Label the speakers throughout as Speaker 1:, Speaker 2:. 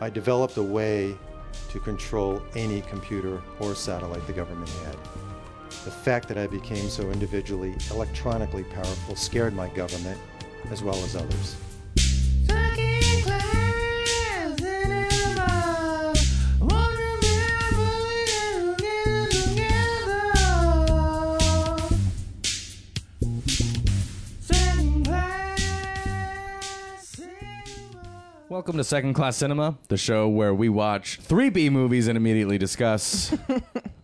Speaker 1: I developed a way to control any computer or satellite the government had. The fact that I became so individually, electronically powerful scared my government, as well as others.
Speaker 2: Second class and above. Wondering if we're getting together. Second class and above.
Speaker 3: Welcome to Second Class Cinema, the show where we watch three B movies and immediately discuss.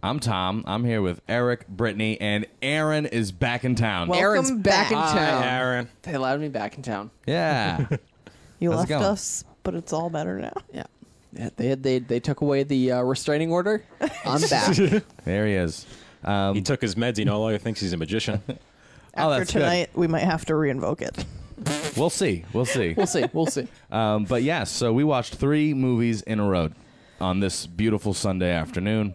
Speaker 3: I'm Tom. I'm here with Eric, Brittany, and Aaron is back in town.
Speaker 4: Aaron's
Speaker 5: Welcome back,
Speaker 4: back.
Speaker 5: in town.
Speaker 6: Aaron.
Speaker 4: They allowed me back in town.
Speaker 3: yeah.
Speaker 5: You
Speaker 3: How's it
Speaker 5: left
Speaker 3: going?
Speaker 5: us, but it's all better now.
Speaker 4: Yeah. they had they they took away the uh, restraining order. I'm
Speaker 3: Oh,
Speaker 4: back. It
Speaker 3: there he is.
Speaker 6: He took his meds. He no longer thinks he's a magician.
Speaker 3: Oh,
Speaker 5: After
Speaker 3: that's good.
Speaker 5: tonight, we might have to reinvoke it.
Speaker 3: We'll see. We'll see.
Speaker 4: We'll see. We'll see.
Speaker 3: Um, but yes, so we watched three movies in a row on this beautiful Sunday afternoon.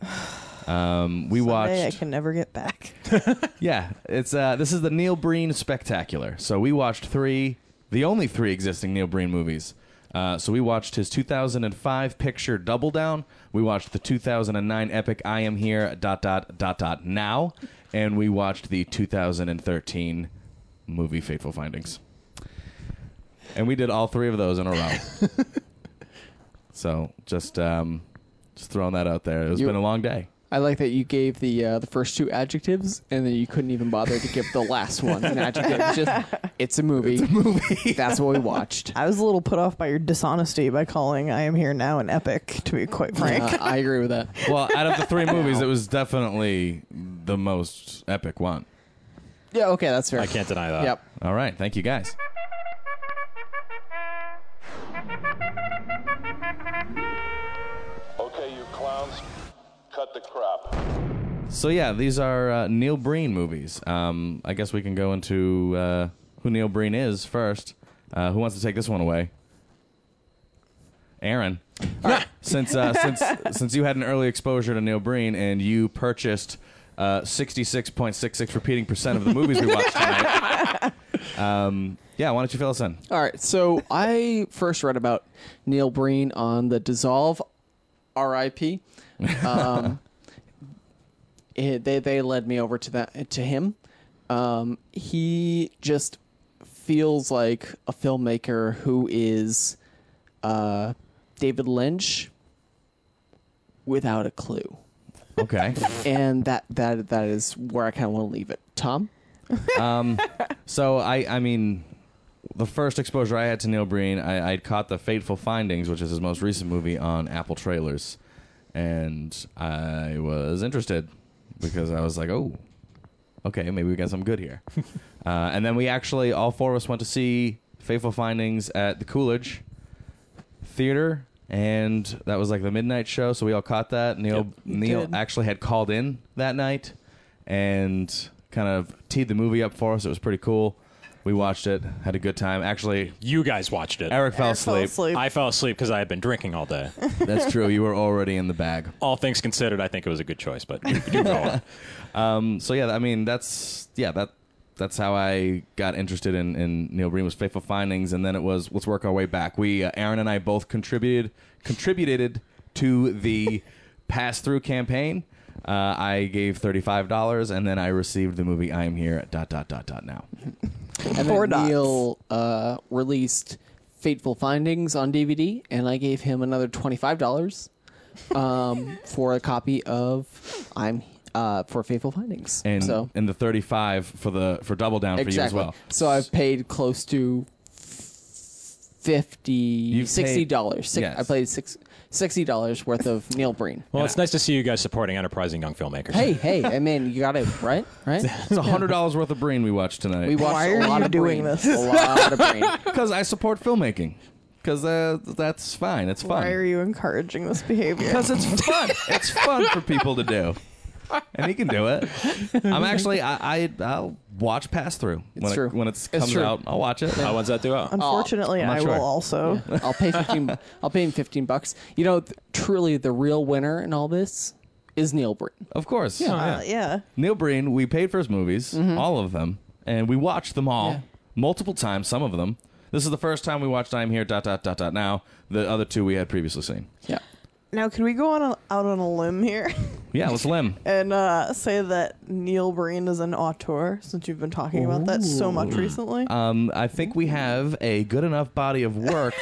Speaker 3: Um, we
Speaker 5: Someday I
Speaker 3: watched.
Speaker 5: can never get back.
Speaker 3: Yeah, it's uh, this is the Neil Breen spectacular. So we watched three, the only three existing Neil Breen movies. Uh, so we watched his 2005 picture Double Down. We watched the 2009 epic I Am Here dot dot dot dot now, and we watched the 2013 movie Fateful Findings. And we did all three of those in a row. so just um, just throwing that out there. It's
Speaker 4: You-
Speaker 3: been a long day.
Speaker 4: I like that you gave the uh, the first two adjectives and then you couldn't even bother to give the last one an adjective. It's just it's a movie. It's a movie. That's what we watched.
Speaker 5: I was a little put off by your dishonesty by calling I Am Here Now an epic, to be quite frank.
Speaker 4: Uh, I agree with that.
Speaker 3: Well, out of the three movies, it was definitely the most epic one.
Speaker 4: Yeah. Okay. That's fair.
Speaker 6: I can't deny that.
Speaker 4: Yep.
Speaker 3: All right, thank you guys.
Speaker 7: Okay, you clowns, cut the crap.
Speaker 3: So yeah, these are uh, Neil Breen movies. Um, I guess we can go into uh, who Neil Breen is first. Uh, who wants to take this one away? Aaron, since uh, since since you had an early exposure to Neil Breen and you purchased sixty six point six six repeating percent of the movies we watched tonight. um, yeah, why don't you fill us in?
Speaker 4: All right. So I first read about Neil Breen on the Dissolve RIP. Um, it- they they led me over to that to him. Um, he just feels like a filmmaker who is uh, David Lynch without a clue,
Speaker 3: Okay.
Speaker 4: and that that that is where I kind of want to leave it. Tom,
Speaker 3: So I, I mean, the first exposure I had to Neil Breen, I, I'd caught the Fateful Findings, which is his most recent movie on Apple trailers, and I was interested because I was like, oh, okay, maybe we got some good here. uh, and then we actually all four of us went to see Fateful Findings at the Coolidge Theater. And that was like the midnight show, so we all caught that. Neil Neil
Speaker 5: did.
Speaker 3: actually had called in that night and kind of teed the movie up for us. It was pretty cool. We watched it, had a good time. Actually,
Speaker 6: You guys watched it.
Speaker 3: Eric, fell,
Speaker 5: Eric fell
Speaker 3: asleep.
Speaker 5: asleep.
Speaker 6: I fell asleep because I had been drinking all day.
Speaker 3: That's true. You were already in the bag.
Speaker 6: all things considered, I think it was a good choice, but you do go on.
Speaker 3: Um, So yeah, I mean that's yeah that that's how I got interested in, in Neil Breen was Faithful Findings, and then it was let's work our way back. We uh, Aaron and I both contributed contributed to the pass through campaign. Uh, I gave thirty five dollars, and then I received the movie I Am Here dot dot dot dot now.
Speaker 4: and
Speaker 5: Four
Speaker 4: then
Speaker 5: dots.
Speaker 4: Neil uh, released Fateful Findings on DVD, and I gave him another twenty five dollars um, for a copy of I'm uh, for Fateful Findings.
Speaker 3: And
Speaker 4: so
Speaker 3: and the thirty five for the for double down for you as
Speaker 4: exactly.
Speaker 3: well.
Speaker 4: So I've paid close to fifty,
Speaker 3: You've
Speaker 4: sixty
Speaker 3: paid-
Speaker 4: dollars. Six,
Speaker 3: yes.
Speaker 4: I played six, sixty dollars worth of Neil Breen.
Speaker 6: Well, it's nice to see you guys supporting enterprising young filmmakers.
Speaker 4: hey, hey, I mean, you got it right, right.
Speaker 3: It's hundred dollars worth of Breen we watched tonight.
Speaker 4: We watched
Speaker 5: Why
Speaker 4: a
Speaker 5: are
Speaker 4: lot
Speaker 5: you
Speaker 4: of
Speaker 5: doing
Speaker 4: Breen.
Speaker 5: this?
Speaker 4: A lot of Breen.
Speaker 3: because I support filmmaking. Because uh, that's fine. It's fun.
Speaker 5: Why are you encouraging this behavior?
Speaker 3: Because it's fun. it's fun for people to do. And he can do it. I'm actually I, I I'll watch pass through when
Speaker 4: It's true.
Speaker 3: it when it's
Speaker 4: It's
Speaker 3: comes
Speaker 4: true.
Speaker 3: out. I'll watch it.
Speaker 6: How ones that do
Speaker 4: Oh,
Speaker 6: out?
Speaker 5: Unfortunately,
Speaker 3: I'm not
Speaker 5: I
Speaker 3: sure.
Speaker 5: will also.
Speaker 4: I'll pay fifteen. I'll pay him fifteen bucks. You know, th- truly, the real winner in all this is Neil Breen.
Speaker 3: Of course.
Speaker 5: Uh, yeah.
Speaker 3: Neil Breen, we paid for his movies, all of them, and we watched them all
Speaker 4: Yeah.
Speaker 3: multiple times, some of them. This This is the first time we watched I'm Here, dot, dot, dot, dot, now. The other two we had previously seen.
Speaker 4: Yeah.
Speaker 5: Now, can we go on a, out on a limb here
Speaker 3: Yeah, let's limb.
Speaker 5: and uh, say that Neil Breen is an auteur since you've been talking about that so much recently?
Speaker 3: Um, I think we have a good enough body of work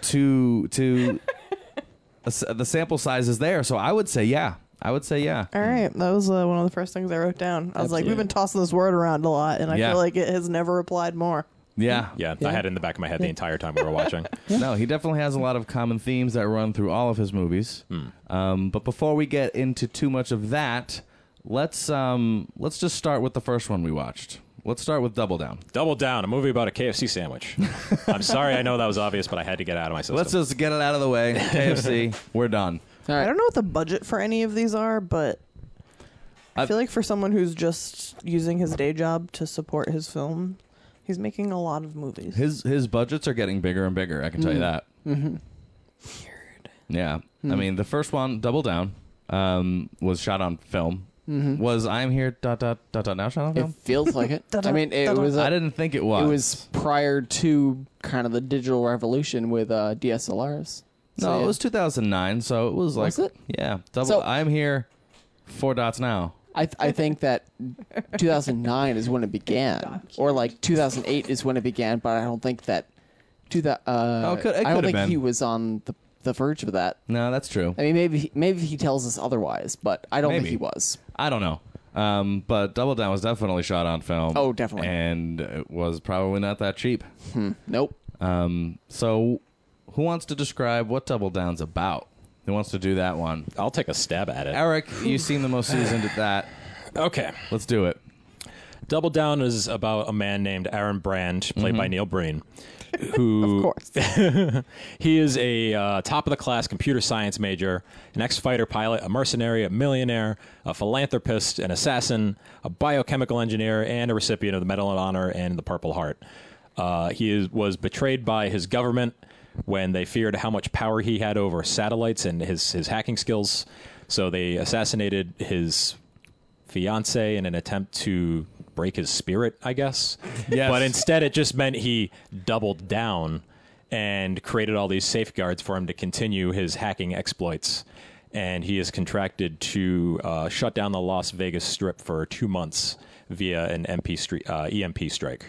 Speaker 3: to to a s- the sample size is there. So I would say yeah. I would say yeah.
Speaker 5: All right, that was uh, one of the first things I wrote down. I was like, we've been tossing this word around a lot, and I
Speaker 3: Yeah.
Speaker 5: feel like it has never applied more.
Speaker 3: Yeah.
Speaker 6: Yeah, I had it in the back of my head the entire time we were watching.
Speaker 3: No, he definitely has a lot of common themes that run through all of his movies. Um, but before we get into too much of that, let's um, let's just start with the first one we watched. Let's start with Double Down.
Speaker 6: Double Down, a movie about a KFC sandwich. I'm sorry, I know that was obvious, but I had to get it out of my system.
Speaker 3: Let's uh, just get it out of the way. KFC, we're done.
Speaker 4: All
Speaker 5: I
Speaker 4: right.
Speaker 5: don't know what the budget for any of these are, but I
Speaker 3: I've-
Speaker 5: feel like for someone who's just using his day job to support his film, he's making a lot of movies.
Speaker 3: His his budgets are getting bigger and bigger. I can tell you that. Mm-hmm. Hmm. Yeah, I mean the first one, Double Down, um, was shot on film. Was I'm here dot dot dot dot now shot on
Speaker 4: It
Speaker 3: film?
Speaker 4: feels like it. I mean, it
Speaker 5: Da-da.
Speaker 4: was.
Speaker 3: I I
Speaker 4: A,
Speaker 3: didn't think it
Speaker 4: it
Speaker 3: was.
Speaker 4: was prior to kind of the digital revolution with uh, DSLRs.
Speaker 3: no,
Speaker 4: So,
Speaker 3: it
Speaker 4: yeah.
Speaker 3: was 2009, so it was like
Speaker 4: Was it?
Speaker 3: yeah, double.
Speaker 4: So-
Speaker 3: I'm here, four dots now.
Speaker 4: I, th- I think that 2009 is when it began, or like 2008 is when it began. But I don't think that to that. Uh,
Speaker 3: Oh, it could- it
Speaker 4: I
Speaker 3: could've
Speaker 4: don't think
Speaker 3: been.
Speaker 4: he was on the the verge of that.
Speaker 3: No, that's true.
Speaker 4: I mean, maybe he- maybe he tells us otherwise, but I don't
Speaker 3: Maybe.
Speaker 4: think he was.
Speaker 3: I don't know. Um, but Double Down was definitely shot on film.
Speaker 4: Oh, definitely.
Speaker 3: And it was probably not that cheap.
Speaker 4: Nope.
Speaker 3: Um, so who wants to describe what Double Down's about? Who wants to do that one?
Speaker 6: I'll take a stab at it.
Speaker 3: Eric, you seem the most seasoned at that.
Speaker 6: Okay.
Speaker 3: Let's do it.
Speaker 6: Double Down is about a man named Aaron Brand, played by Neil Breen, who
Speaker 5: of course.
Speaker 6: He is a uh, top of the class computer science major, an ex fighter pilot, a mercenary, a millionaire, a philanthropist, an assassin, a biochemical engineer, and a recipient of the Medal of Honor and the Purple Heart. Uh, he is, was betrayed by his government when they feared how much power he had over satellites and his, his hacking skills. So they assassinated his fiance in an attempt to break his spirit, I guess.
Speaker 3: Yes.
Speaker 6: But instead, it just meant he doubled down and created all these safeguards for him to continue his hacking exploits. And he is contracted to uh, shut down the Las Vegas Strip for two months via an MP stri- uh, EMP strike.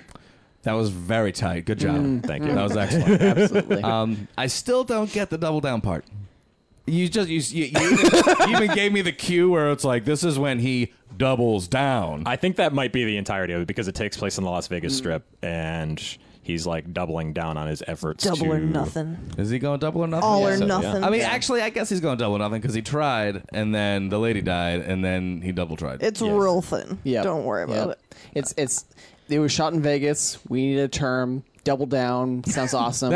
Speaker 3: That was very tight. Good job.
Speaker 4: Mm.
Speaker 6: Thank you.
Speaker 3: That was excellent.
Speaker 4: Absolutely.
Speaker 3: um, I still don't get the double down part. You just you you, you, even, you even gave me the cue where it's like this is when he doubles down.
Speaker 6: I think that might be the entirety of it because it takes place in the Las Vegas Strip and he's like doubling down on his efforts
Speaker 5: Double
Speaker 6: to
Speaker 5: or nothing.
Speaker 3: is he going double or nothing?
Speaker 5: All
Speaker 3: Yeah.
Speaker 5: or
Speaker 6: so, yeah.
Speaker 5: nothing.
Speaker 3: I mean, actually, I guess he's going double or nothing because he tried and then the lady died and then he double tried.
Speaker 5: it's
Speaker 6: yes.
Speaker 5: real thin.
Speaker 4: Yeah.
Speaker 5: Don't worry about
Speaker 4: Yep. It's it's it was shot in Vegas. We need a term. Double down. Sounds awesome.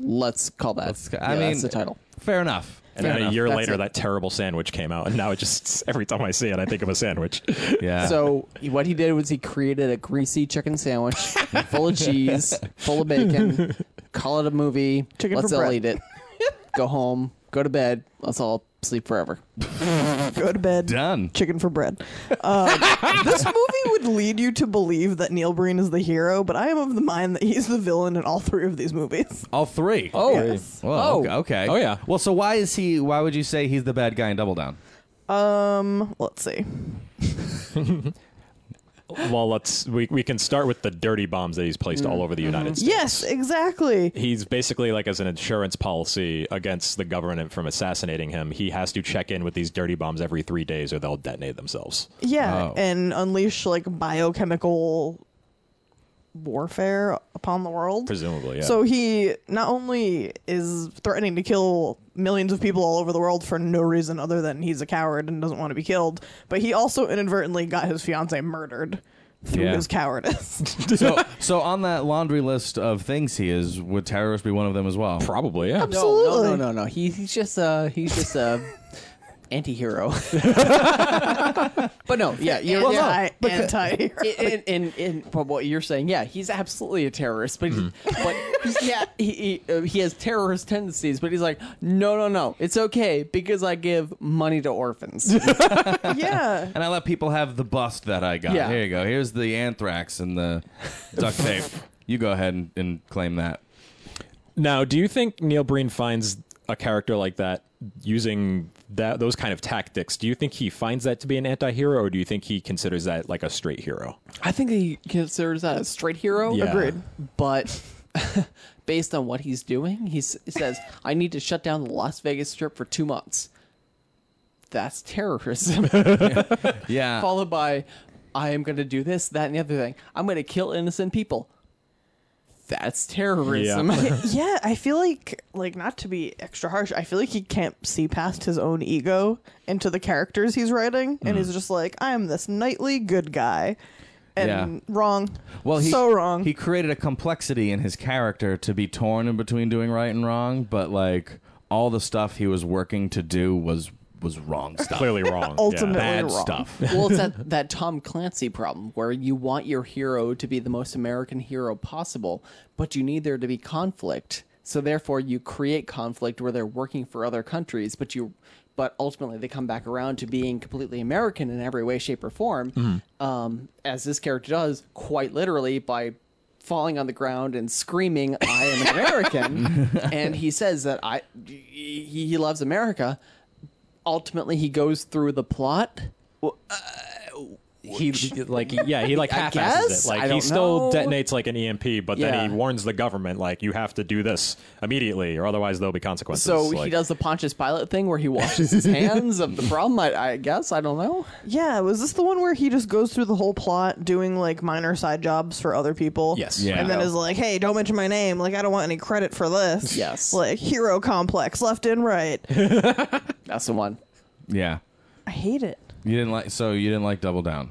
Speaker 4: Let's call that.
Speaker 3: I
Speaker 4: Yeah,
Speaker 3: mean,
Speaker 4: that's the title.
Speaker 3: Fair enough.
Speaker 6: And
Speaker 3: Fair
Speaker 6: then a
Speaker 3: enough.
Speaker 6: year
Speaker 4: That's
Speaker 6: later,
Speaker 4: it.
Speaker 6: that terrible sandwich came out, and now it just every time I see it, I think of a sandwich.
Speaker 3: Yeah.
Speaker 4: So he- what he did was he created a greasy chicken sandwich full of cheese, full of bacon. Call it a movie.
Speaker 5: Chicken
Speaker 4: Let's
Speaker 5: for
Speaker 4: all
Speaker 5: bread.
Speaker 4: eat it. Go home. Go to bed. Let's all sleep forever.
Speaker 5: it. Go to bed.
Speaker 3: done.
Speaker 5: Chicken for bread. Um, this movie would lead you to believe that Neil Breen is the hero, but I am of the mind that he's the villain in all three of these movies.
Speaker 3: All three.
Speaker 6: Oh,
Speaker 5: Yes.
Speaker 3: Whoa,
Speaker 4: Oh.
Speaker 3: okay- Okay.
Speaker 6: Oh, yeah.
Speaker 3: Well, so why is he? Why would you say he's the bad guy in Double Down?
Speaker 5: Um, let's see.
Speaker 6: well, let's we, we can start with the dirty bombs that he's placed all over the United States.
Speaker 5: Mm-hmm. Yes, exactly.
Speaker 6: He's basically like as an insurance policy against the government from assassinating him. He has to check in with these dirty bombs every three days, or they'll detonate themselves.
Speaker 5: Yeah,
Speaker 3: Oh.
Speaker 5: and unleash like biochemical warfare upon the world.
Speaker 6: Presumably, yeah.
Speaker 5: So he not only is threatening to kill millions of people all over the world for no reason other than he's a coward and doesn't want to be killed, but he also inadvertently got his fiance murdered through
Speaker 3: Yeah.
Speaker 5: his cowardice.
Speaker 3: So, so on that laundry list of things he is, would terrorist be one of them as well?
Speaker 6: Probably, yeah.
Speaker 4: No, no,
Speaker 5: Absolutely.
Speaker 4: no, no, no. He, he's just a he's just a anti-hero. but no, yeah, you're,
Speaker 5: Well,
Speaker 4: yeah.
Speaker 5: no, anti-hero.
Speaker 4: in, in, in, but what you're saying, yeah, he's absolutely a terrorist, but, he's but he's, yeah, he he, uh, he has terrorist tendencies, but he's like, no, no, no, it's okay because I give money to orphans.
Speaker 5: yeah.
Speaker 3: And I let people have the bust that I got.
Speaker 4: Yeah.
Speaker 3: Here you go. Here's the anthrax and the duct tape. You go ahead and, and claim that.
Speaker 6: Now, do you think Neil Breen finds a character like that using that those kind of tactics? Do you think he finds that to be an anti-hero or do you think he considers that like a straight hero?
Speaker 4: I think he considers that a straight hero.
Speaker 6: Yeah. Agreed.
Speaker 4: But based on what he's doing, he's, he says, I need to shut down the Las Vegas Strip for two months. That's terrorism.
Speaker 3: Yeah.
Speaker 4: Followed by, I am going to do this, that, and the other thing. I'm going to kill innocent people. That's terrorism.
Speaker 5: yeah, I feel like like not to be extra harsh, I feel like he can't see past his own ego into the characters he's writing, and he's just like, I'm this knightly good guy, and
Speaker 3: Yeah.
Speaker 5: wrong.
Speaker 3: Well, he,
Speaker 5: so wrong.
Speaker 3: He created a complexity in his character to be torn in between doing right and wrong, but like all the stuff he was working to do was was wrong stuff.
Speaker 6: Clearly wrong.
Speaker 5: Ultimately
Speaker 3: Bad
Speaker 5: wrong.
Speaker 3: stuff.
Speaker 4: well, it's that, that Tom Clancy problem where you want your hero to be the most American hero possible, but you need there to be conflict. So therefore, you create conflict where they're working for other countries, but you, but ultimately they come back around to being completely American in every way, shape, or form, um, as this character does quite literally by falling on the ground and screaming, "I am an American," and he says that I, he, he loves America. Ultimately, he goes through the plot
Speaker 6: He like yeah, he like
Speaker 4: I
Speaker 6: half
Speaker 4: guess?
Speaker 6: asses it. Like
Speaker 4: I
Speaker 6: he
Speaker 4: don't
Speaker 6: still
Speaker 4: know.
Speaker 6: detonates like an EMP, but then
Speaker 4: Yeah.
Speaker 6: he warns the government like you have to do this immediately or otherwise there'll be consequences.
Speaker 4: So he
Speaker 6: Like,
Speaker 4: does the Pontius Pilate thing where he washes his hands of the problem. I, I guess I don't know.
Speaker 5: Yeah, was this the one where he just goes through the whole plot doing like minor side jobs for other people?
Speaker 6: Yes. Yeah.
Speaker 5: And then
Speaker 4: Yeah.
Speaker 5: is like, hey, don't mention my name. Like, I don't want any credit for this.
Speaker 4: Yes.
Speaker 5: Like, hero complex, left and right.
Speaker 4: That's the one.
Speaker 3: Yeah.
Speaker 5: I hate it.
Speaker 3: You didn't like so you didn't like Double Down.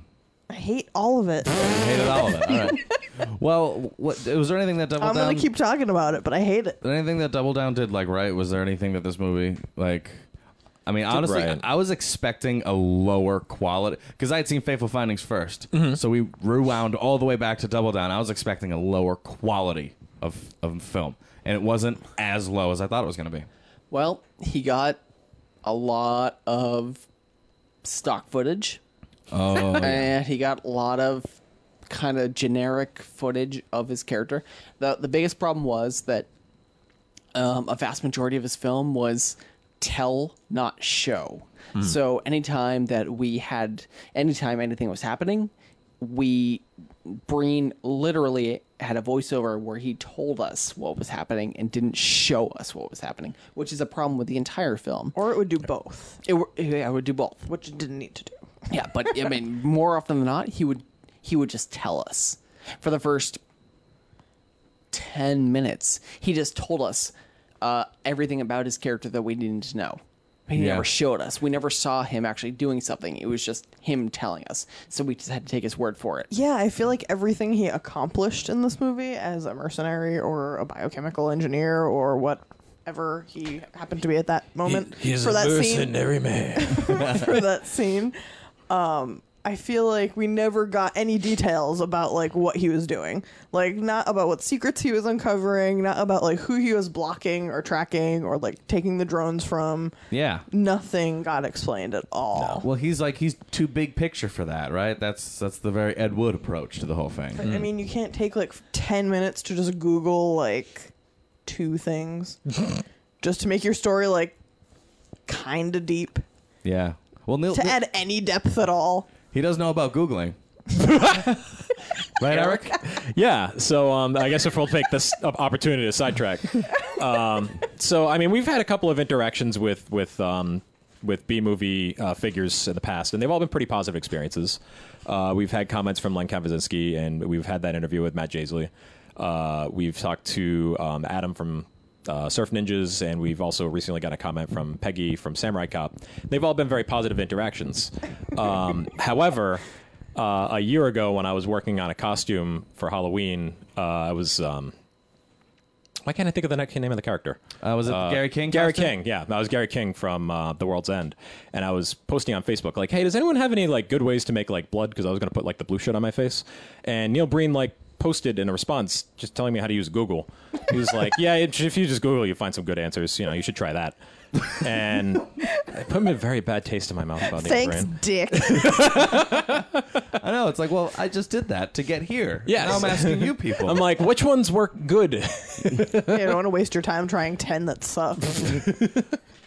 Speaker 5: I hate all of it.
Speaker 3: You hated all of it. All right. Well, what was there anything that Double
Speaker 5: I'm
Speaker 3: Down
Speaker 5: going to keep talking about it, but I hate it.
Speaker 3: anything that Double Down did like right? Was there anything that this movie like? I mean, honestly,
Speaker 6: right.
Speaker 3: I was expecting a lower quality because I had seen Faithful Findings 1st so we rewound all the way back to Double Down. I was expecting a lower quality of of film, and it wasn't as low as I thought it was going to be.
Speaker 4: Well, he got a lot of stock footage. Oh. and he got a lot of kind of generic footage of his character. The the biggest problem was that um, a vast majority of his film was tell, not show. So anytime that we had, anytime anything was happening, we, Breen literally had a voiceover where he told us what was happening and didn't show us what was happening, which is a problem with the entire film.
Speaker 5: Or it would do both,
Speaker 4: It, were- I would do both.
Speaker 5: which it didn't need to do.
Speaker 4: Yeah, but I mean, more often than not, he would he would just tell us for the first ten minutes. He just told us uh, everything about his character that we needed to know. He
Speaker 3: Yeah.
Speaker 4: never showed us. We never saw him actually doing something. It was just him telling us. So we just had to take his word for it.
Speaker 5: Yeah, I feel like everything he accomplished in this movie as a mercenary or a biochemical engineer or whatever he happened to be at that moment for that scene.
Speaker 6: man.
Speaker 5: for that scene. Um, I feel like we never got any details about like what he was doing, like not about what secrets he was uncovering, not about like who he was blocking or tracking or like taking the drones from.
Speaker 3: Yeah.
Speaker 5: Nothing got explained at all.
Speaker 3: Well, he's like he's too big picture for that, right? That's that's the very Ed Wood approach to the whole thing.
Speaker 5: I mean, you can't take like ten minutes to just Google like two things just to make your story like kind of deep
Speaker 3: Yeah. Well, Neil,
Speaker 5: to add any depth at all.
Speaker 3: he does know about googling, right, Eric?
Speaker 6: yeah. So um, I guess if we'll take this op- opportunity to sidetrack. Um, so I mean, we've had a couple of interactions with with um, with B movie uh, figures in the past, and they've all been pretty positive experiences. Uh, we've had comments from Len Kavizinski, and we've had that interview with Matt Jaisley. Uh, we've talked to um, Adam from uh, Surf Ninjas, and we've also recently got a comment from Peggy from Samurai Cop. They've all been very positive interactions. Um, however, uh, a year ago, when I was working on a costume for Halloween, uh, I was. Um, why can't I think of the next name of the character?
Speaker 3: Uh, was it the Gary King
Speaker 6: Gary
Speaker 3: costume?
Speaker 6: King, yeah, I was Gary King from uh, The World's End, and I was posting on Facebook like, "Hey, does anyone have any like good ways to make like blood?" Because I was going to put like the blue shit on my face, and Neil Breen like posted in a response just telling me how to use Google. He was like, "Yeah, it- if you just Google, you find some good answers. You know, you should try that." and it put me a very bad taste in my mouth about Neil
Speaker 5: Thanks,
Speaker 6: Breen.
Speaker 5: Dick.
Speaker 3: I know. It's like, well, I just did that to get here.
Speaker 6: Yes.
Speaker 3: Now I'm asking you people.
Speaker 6: I'm like, which ones work good?
Speaker 5: you don't want to waste your time trying ten that suck.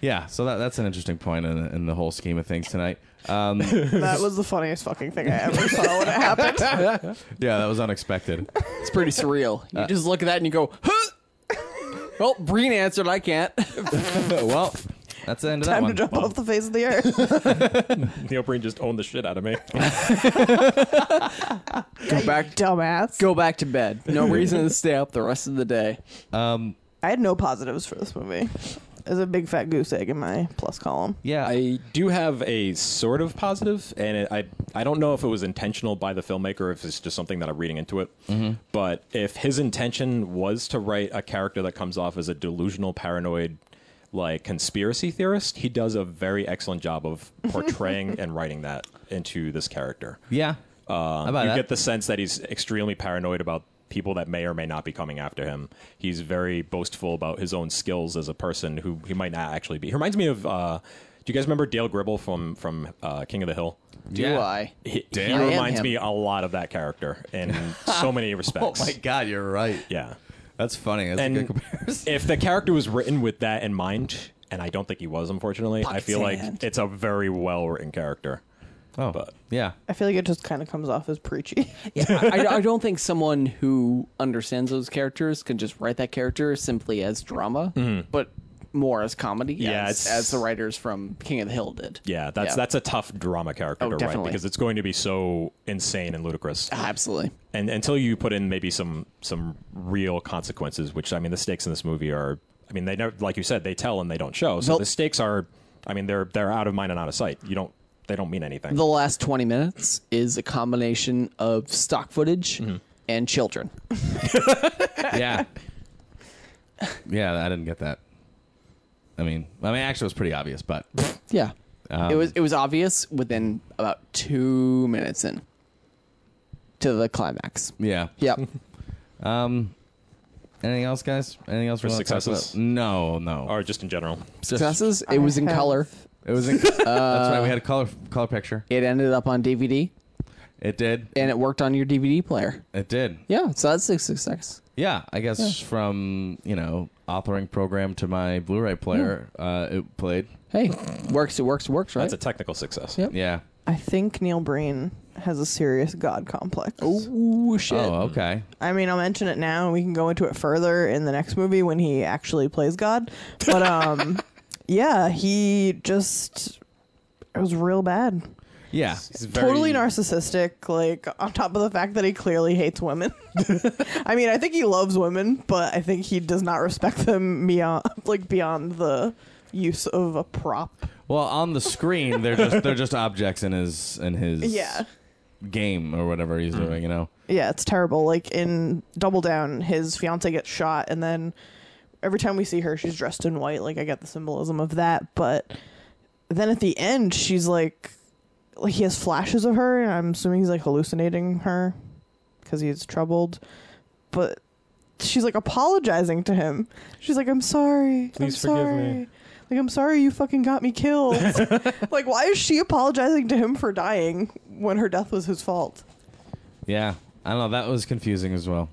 Speaker 3: yeah. So that, that's an interesting point in, in the whole scheme of things tonight. Um,
Speaker 5: that was the funniest fucking thing I ever saw when it happened.
Speaker 3: yeah, that was unexpected.
Speaker 4: It's pretty surreal. You just look at that and you go, huh? Well, Breen answered, I can't.
Speaker 3: well, that's the end of that
Speaker 5: Time
Speaker 3: one.
Speaker 5: to jump off the face of the earth.
Speaker 6: Neil Breen just owned the shit out of me.
Speaker 4: Go back,
Speaker 5: Dumbass.
Speaker 4: go back to bed. No reason to stay up the rest of the day.
Speaker 5: I had no positives for this movie. There's a big fat goose egg in my plus column.
Speaker 3: Yeah.
Speaker 6: I do have a sort of positive, and it, I I don't know if it was intentional by the filmmaker, or if it's just something that I'm reading into it. But if his intention was to write a character that comes off as a delusional, paranoid, like conspiracy theorist, he does a very excellent job of portraying and writing that into this character.
Speaker 3: yeah.
Speaker 6: Um,
Speaker 3: about
Speaker 6: you
Speaker 3: that?
Speaker 6: get the sense that he's extremely paranoid about people that may or may not be coming after him. He's very boastful about his own skills as a person who he might not actually be. He reminds me of. Uh, do you guys remember Dale Gribble from from uh, King of the Hill?
Speaker 4: Do
Speaker 3: Yeah.
Speaker 4: I?
Speaker 6: He, he
Speaker 3: Dale?
Speaker 4: I am
Speaker 6: reminds
Speaker 4: him.
Speaker 6: me a lot of that character in so many
Speaker 3: Oh
Speaker 6: respects.
Speaker 3: my God, you're right.
Speaker 6: Yeah,
Speaker 3: That's funny. That's a
Speaker 6: and
Speaker 3: good comparison.
Speaker 6: if the character was written with that in mind, and I don't think he was, unfortunately, I feel like it's a very well written character.
Speaker 3: Oh,
Speaker 6: but-
Speaker 3: yeah.
Speaker 5: I feel like it just kind of comes off as preachy.
Speaker 4: I, I don't think someone who understands those characters can just write that character simply as drama, but more as comedy,
Speaker 6: Mm-hmm. Yeah,
Speaker 4: as,
Speaker 6: it's-
Speaker 4: as the writers from King of the Hill did.
Speaker 6: Yeah, that's that's a tough drama character
Speaker 4: Oh,
Speaker 6: to write
Speaker 4: definitely. Ah.
Speaker 6: because it's going to be so insane and ludicrous.
Speaker 4: absolutely.
Speaker 6: and until you put in maybe some some real consequences, which I mean, the stakes in this movie are, I mean, they never, like you said, they tell and they don't show. So
Speaker 4: Well-
Speaker 6: the stakes are, I mean, they're they're out of mind and out of sight. You don't, they don't mean anything.
Speaker 4: The last twenty minutes is a combination of stock footage
Speaker 6: Mm-hmm.
Speaker 4: and children.
Speaker 3: yeah. Yeah, I didn't get that. I mean, I mean, actually, it was pretty obvious, but um,
Speaker 4: Yeah, it was it was obvious within about two minutes in to the climax.
Speaker 3: yeah. Um,
Speaker 4: Yep.
Speaker 3: Anything else, guys? Anything else? we
Speaker 6: For
Speaker 3: wanna talk
Speaker 6: successes?
Speaker 3: about? No, no.
Speaker 6: or just in general,
Speaker 4: Successes.
Speaker 5: I
Speaker 4: It was in
Speaker 5: have-
Speaker 4: color.
Speaker 3: It was. uh, In, that's right. We had a color color picture.
Speaker 4: It ended up on DVD,
Speaker 3: It did.
Speaker 4: and it worked on your DVD player.
Speaker 3: It did.
Speaker 4: Yeah, so that's a success.
Speaker 3: Yeah, I guess from you know authoring program to my
Speaker 5: Hmm.
Speaker 3: Blu-ray player, uh, it played.
Speaker 4: Hey, works. It works. It works. Right.
Speaker 6: that's a technical success.
Speaker 4: Yep.
Speaker 3: Yeah.
Speaker 5: I think Neil Breen has a serious God complex.
Speaker 4: Ooh, shit.
Speaker 3: Oh, okay.
Speaker 5: I mean, I'll mention it now and we can go into it further in the next movie when he actually plays God. But um yeah, he just it was real bad.
Speaker 3: Yeah.
Speaker 6: He's very-
Speaker 5: Totally narcissistic, like on top of the fact that he clearly hates women. I mean, I think he loves women, but I think he does not respect them beyond like beyond the use of a prop.
Speaker 3: Well, on the screen, they're just they're just objects in his in his
Speaker 5: Yeah.
Speaker 3: game or whatever he's doing. You know.
Speaker 5: Yeah, it's terrible. Like in Double Down, his fiance gets shot, and then every time we see her, she's dressed in white. Like I get the symbolism of that, but then at the end, she's like, like he has flashes of her, and I'm assuming he's like hallucinating her because he's troubled, but. She's like apologizing to him. She's like, "I'm sorry.
Speaker 6: Please
Speaker 5: I'm
Speaker 6: forgive me."
Speaker 5: sorry. Like, I'm sorry you fucking got me killed. like, why is she apologizing to him for dying when her death was his fault?
Speaker 3: Yeah. I don't know. That was confusing as well.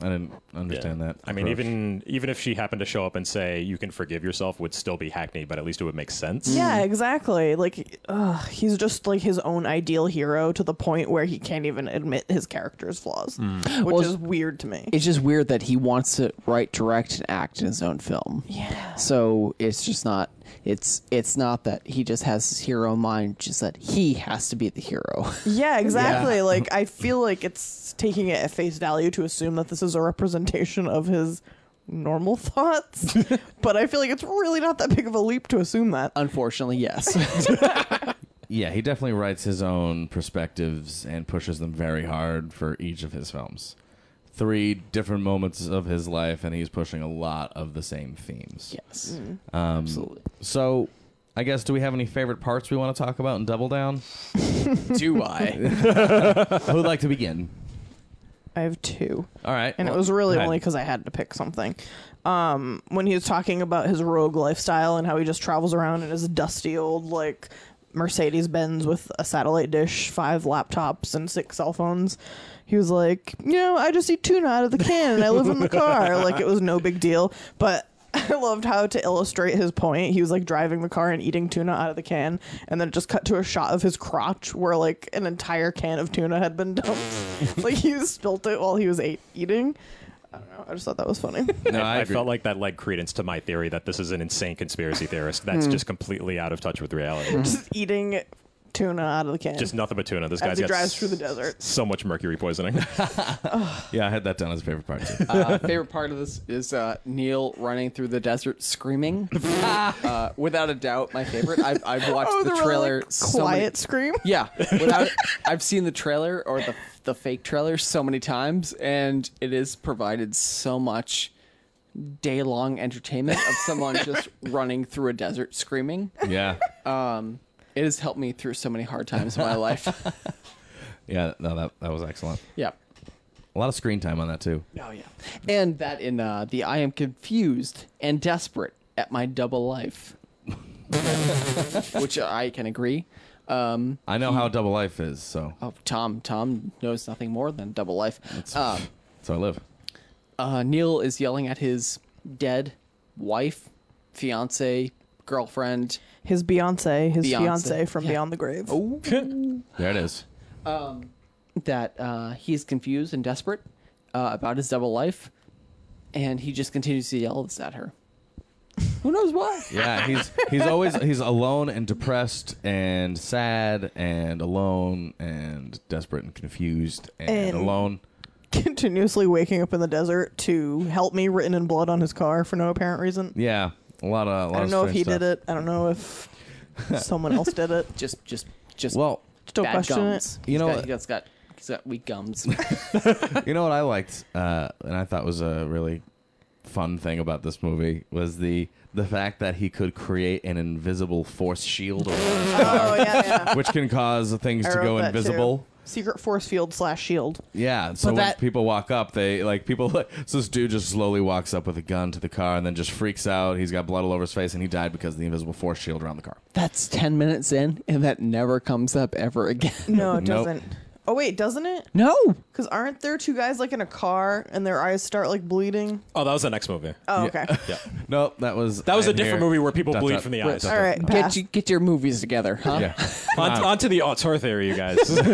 Speaker 3: I didn't understand that.
Speaker 6: I mean,
Speaker 3: approach.
Speaker 6: even even if she happened to show up and say you can forgive yourself, would still be hackneyed, but at least it would make sense.
Speaker 5: Yeah, exactly. Like, ugh, he's just like his own ideal hero to the point where he can't even admit his character's flaws, which
Speaker 4: Well,
Speaker 5: is weird to me.
Speaker 4: It's just weird that he wants to write, direct, and act in his own film. Yeah. So it's just not. It's it's not that he just has his hero in mind. Just that he has to be the hero.
Speaker 5: Yeah, exactly. Like, I feel like it's taking it at face value to assume that this is a representation of his normal thoughts, but I feel like it's really not that big of a leap to assume that.
Speaker 4: Unfortunately, yes.
Speaker 3: Yeah, he definitely writes his own perspectives and pushes them very hard for each of his films. Three different moments of his life, and he's pushing a lot of the same themes. Um,
Speaker 4: yes. Absolutely.
Speaker 3: So, I guess, do we have any favorite parts we want to talk about in Double Down?
Speaker 4: Do I?
Speaker 3: Who'd like to begin?
Speaker 5: I have two.
Speaker 3: All right.
Speaker 5: and it
Speaker 3: Well,
Speaker 5: was really
Speaker 3: go ahead.
Speaker 5: only because I had to pick something. Um, when he was talking about his rogue lifestyle and how he just travels around in his dusty old like Mercedes Benz with a satellite dish, five laptops, and six cell phones, he was like, you know, I just eat tuna out of the can and I live in the car. Like it was no big deal, but. I loved how to illustrate his point. He was like driving the car and eating tuna out of the can, and then it just cut to a shot of his crotch where like an entire can of tuna had been dumped. like he spilt it while he was ate- eating. I don't know. I just thought that was funny.
Speaker 3: No, I,
Speaker 6: I,
Speaker 3: agree.
Speaker 6: felt like that led credence to my theory that this is an insane conspiracy theorist.
Speaker 5: Hmm.
Speaker 6: That's just completely out of touch with reality.
Speaker 5: just eating tuna out of the can.
Speaker 6: just nothing but tuna. This
Speaker 5: Hmm. as
Speaker 6: guy's
Speaker 5: he
Speaker 6: got
Speaker 5: drives
Speaker 6: s-
Speaker 5: through the desert.
Speaker 6: so much mercury poisoning.
Speaker 3: yeah, I had that down as a favorite part too.
Speaker 4: Uh, favorite part of this is uh, Neil running through the desert screaming. uh, without a doubt, my favorite. I've, I've watched
Speaker 5: Oh,
Speaker 4: the
Speaker 5: the
Speaker 4: trailer.
Speaker 5: really like,
Speaker 4: so many-
Speaker 5: quiet scream.
Speaker 4: Yeah, without I've seen the trailer or the the fake trailer so many times, and it has provided so much day long entertainment of someone just running through a desert screaming.
Speaker 3: yeah.
Speaker 4: It has helped me through so many hard times in my life.
Speaker 3: Yeah, no, that, that was excellent.
Speaker 4: Yeah.
Speaker 3: A lot of screen time on that too.
Speaker 4: Oh yeah. And that in uh, the I am confused and desperate at my double life, which I can agree. Um,
Speaker 3: I know how double life is, so
Speaker 4: oh, Tom, Tom knows nothing more than double life. Um,
Speaker 3: so I live.
Speaker 4: uh, Neil is yelling at his dead wife, fiance, girlfriend.
Speaker 5: His Beyonce, his
Speaker 4: Beyonce.
Speaker 5: fiance from
Speaker 4: Yeah.
Speaker 5: beyond the grave.
Speaker 3: Oh. There it is.
Speaker 4: that uh, he's confused and desperate uh, about his double life, and he just continues to yell this at her. Who knows why?
Speaker 3: Yeah, he's he's always he's alone and depressed and sad and alone and desperate and confused and,
Speaker 5: And-
Speaker 3: alone.
Speaker 5: Continuously waking up in the desert to help me written in blood on his car for no apparent reason.
Speaker 3: Yeah, a lot of. A lot
Speaker 5: I don't
Speaker 3: of
Speaker 5: know if he
Speaker 3: strange
Speaker 5: did
Speaker 3: stuff.
Speaker 5: it. I don't know if someone else did it.
Speaker 4: Just, just, just.
Speaker 3: Well,
Speaker 5: Just don't
Speaker 4: bad
Speaker 5: question
Speaker 4: gums.
Speaker 3: You know
Speaker 4: He's got-
Speaker 3: what?
Speaker 4: he's got, he's got weak gums.
Speaker 3: you know what I liked, uh, and I thought was a really fun thing about this movie was the the fact that he could create an invisible force shield, around his car,
Speaker 5: Oh yeah, yeah.
Speaker 3: which can cause things
Speaker 5: I
Speaker 3: to
Speaker 5: wrote
Speaker 3: go
Speaker 5: that, too.
Speaker 3: invisible.
Speaker 5: Secret force field slash shield.
Speaker 3: Yeah, so when
Speaker 5: that-
Speaker 3: people walk up, they like people. So this dude just slowly walks up with a gun to the car, and then just freaks out. He's got blood all over his face, and he died because of the invisible force shield around the car.
Speaker 4: That's ten minutes in, and that never comes up ever again.
Speaker 5: No, it
Speaker 3: Nope.
Speaker 5: doesn't. Oh wait, doesn't it?
Speaker 4: No,
Speaker 5: Because aren't there two guys like in a car and their eyes start like bleeding?
Speaker 6: oh, that was the next movie.
Speaker 5: Oh okay.
Speaker 3: Nope, that was
Speaker 6: That was
Speaker 3: I
Speaker 6: a different
Speaker 3: hear-
Speaker 6: movie where people
Speaker 3: Dot,
Speaker 6: bleed
Speaker 3: dot,
Speaker 6: from the
Speaker 3: dot,
Speaker 6: eyes.
Speaker 3: dot,
Speaker 5: All right, pass.
Speaker 4: get you, get your movies together, huh?
Speaker 3: Yeah,
Speaker 6: On, onto the auteur theory, you guys.
Speaker 3: but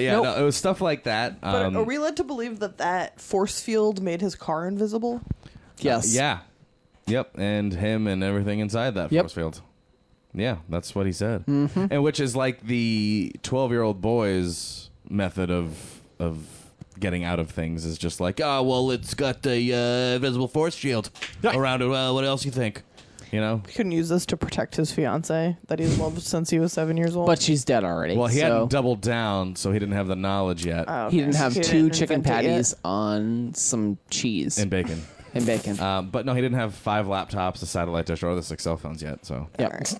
Speaker 3: yeah, no, it was stuff like that.
Speaker 5: But uh,
Speaker 3: Um,
Speaker 5: are we led to believe that that force field made his car invisible?
Speaker 4: Yes.
Speaker 3: yeah, yep, and him and everything inside that
Speaker 4: Yep. Mm-hmm.
Speaker 3: force field. Yeah, that's what he said, and which is like the twelve-year-old boy's method of of getting out of things is just like, oh, well, it's got the uh, invisible force shield around it. Well, what else you think? You know.
Speaker 5: He couldn't use this to protect his fiance that he's loved since he was seven years old.
Speaker 4: But she's dead already.
Speaker 3: Well, he
Speaker 4: so Oh.
Speaker 3: hadn't doubled down, so he didn't have the knowledge yet,
Speaker 5: Okay.
Speaker 4: he didn't have
Speaker 5: He
Speaker 4: 2
Speaker 5: didn't
Speaker 4: chicken
Speaker 5: invent it yet.
Speaker 4: patties on some cheese
Speaker 3: and
Speaker 4: and,
Speaker 3: bacon.
Speaker 4: bacon.
Speaker 3: Um, but no, he didn't have five laptops, a satellite dish, or the six cell phones yet. So,
Speaker 4: yep.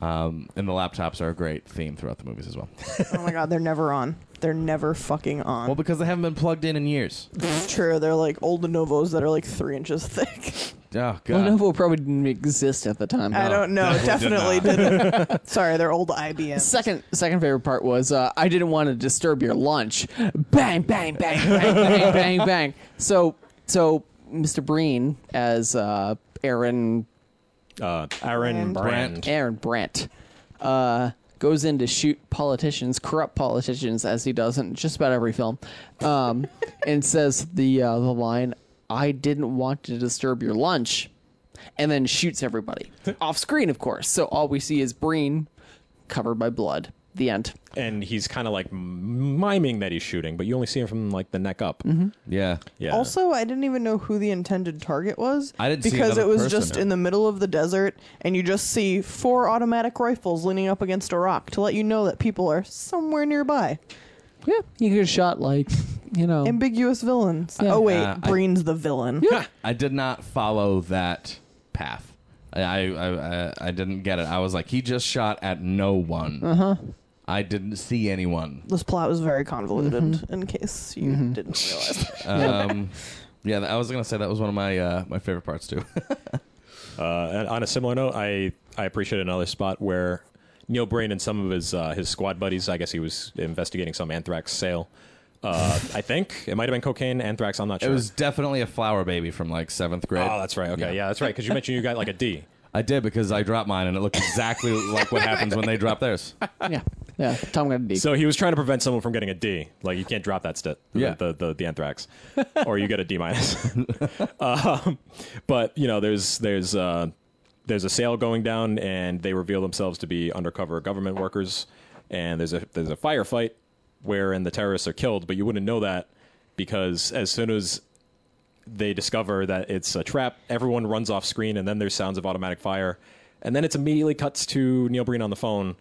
Speaker 3: um, and the laptops are a great theme throughout the movies as well.
Speaker 5: oh my god, they're never on. They're never fucking on.
Speaker 3: Well, because they haven't been plugged in in years.
Speaker 5: it's true. They're like old Lenovo's that are like three inches thick.
Speaker 3: Oh God.
Speaker 4: Lenovo probably didn't exist at the time.
Speaker 5: I don't know.
Speaker 3: definitely
Speaker 5: Definitely,
Speaker 3: did
Speaker 5: didn't. Sorry, they're old IBM.
Speaker 4: Second, second favorite part was uh, I didn't want to disturb your lunch. Bang, bang, bang, bang, bang, bang, bang. So, so Mr. Breen as uh, Aaron
Speaker 6: Uh, Aaron
Speaker 5: And-
Speaker 6: Brand.
Speaker 4: Aaron Brandt uh, goes in to shoot politicians, corrupt politicians, as he does in just about every film, um, and says the uh, the line, "I didn't want to disturb your lunch," and then shoots everybody off screen, of course. So all we see is Breen covered by blood. The end.
Speaker 6: And he's kind of like miming that he's shooting, but you only see him from like the neck up.
Speaker 3: Yeah.
Speaker 6: Yeah.
Speaker 5: Mm-hmm. Also, I didn't even know who the intended target was.
Speaker 3: I didn't see
Speaker 5: because
Speaker 3: another
Speaker 5: it was
Speaker 3: person.
Speaker 5: just in the middle of the desert, and you just see four automatic rifles leaning up against a rock to let you know that people are somewhere nearby.
Speaker 4: Yeah, you get shot like you know.
Speaker 5: Ambiguous villains.
Speaker 4: Yeah.
Speaker 5: Oh wait,
Speaker 3: Uh, I-
Speaker 5: Breen's the villain.
Speaker 3: I did not follow that
Speaker 5: Uh-huh.
Speaker 3: path. I I, I I- I didn't get it. I was like, he just shot at no one. Uh huh. I didn't see anyone.
Speaker 5: This plot was very convoluted.
Speaker 3: Mm-hmm.
Speaker 5: In case you didn't realize,
Speaker 3: Um, yeah, I was gonna say that was one of my uh, my favorite parts too.
Speaker 6: Uh, and on a similar note, I I appreciate another spot where Neil Brain and some of his uh, his squad buddies. I guess he was investigating some anthrax sale. Uh, I think it might have been cocaine, anthrax. I'm not
Speaker 3: it
Speaker 6: sure.
Speaker 3: was definitely a flower baby from like seventh grade.
Speaker 6: oh, that's right. Okay, yeah, that's right. Because you mentioned you got like a D.
Speaker 3: I did because I dropped mine and it looked exactly like what happens when they drop theirs.
Speaker 4: yeah, yeah. Tom got a D.
Speaker 6: So he was trying to prevent someone from getting a D. Like you can't drop that stit.
Speaker 3: Yeah.
Speaker 6: The the, the anthrax, or you get a D minus. um, but you know, there's there's uh, there's a sale going down, and they reveal themselves to be undercover government workers. And there's a there's a firefight wherein the terrorists are killed, but you wouldn't know that because as soon as they discover that it's a trap. Everyone runs off screen, and then there's sounds of automatic fire, and then it's immediately cuts to Neil Breen on the phone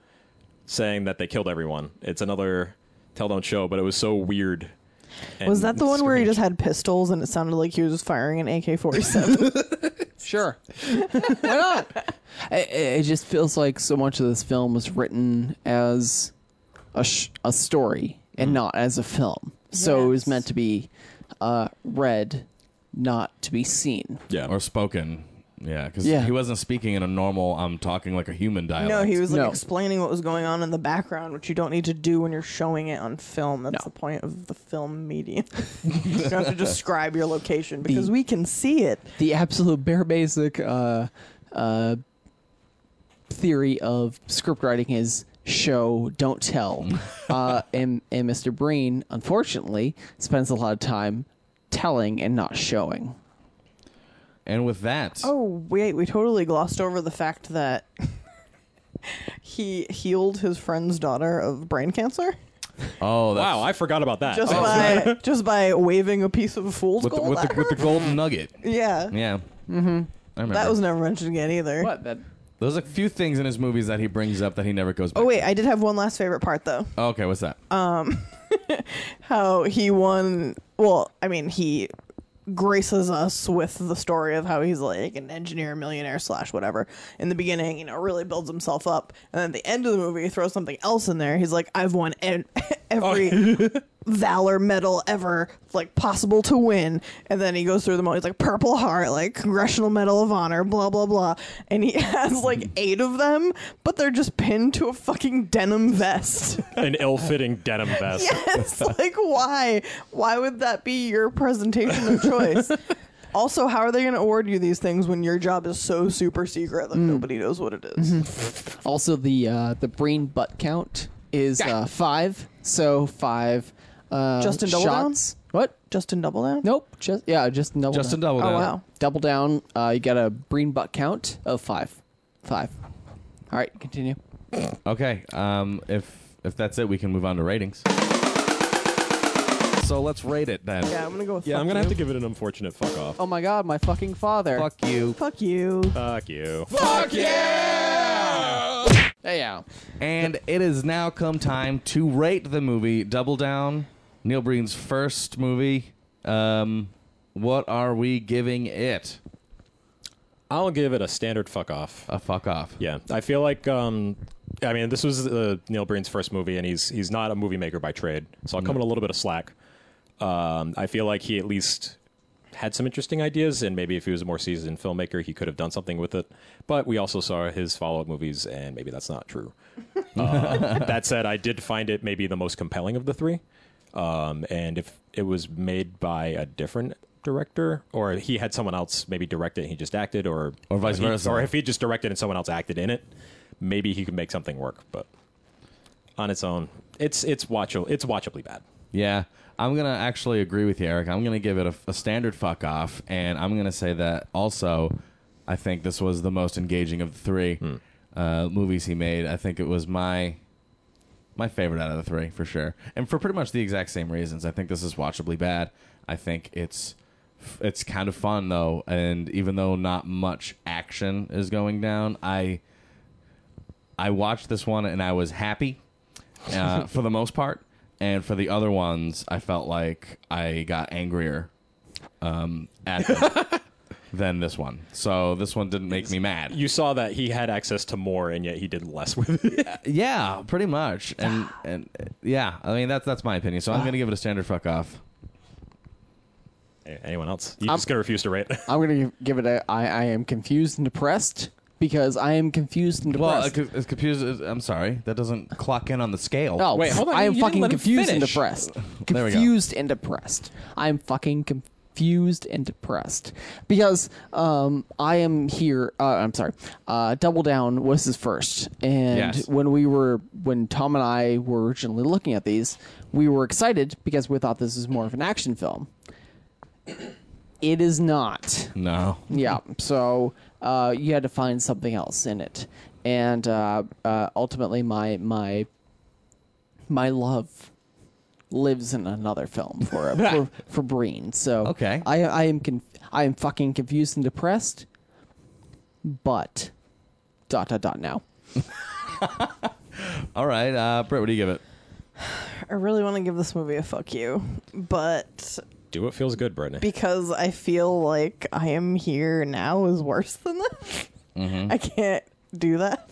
Speaker 6: saying that they killed everyone. It's another tell don't show, but it was so weird. and
Speaker 5: was that the one where he
Speaker 6: strange.
Speaker 5: just had pistols and it sounded like he was firing an AK-47?
Speaker 4: Sure. Why not? It, it it just feels like so much of this film was written as a, sh- a story and not as a film. So it was meant to be uh, read, not to be seen.
Speaker 6: yeah?
Speaker 3: Or spoken. Yeah, because
Speaker 4: Yeah.
Speaker 3: he wasn't speaking in a normal, I'm talking like a human dialect.
Speaker 5: No, he was like
Speaker 4: No.
Speaker 5: explaining what was going on in the background, which you don't need to do when you're showing it on film. That's the point of the film medium. you don't have to describe your location because we can see it.
Speaker 4: The absolute bare basic uh, uh, theory of script writing is show, don't tell. uh, and, and Mr. Breen, unfortunately, spends a lot of time telling and not showing.
Speaker 3: And with that,
Speaker 5: Oh wait, we totally glossed over the fact that he healed his friend's daughter of brain cancer
Speaker 3: oh that's,
Speaker 6: Wow, I forgot about that. Oh.
Speaker 5: just by just by waving a piece of
Speaker 3: Oh, with
Speaker 5: fool's
Speaker 3: the,
Speaker 5: gold
Speaker 3: with,
Speaker 5: at
Speaker 3: the, with the
Speaker 5: her.
Speaker 3: golden nugget.
Speaker 5: yeah.
Speaker 3: Yeah. Mm-hmm. I remember.
Speaker 5: That was never mentioned again either.
Speaker 4: What? That
Speaker 3: There's a few things in his movies that he brings up that he never goes back.
Speaker 5: Oh wait, I did have one last favorite part though.
Speaker 3: to. Okay, what's that?
Speaker 5: Oh. how he won well i mean he graces us with the story of how he's like an engineer millionaire slash whatever in the beginning you know really builds himself up and then at the end of the movie he throws something else in there he's like i've won e- every valor medal ever like possible to win and then he goes through them all he's like purple heart like congressional medal of honor blah blah blah and he has like eight of them but they're just pinned to a fucking denim vest
Speaker 6: An ill-fitting denim vest.
Speaker 5: Yes, like why? Why would that be your presentation of choice? also, how are they going to award you these things when your job is so super secret that nobody knows what it is?
Speaker 4: Also, the uh, the brain butt count is uh, five. So five. Uh,
Speaker 5: Justin Double
Speaker 4: shots. What?
Speaker 5: Justin Double Down?
Speaker 4: Nope. Just yeah. Just double.
Speaker 3: Justin
Speaker 4: down.
Speaker 3: Double
Speaker 5: Oh
Speaker 3: Down.
Speaker 5: wow.
Speaker 4: Double down. Uh, you got a brain butt count of five. Five. All right. Continue.
Speaker 3: Okay. Um, if if that's it, we can move on to ratings. So let's rate it then.
Speaker 5: Yeah, I'm gonna go with.
Speaker 6: Yeah,
Speaker 5: fuck
Speaker 6: I'm gonna
Speaker 5: you.
Speaker 6: have to give it an unfortunate fuck off.
Speaker 4: Oh my God! My fucking father.
Speaker 3: Fuck you.
Speaker 5: Fuck you.
Speaker 6: Fuck you.
Speaker 4: Hey, yeah.
Speaker 3: And it is now come time to rate the movie Double Down, Neil Breen's first movie. Um, what are we giving it?
Speaker 6: I'll give it a standard fuck off.
Speaker 3: A fuck off.
Speaker 6: Yeah, I feel like um, I mean this was uh, Neil Breen's first movie, and he's he's not a movie maker by trade, so
Speaker 5: Mm.
Speaker 6: I'll come in a little bit of slack. Um, I feel like he at least had some interesting ideas, and maybe if he was a more seasoned filmmaker, he could have done something with it. But we also saw his follow up movies, and maybe that's not true. Uh, that said, I did find it maybe the most compelling of the three. Um, and if it was made by a different director, or he had someone else maybe direct it, and he just acted, or
Speaker 3: Or vice
Speaker 6: he-
Speaker 3: versa.
Speaker 6: or if he just directed and someone else acted in it, maybe he could make something work. But on its own, it's it's watchable. It's watchably bad.
Speaker 3: Yeah, I'm gonna actually agree with you, Eric. I'm gonna give it a, a standard fuck off, and I'm gonna say that also. I think this was the most engaging of the three uh, movies he made. I think it was my my favorite out of the three for sure, and for pretty much the exact same reasons. I think this is watchably bad. I think it's it's kind of fun though, and even though not much action is going down, I I watched this one and I was happy uh, for the most part. And for the other ones, I felt like I got angrier um, at them. than this one. So this one didn't make me mad.
Speaker 6: You saw that he had access to more, and yet he did less with it.
Speaker 3: yeah, pretty much. And and uh, yeah, I mean that's that's my opinion.
Speaker 5: Ah.
Speaker 3: So I'm gonna give it a standard fuck off.
Speaker 6: Anyone else? You
Speaker 4: I'm-
Speaker 6: just gonna refuse to rate? it?
Speaker 4: I'm gonna give- give it a. I, I am confused and depressed because I am confused and
Speaker 3: Well, uh,
Speaker 4: depressed.
Speaker 3: it co- it's confused. I'm sorry, that doesn't clock in on the scale.
Speaker 5: Oh,
Speaker 4: no,
Speaker 6: Wait, hold on,
Speaker 4: Oh, I
Speaker 6: you
Speaker 4: am
Speaker 6: didn't
Speaker 4: fucking
Speaker 6: let him
Speaker 4: confused and
Speaker 6: finish.
Speaker 4: depressed.
Speaker 3: There we go.
Speaker 4: Confused and depressed. I am fucking confused and depressed because um I am here. Uh, I'm sorry. Uh, Double Down was his first, and
Speaker 3: Yes.
Speaker 4: when we were when Tom and I were originally looking at these, we were excited because we thought this was more of an action film. It is not.
Speaker 3: no.
Speaker 4: Yeah. So uh, you had to find something else in it, and uh, uh, ultimately, my my my love lives in another film for for, for Breen. So
Speaker 3: Okay.
Speaker 4: I I am conf- I am fucking confused and depressed, but dot dot dot now.
Speaker 3: All right, uh, Britt, what do you give it?
Speaker 5: I really want to give this movie a fuck you, but
Speaker 6: Do what feels good, Brittany.
Speaker 5: because I feel like I am here now is worse than this, I can't do that.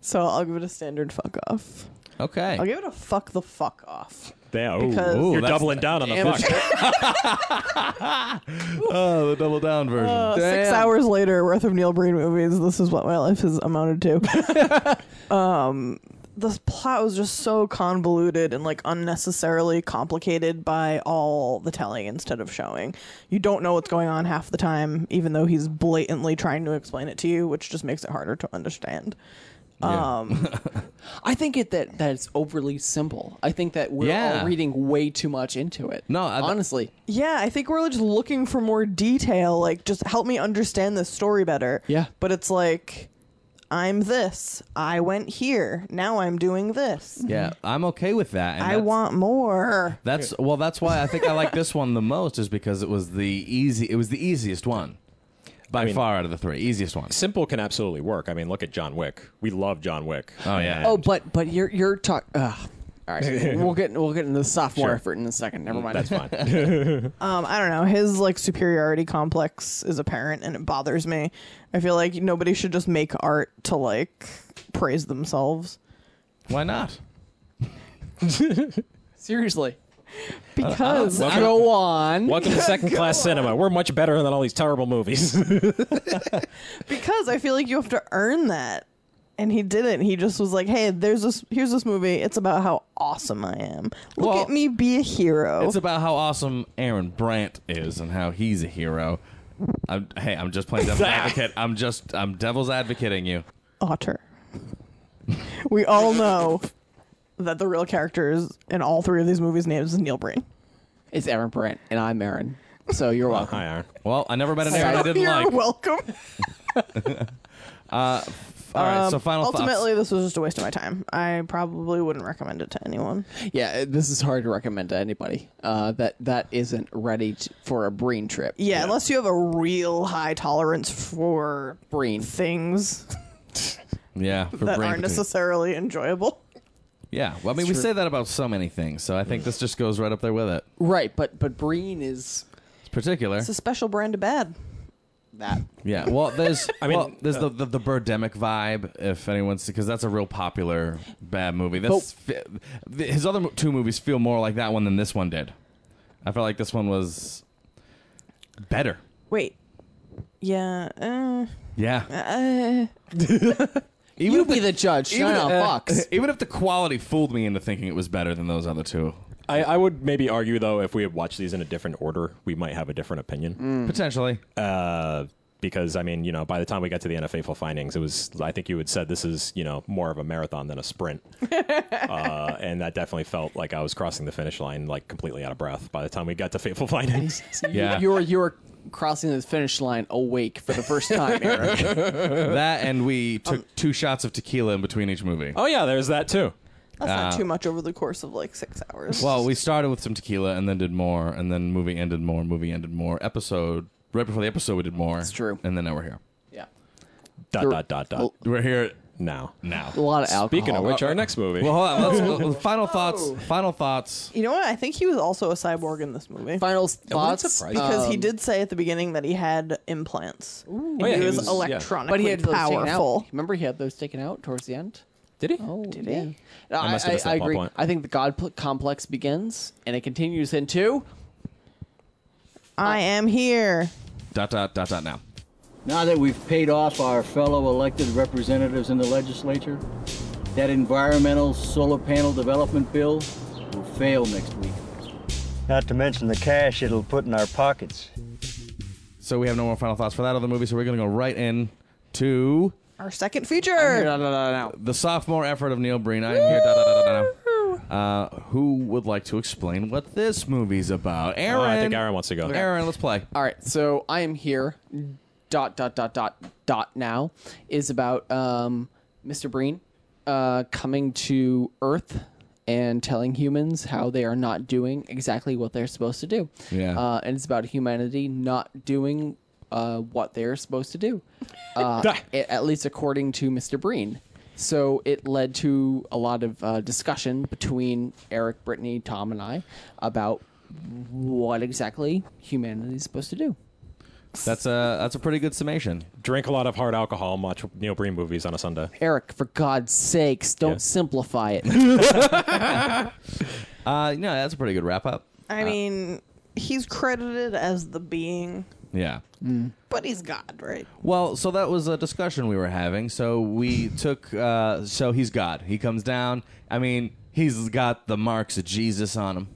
Speaker 5: So I'll give it a standard fuck off.
Speaker 3: Okay.
Speaker 5: I'll give it a fuck the fuck off.
Speaker 6: Yeah, ooh,
Speaker 5: because-
Speaker 6: ooh, you're
Speaker 3: that's-
Speaker 6: doubling down on the
Speaker 3: Damn.
Speaker 6: fuck.
Speaker 3: Oh, the double down version.
Speaker 5: Uh, six hours later worth of Neil Breen movies. This is what my life has amounted to. um, the plot was just so convoluted and like unnecessarily complicated by all the telling instead of showing. You don't know what's going on half the time, even though he's blatantly trying to explain it to you, which just makes it harder to understand. Um,
Speaker 4: I think it that that it's overly simple. I think that we're
Speaker 3: Yeah.
Speaker 4: all reading way too much into it.
Speaker 3: No, I-
Speaker 4: honestly.
Speaker 5: yeah, I think we're just looking for more detail. Like, just help me understand this story better.
Speaker 4: Yeah.
Speaker 5: But it's like, I'm this. I went here. Now I'm doing this.
Speaker 3: Yeah, I'm okay with that. and
Speaker 5: I
Speaker 3: that's-
Speaker 5: want more.
Speaker 3: That's well. That's why I think I like this one the most is because it was the easy. It was the easiest one, by
Speaker 6: mean-
Speaker 3: far out of the three, easiest one.
Speaker 6: Simple can absolutely work. I mean, look at John Wick. We love John Wick.
Speaker 3: Oh, yeah.
Speaker 4: Oh, but but you're you're talking. All right, we'll get we'll get into the sophomore
Speaker 6: Sure.
Speaker 4: effort in a second. Never mind.
Speaker 6: that's fine.
Speaker 5: Um, I don't know. His like superiority complex is apparent, and it bothers me. I feel like nobody should just make art to like praise themselves
Speaker 3: Why not?
Speaker 4: Seriously.
Speaker 5: because
Speaker 6: Welcome-
Speaker 4: Go on.
Speaker 6: Welcome to second class cinema. We're much better than all these terrible movies.
Speaker 5: because I feel like you have to earn that, and he didn't. He just was like, "Hey, there's this. Here's this movie. It's about how awesome I am. Look
Speaker 3: Well,
Speaker 5: at me be a hero."
Speaker 3: It's about how awesome Aaron Brandt is and how he's a hero. I'm, hey, I'm just playing devil's advocate. I'm just I'm devil's advocating you.
Speaker 5: Otter. we all know that the real characters in all three of these movies' names is Neil Breen.
Speaker 4: It's Aaron Brent, and I'm Aaron. So you're
Speaker 3: Uh-huh.
Speaker 4: welcome.
Speaker 6: Hi, Aaron.
Speaker 3: Well, I never met an Aaron I
Speaker 4: Sorry.
Speaker 3: didn't
Speaker 5: You're
Speaker 3: like.
Speaker 5: welcome.
Speaker 3: All right, so
Speaker 5: Um,
Speaker 3: final
Speaker 5: ultimately
Speaker 3: thoughts.
Speaker 5: this was just a waste of my time i probably wouldn't recommend it to anyone
Speaker 4: Yeah, this is hard to recommend to anybody uh, that that isn't ready t- for a brain trip.
Speaker 3: E
Speaker 5: yeah, unless you have a real high tolerance for
Speaker 4: Brain.
Speaker 5: things
Speaker 3: Yeah, for
Speaker 5: that
Speaker 3: brain
Speaker 5: aren't
Speaker 3: fatigue.
Speaker 5: necessarily enjoyable
Speaker 3: Yeah, well, I mean, we say that about so many things, so I think this just goes right up there with it.
Speaker 4: Right, but but brain is
Speaker 3: It's particular.
Speaker 5: it's a special brand of bad
Speaker 4: that.
Speaker 3: Yeah. Well, there's I
Speaker 6: I
Speaker 3: mean, uh,
Speaker 6: mean,
Speaker 3: there's the, the the Birdemic vibe. If anyone's because that's a real popular bad movie. That's fi- his other mo- two movies feel more like that one than this one did. I felt like this one was better.
Speaker 5: wait yeah uh,
Speaker 3: Yeah.
Speaker 5: uh,
Speaker 3: Even
Speaker 4: You
Speaker 3: if
Speaker 4: be the judge. Shut up,
Speaker 3: uh,
Speaker 4: Fox.
Speaker 3: Even if the quality fooled me into thinking it was better than those other two,
Speaker 6: I, I would maybe argue though, if we had watched these in a different order, we might have a different
Speaker 4: Hmm.
Speaker 6: opinion.
Speaker 3: potentially.
Speaker 6: Uh, because I mean, you know, by the time we got to the unfaithful findings, it was I think you had said this is you know more of a marathon than a sprint, uh, and that definitely felt like I was crossing the finish line like completely out of breath by the time we got to faithful findings.
Speaker 3: Yeah.
Speaker 4: You're you're crossing the finish line awake for the first time, Aaron.
Speaker 3: that and we
Speaker 4: Um,
Speaker 3: took two shots of tequila in between each movie.
Speaker 6: oh yeah, there's that too.
Speaker 5: that's not too much over the course of like six hours
Speaker 3: Well, we started with some tequila and then did more, and then movie ended more, movie ended more. Episode right before the episode, we did more. That's
Speaker 4: true.
Speaker 3: And then now we're here.
Speaker 4: yeah.
Speaker 6: Dot
Speaker 4: You're-
Speaker 6: dot dot dot.
Speaker 4: Well,
Speaker 3: We're here
Speaker 6: now.
Speaker 3: now.
Speaker 4: A lot of alcohol.
Speaker 6: Speaking of which, our next movie.
Speaker 3: Well, hold on. Let's, well, final thoughts. Final thoughts.
Speaker 5: You know what? I think he was also a cyborg in this movie.
Speaker 4: final thoughts
Speaker 6: surprise.
Speaker 5: because he
Speaker 4: um,
Speaker 5: did say at the beginning that he had implants. And
Speaker 6: Oh, yeah,
Speaker 5: he,
Speaker 6: he
Speaker 5: was,
Speaker 6: was- yeah.
Speaker 5: electronically
Speaker 4: but he had those taken out.
Speaker 5: powerful.
Speaker 4: Remember, he had those taken out towards the end.
Speaker 6: Did he?
Speaker 3: Oh.
Speaker 4: Did
Speaker 5: he?
Speaker 4: No,
Speaker 6: I
Speaker 4: I,
Speaker 6: must have
Speaker 4: I,
Speaker 6: missed that
Speaker 4: I agree.
Speaker 6: plot point.
Speaker 4: I think the God pl- complex begins and it continues into.
Speaker 5: I am here.
Speaker 3: Dot dot dot dot. Now.
Speaker 8: Now that we've paid off our fellow elected representatives in the legislature, that environmental solar panel development bill will fail next week.
Speaker 9: Not to mention the cash it'll put in our pockets.
Speaker 3: So we have no more final thoughts for that other movie. So we're gonna go right in to
Speaker 5: Our second feature.
Speaker 3: the sophomore effort of Neil Breen. I am here. Dot, dot, dot, dot, dot. Uh, who would like to explain what this movie's about? Aaron.
Speaker 6: Oh, I think Aaron wants to go.
Speaker 3: Aaron, let's play.
Speaker 4: All right, so I am here. Dot dot dot dot dot now is about um, Mr. Breen uh, coming to Earth and telling humans how they are not doing exactly what they're supposed to do.
Speaker 3: Yeah.
Speaker 4: uh, and it's about humanity not doing uh, what they're supposed to do, uh, a- at least according to Mr. Breen. So it led to a lot of uh, discussion between Eric, Brittany, Tom, and I about what exactly humanity is supposed to do.
Speaker 3: That's a that's a pretty good summation.
Speaker 6: Drink a lot of hard alcohol and watch Neil Breen movies on a Sunday.
Speaker 4: Eric, for God's sakes, don't
Speaker 6: Yeah.
Speaker 4: simplify it.
Speaker 3: Oh, Uh, no, that's a pretty good wrap up.
Speaker 4: uh,
Speaker 5: I mean, he's credited as the being,
Speaker 3: Yeah.
Speaker 5: but he's God, right?
Speaker 3: Well, so that was a discussion we were having. So we took. Uh, so he's God. He comes down. I mean, he's got the marks of Jesus on him.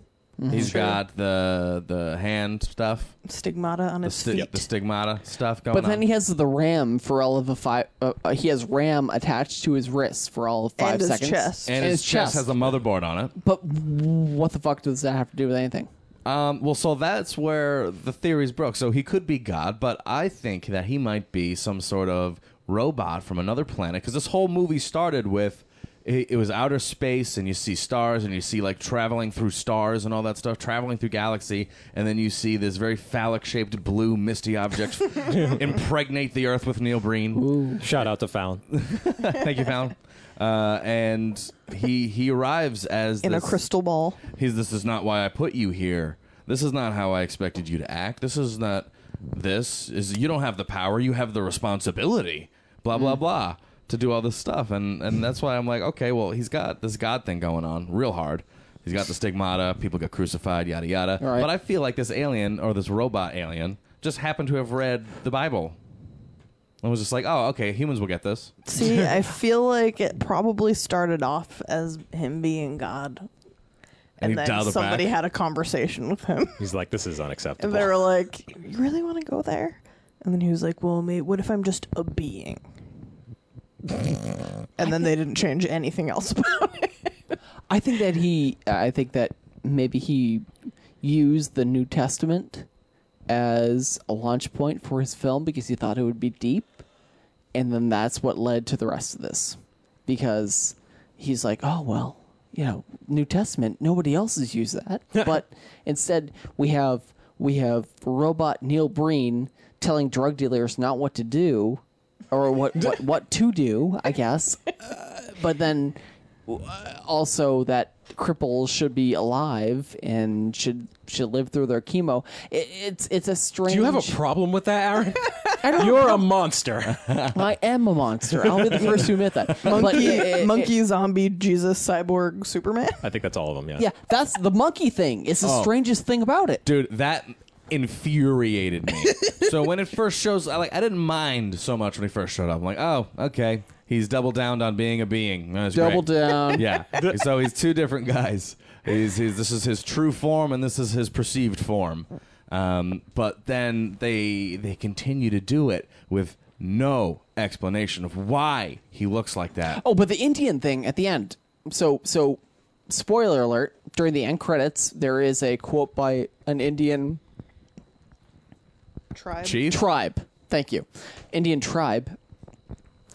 Speaker 3: He's got the the hand stuff,
Speaker 5: Stigmata on
Speaker 3: the,
Speaker 5: his
Speaker 3: sti-
Speaker 5: feet.
Speaker 3: the stigmata stuff going
Speaker 4: but then
Speaker 3: on.
Speaker 4: he has the ram for all of a five. Uh, uh, he has ram attached to his wrist for all of five
Speaker 5: And his
Speaker 4: seconds.
Speaker 5: chest.
Speaker 3: and, his, chest has a motherboard on it.
Speaker 4: But what the fuck does that have to do with anything?
Speaker 3: Um, well, so that's where the theories broke. So he could be God, but I think that he might be some sort of robot from another planet because this whole movie started with it, it was outer space and you see stars and you see like traveling through stars and all that stuff, traveling through galaxy, and then you see this very phallic shaped blue misty object impregnate the earth with Neil Breen.
Speaker 6: Shout out to Fallon.
Speaker 3: Thank you, Fallon. Uh, and he he arrives as
Speaker 5: in a
Speaker 3: this-
Speaker 5: crystal ball.
Speaker 3: He's this is not why I put you here. This is not how I expected you to act. This is not this is you don't have the power, you have the responsibility. Blah
Speaker 5: Mm.
Speaker 3: blah blah to do all this stuff and and that's why I'm like, okay, well, he's got this god thing going on real hard. He's got the stigmata, people get crucified, yada yada.
Speaker 4: All right.
Speaker 3: But I feel like this alien or this robot alien just happened to have read the Bible. And was just like, "Oh, okay, humans will get this."
Speaker 5: See, I feel like it probably started off as him being God.
Speaker 3: he
Speaker 5: And, then
Speaker 3: dialed it
Speaker 5: somebody
Speaker 3: back.
Speaker 5: had a conversation with him.
Speaker 6: He's like, this is
Speaker 5: and
Speaker 6: unacceptable.
Speaker 5: they were like, You really want to go there? And then he was like, Well, mate, what if I'm just a being? and then they didn't change anything else about it.
Speaker 4: I think that he. I think that maybe he used the New Testament as a launch point for his film because he thought it would be deep, and then that's what led to the rest of this, because he's like, oh well, you know, New Testament. Nobody else has used that, but instead we have we have robot Neil Breen telling drug dealers not what to do. Or what, what what to do, I guess. But then also that cripples should be alive and should should live through their chemo. It, it's it's a strange.
Speaker 6: Do you have a problem with that, Aaron? You're a monster.
Speaker 4: I am a monster. I'll be the first to admit that. But
Speaker 5: monkey,
Speaker 4: it- it-
Speaker 5: monkey, zombie, Jesus, cyborg, Superman.
Speaker 6: I think that's all of them. Yeah.
Speaker 4: yeah, that's the monkey thing. It's the strangest thing about it.
Speaker 3: dude that infuriated me so when it first shows i like i didn't mind so much when he first showed up i'm like oh okay he's double downed on being a being That's great.
Speaker 4: Double down.
Speaker 3: yeah so he's two different guys he's, he's this is his true form and this is his perceived form um, but then they they continue to do it with no explanation of why he looks like that
Speaker 4: Oh, but the Indian thing at the end. So so spoiler alert, during the end credits there is a quote by an Indian
Speaker 5: Tribe.
Speaker 3: chief
Speaker 4: tribe. Thank you. Indian tribe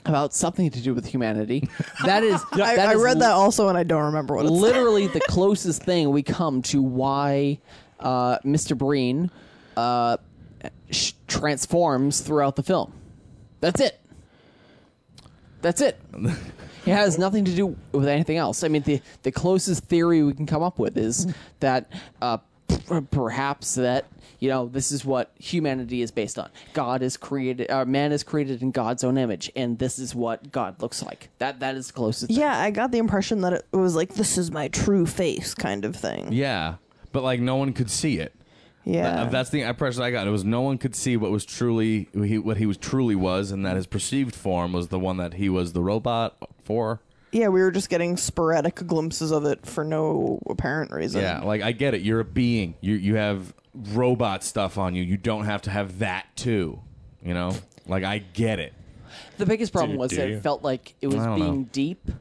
Speaker 4: about something to do with humanity. That is
Speaker 5: I,
Speaker 4: that
Speaker 5: I
Speaker 4: is
Speaker 5: read that also and I don't remember what it's
Speaker 4: literally the closest thing we come to why uh, Mr. Breen uh, sh- transforms throughout the film. That's it. That's it. It has nothing to do with anything else. I mean, the the closest theory we can come up with is that uh, p- perhaps that you know this is what humanity is based on. God is created, uh, man is created in God's own image, and this is what God looks like. That that is the closest. thing.
Speaker 5: Yeah, I got the impression that it was like this is my true face kind of thing.
Speaker 3: Yeah, but like no one could see it.
Speaker 5: Yeah.
Speaker 3: Th- uh, that's the impression I got. It was no one could see what was truly he, what he was truly was, and that his perceived form was the one that he was the robot for.
Speaker 5: yeah, we were just getting sporadic glimpses of it for no apparent reason.
Speaker 3: Yeah, like I get it. You're a being. You you have robot stuff on you. You don't have to have that too. You know, like I get it.
Speaker 4: The biggest problem was that
Speaker 6: do you?
Speaker 4: it felt like it was
Speaker 3: I don't
Speaker 4: being
Speaker 3: know.
Speaker 4: deep,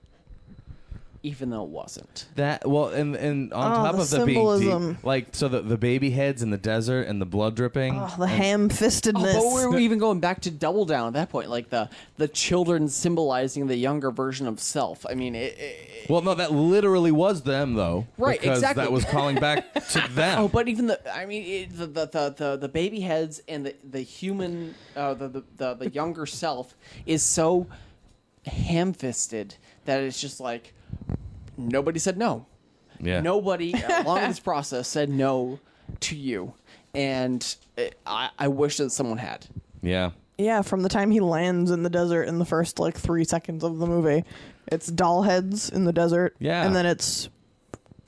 Speaker 4: even though it wasn't.
Speaker 3: That well, and and on
Speaker 5: Oh,
Speaker 3: top
Speaker 5: the
Speaker 3: of the being
Speaker 5: symbolism.
Speaker 3: deep, like so the the baby heads in the desert and the blood dripping.
Speaker 5: Oh, the ham fistedness.
Speaker 4: Oh, but we're even going back to Double Down at that point, like the the children symbolizing the younger version of self. I mean, it, it,
Speaker 3: well, no, that literally was them though.
Speaker 4: Right,
Speaker 3: because
Speaker 4: exactly.
Speaker 3: That was calling back to them.
Speaker 4: Oh, but even the I mean it, the, the, the the the baby heads and the the human uh, the, the the the younger self is so ham-fisted that it's just like nobody said no.
Speaker 3: yeah.
Speaker 4: Nobody along this process said no to you, and it, I I wish that someone had.
Speaker 3: Yeah.
Speaker 5: yeah, from the time he lands in the desert in the first like three seconds of the movie, it's doll heads in the desert.
Speaker 3: Yeah.
Speaker 5: And then it's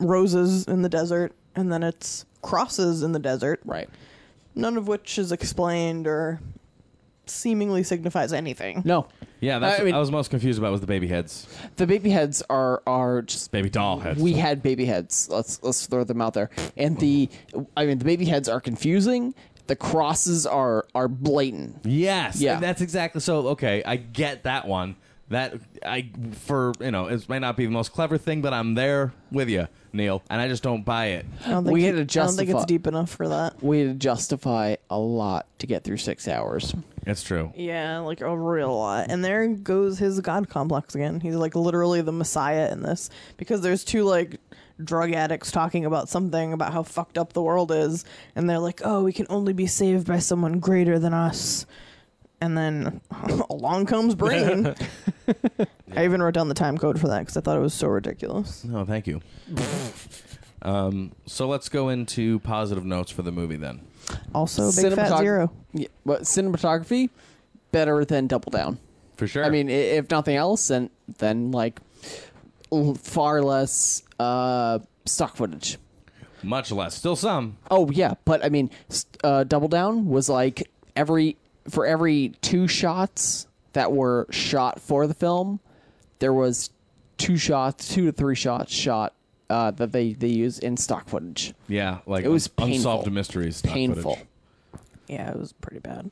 Speaker 5: roses in the desert. And then it's crosses in the desert.
Speaker 4: Right.
Speaker 5: None of which is explained or seemingly signifies anything.
Speaker 4: No.
Speaker 3: Yeah, that's
Speaker 4: I
Speaker 3: what
Speaker 4: mean-
Speaker 3: I was most confused about was the baby heads,
Speaker 4: The baby heads are are just
Speaker 3: baby doll heads.
Speaker 4: we had baby heads. Let's let's throw them out there. And the I mean the baby heads are confusing. The crosses are are blatant.
Speaker 3: yes,
Speaker 4: Yeah.
Speaker 3: and that's exactly so. Okay, I get that one. That I for you know it might not be the most clever thing, but I'm there with you, Neil, and I just don't buy it.
Speaker 5: I don't think
Speaker 4: We
Speaker 5: he-
Speaker 4: had
Speaker 5: I
Speaker 4: to
Speaker 5: don't think
Speaker 4: justify-
Speaker 5: it's deep enough for that.
Speaker 4: We had to justify a lot to get through six hours.
Speaker 3: It's true.
Speaker 5: Yeah, like a real lot. And there goes his god complex again. He's like literally the messiah in this because there's two like drug addicts talking about something about how fucked up the world is and they're like, "Oh, we can only be saved by someone greater than us." And then along comes Brain. I even wrote down the time code for that because I thought it was so ridiculous.
Speaker 3: No, Oh, thank you. um, so let's go into positive notes for the movie then.
Speaker 5: Also, Big Fat
Speaker 4: Cinematog-
Speaker 5: Zero.
Speaker 4: Yeah, but cinematography better than Double Down.
Speaker 3: For sure.
Speaker 4: I mean, i- if nothing else, then then like l- far less uh, stock footage.
Speaker 3: much less. Still some.
Speaker 4: Oh yeah, but I mean, s- uh, Double Down was like every for every two shots that were shot for the film, there was two shots, two to three shots shot uh, that they they use in stock footage.
Speaker 3: Yeah, like
Speaker 4: It was
Speaker 3: un-
Speaker 4: painful.
Speaker 3: unsolved mysteries. stock
Speaker 4: Painful.
Speaker 3: footage.
Speaker 5: Yeah, it was pretty bad.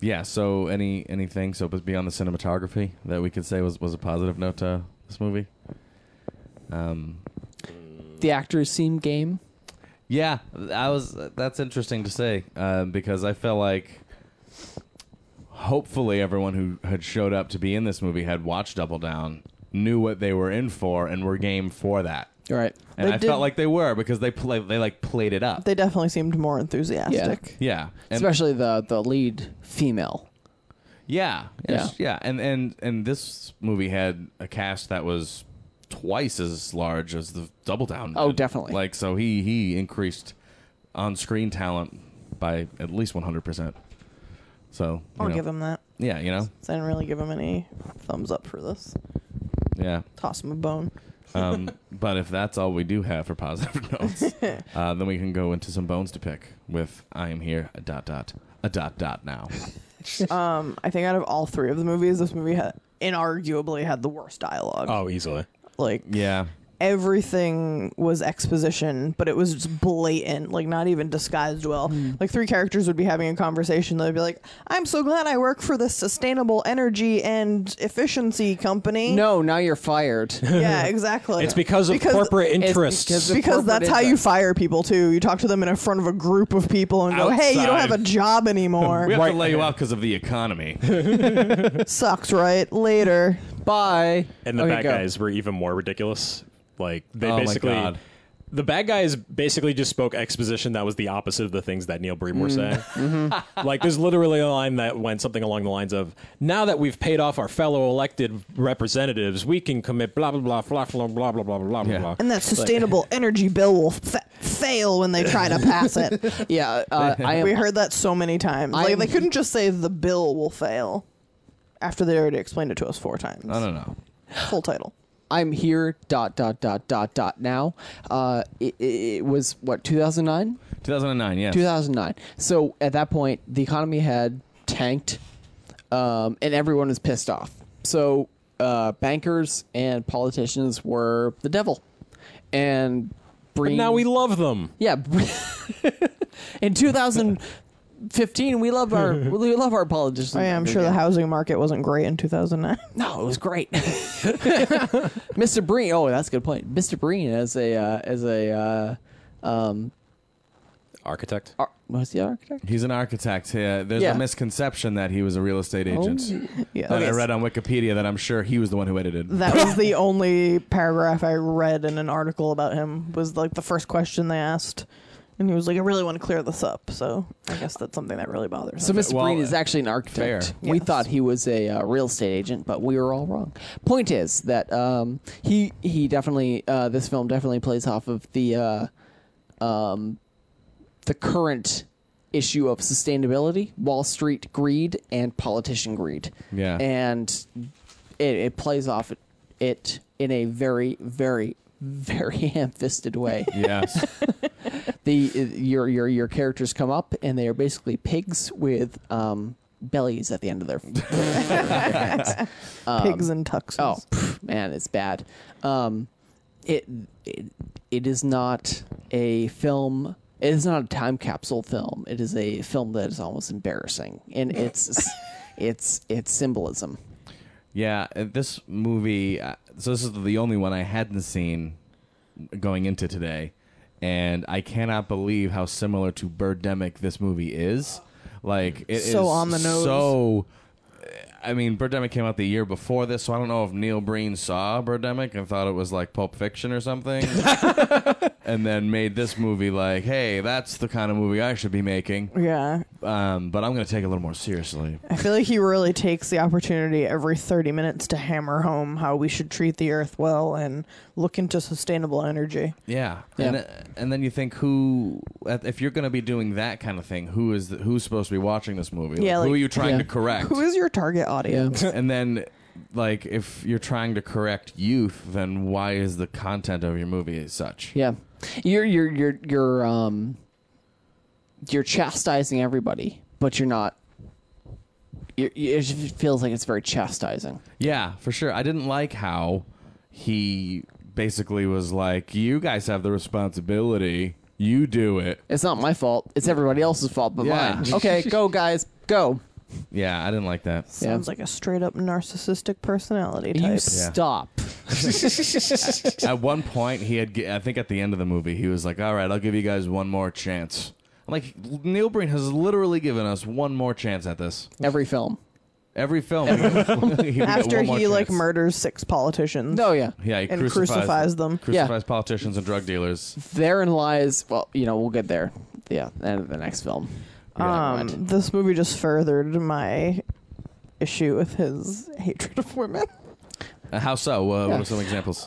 Speaker 3: Yeah. So any anything so but beyond the cinematography that we could say was was a positive note to this movie.
Speaker 4: The actors seem game.
Speaker 3: Yeah, I was. That's interesting to say um, because I felt like hopefully everyone who had showed up to be in this movie had watched Double Down, knew what they were in for, and were game for that.
Speaker 4: All right.
Speaker 3: And
Speaker 5: They
Speaker 3: I
Speaker 5: did-
Speaker 3: felt like they were because they play they like played it up.
Speaker 5: They definitely seemed more enthusiastic.
Speaker 3: yeah, and,
Speaker 4: Especially the the lead female.
Speaker 3: yeah, yeah, yeah. And and and this movie had a cast that was twice as large as the Double Down.
Speaker 4: Oh,
Speaker 3: did.
Speaker 4: definitely.
Speaker 3: Like so, he he increased on screen talent by at least one hundred percent. So you
Speaker 5: I'll
Speaker 3: know.
Speaker 5: give him that.
Speaker 3: Yeah, you know.
Speaker 5: 'Cause I didn't really give him any thumbs up for this.
Speaker 3: Yeah.
Speaker 5: Toss him a bone.
Speaker 3: Um, but if that's all we do have for positive notes, uh, then we can go into some bones to pick with I am here, a dot dot, a dot dot now.
Speaker 5: Um, I think out of all three of the movies, this movie had inarguably had the worst dialogue.
Speaker 6: Oh, easily.
Speaker 5: Like
Speaker 3: Yeah.
Speaker 5: everything was exposition, but it was just blatant, like not even disguised well. Like three characters would be having a conversation, they'd be like, "I'm so glad I work for this sustainable energy and efficiency company."
Speaker 4: No, now you're fired.
Speaker 5: yeah, exactly.
Speaker 6: It's because of
Speaker 5: Because-
Speaker 6: corporate
Speaker 4: it's
Speaker 6: interests.
Speaker 4: because of-
Speaker 5: because that's how you
Speaker 4: interest.
Speaker 5: fire people too. You talk to them in front of a group of people and go, "Hey, you don't
Speaker 6: Outside.
Speaker 5: have a job anymore.
Speaker 3: We have to lay you out because of the economy.
Speaker 5: Sucks, right? Later."
Speaker 4: Bye.
Speaker 6: and the
Speaker 4: Okay,
Speaker 6: bad
Speaker 4: go.
Speaker 6: guys were even more ridiculous. Like they
Speaker 3: Oh my
Speaker 6: basically
Speaker 3: God.
Speaker 6: the bad guys basically just spoke exposition that was the opposite of the things that Neil Bream were
Speaker 4: Mm,
Speaker 6: saying.
Speaker 4: mm-hmm.
Speaker 6: like, there's literally a line that went something along the lines of, "Now that we've paid off our fellow elected representatives, we can commit blah blah blah blah blah blah blah blah blah
Speaker 3: Yeah.
Speaker 6: blah."
Speaker 5: And that sustainable energy bill will fa- fail when they try to pass it.
Speaker 4: Yeah, uh, I am.
Speaker 5: we heard that so many times. Like
Speaker 4: I'm-
Speaker 5: they couldn't just say the bill will fail after they already explained it to us four times.
Speaker 3: I don't know.
Speaker 5: Full title.
Speaker 4: I'm here. Dot dot dot dot dot. Now, uh, it, it was what 2009.
Speaker 3: 2009, yes.
Speaker 4: 2009. So at that point, the economy had tanked, um, and everyone was pissed off. So uh, bankers and politicians were the devil, and
Speaker 6: But
Speaker 4: Breen,
Speaker 6: now we love them.
Speaker 4: yeah. in 2015, we love our we love our politicians.
Speaker 5: I am Oh, sure the housing market wasn't great in 2009.
Speaker 4: No, Oh, it was great. Mr. Breen. Oh, that's a good point. Mr. Breen as a uh, as a uh, um,
Speaker 6: Architect.
Speaker 4: ar- was he an architect?
Speaker 3: He's an architect. Yeah, there's
Speaker 4: Yeah.
Speaker 3: a misconception that he was a real estate agent.
Speaker 5: Yeah,
Speaker 3: That I read on Wikipedia that I'm sure he was the one who edited.
Speaker 5: that was the only paragraph I read in an article about him. Was like the first question they asked, and he was like, "I really want to clear this up." So I guess that's something that really bothers.
Speaker 4: So
Speaker 5: him.
Speaker 4: Mr.
Speaker 3: Well,
Speaker 4: Breen is actually an architect.
Speaker 3: fair.
Speaker 4: We
Speaker 5: Yes.
Speaker 4: thought he was a uh, real estate agent, but we were all wrong. Point is that um, he he definitely uh, this film definitely plays off of the uh, um, the current issue of sustainability, Wall Street greed, and politician greed.
Speaker 3: Yeah.
Speaker 4: and it, it plays off it in a very very very ham-fisted way
Speaker 3: yes.
Speaker 4: the your your your characters come up and they are basically pigs with um bellies at the end of their
Speaker 5: pigs and tuxes.
Speaker 4: oh pff, man it's bad um it, it it is not a film it is not a time capsule film it is a film that is almost embarrassing and it's it's it's symbolism
Speaker 3: Yeah, uh, this movie. uh, So this is the only one I hadn't seen going into today, and I cannot believe how similar to Birdemic this movie is. Like it is
Speaker 5: So on the nose.
Speaker 3: So, I mean, Birdemic came out the year before this, so I don't know if Neil Breen saw Birdemic and thought it was like Pulp Fiction or something, and then made this movie like, hey, that's the kind of movie I should be making.
Speaker 5: yeah.
Speaker 3: Um, but I'm gonna take it a little more seriously.
Speaker 5: I feel like he really takes the opportunity every 30 minutes to hammer home how we should treat the earth well and look into sustainable energy.
Speaker 3: Yeah,
Speaker 4: Yeah.
Speaker 3: and uh, and then you think who if you're going to be doing that kind of thing, who is the, who's supposed to be watching this movie?
Speaker 5: Yeah,
Speaker 3: who
Speaker 5: like-
Speaker 3: are you trying
Speaker 4: Yeah.
Speaker 3: to correct?
Speaker 5: Who is your target
Speaker 4: yeah
Speaker 5: audience?
Speaker 3: and then like if you're trying to correct youth, then why is the content of your movie such?
Speaker 4: Yeah, you're you're you're you're um you're chastising everybody, but you're not. You're, you- it just feels like it's very chastising.
Speaker 3: Yeah, for sure. I didn't like how he basically was like, "You guys have the responsibility. You do it."
Speaker 4: It's not my fault. It's everybody else's fault but
Speaker 3: Yeah.
Speaker 4: mine. Okay, go guys, go.
Speaker 3: Yeah, I didn't like that.
Speaker 5: Sounds like a straight up narcissistic personality
Speaker 4: You
Speaker 5: type.
Speaker 4: stop.
Speaker 3: at one point he had i think at the end of the movie he was like all right i'll give you guys one more chance I'm like neil breen has literally given us one more chance at this
Speaker 4: Every film.
Speaker 3: every film he would get
Speaker 5: After
Speaker 3: one more
Speaker 5: he like
Speaker 3: chance.
Speaker 5: murders six politicians.
Speaker 4: No, yeah.
Speaker 3: yeah he
Speaker 5: and
Speaker 3: crucifies,
Speaker 5: crucifies them.
Speaker 3: crucifies politicians and drug dealers
Speaker 4: Therein lies. Well, you know, we'll get there. Yeah, end of the next film.
Speaker 5: um, this movie just furthered my issue with his hatred of women.
Speaker 3: Uh, how so uh, what
Speaker 4: Yeah.
Speaker 3: are some examples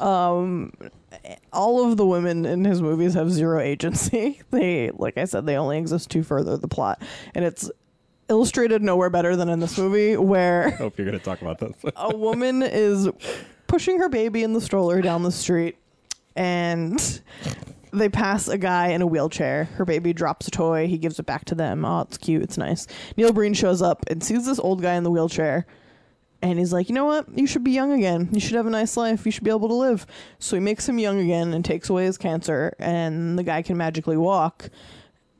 Speaker 5: all of the women in his movies have zero agency. They, like I said, they only exist to further the plot, and it's illustrated nowhere better than in this movie, where
Speaker 6: Hope you're going to talk about this.
Speaker 5: a woman is pushing her baby in the stroller down the street, and they pass a guy in a wheelchair. Her baby drops a toy. He gives it back to them. Oh, it's cute. It's nice. Neil Breen shows up and sees this old guy in the wheelchair. And he's like, you know what? You should be young again. You should have a nice life. You should be able to live. So he makes him young again and takes away his cancer, and the guy can magically walk.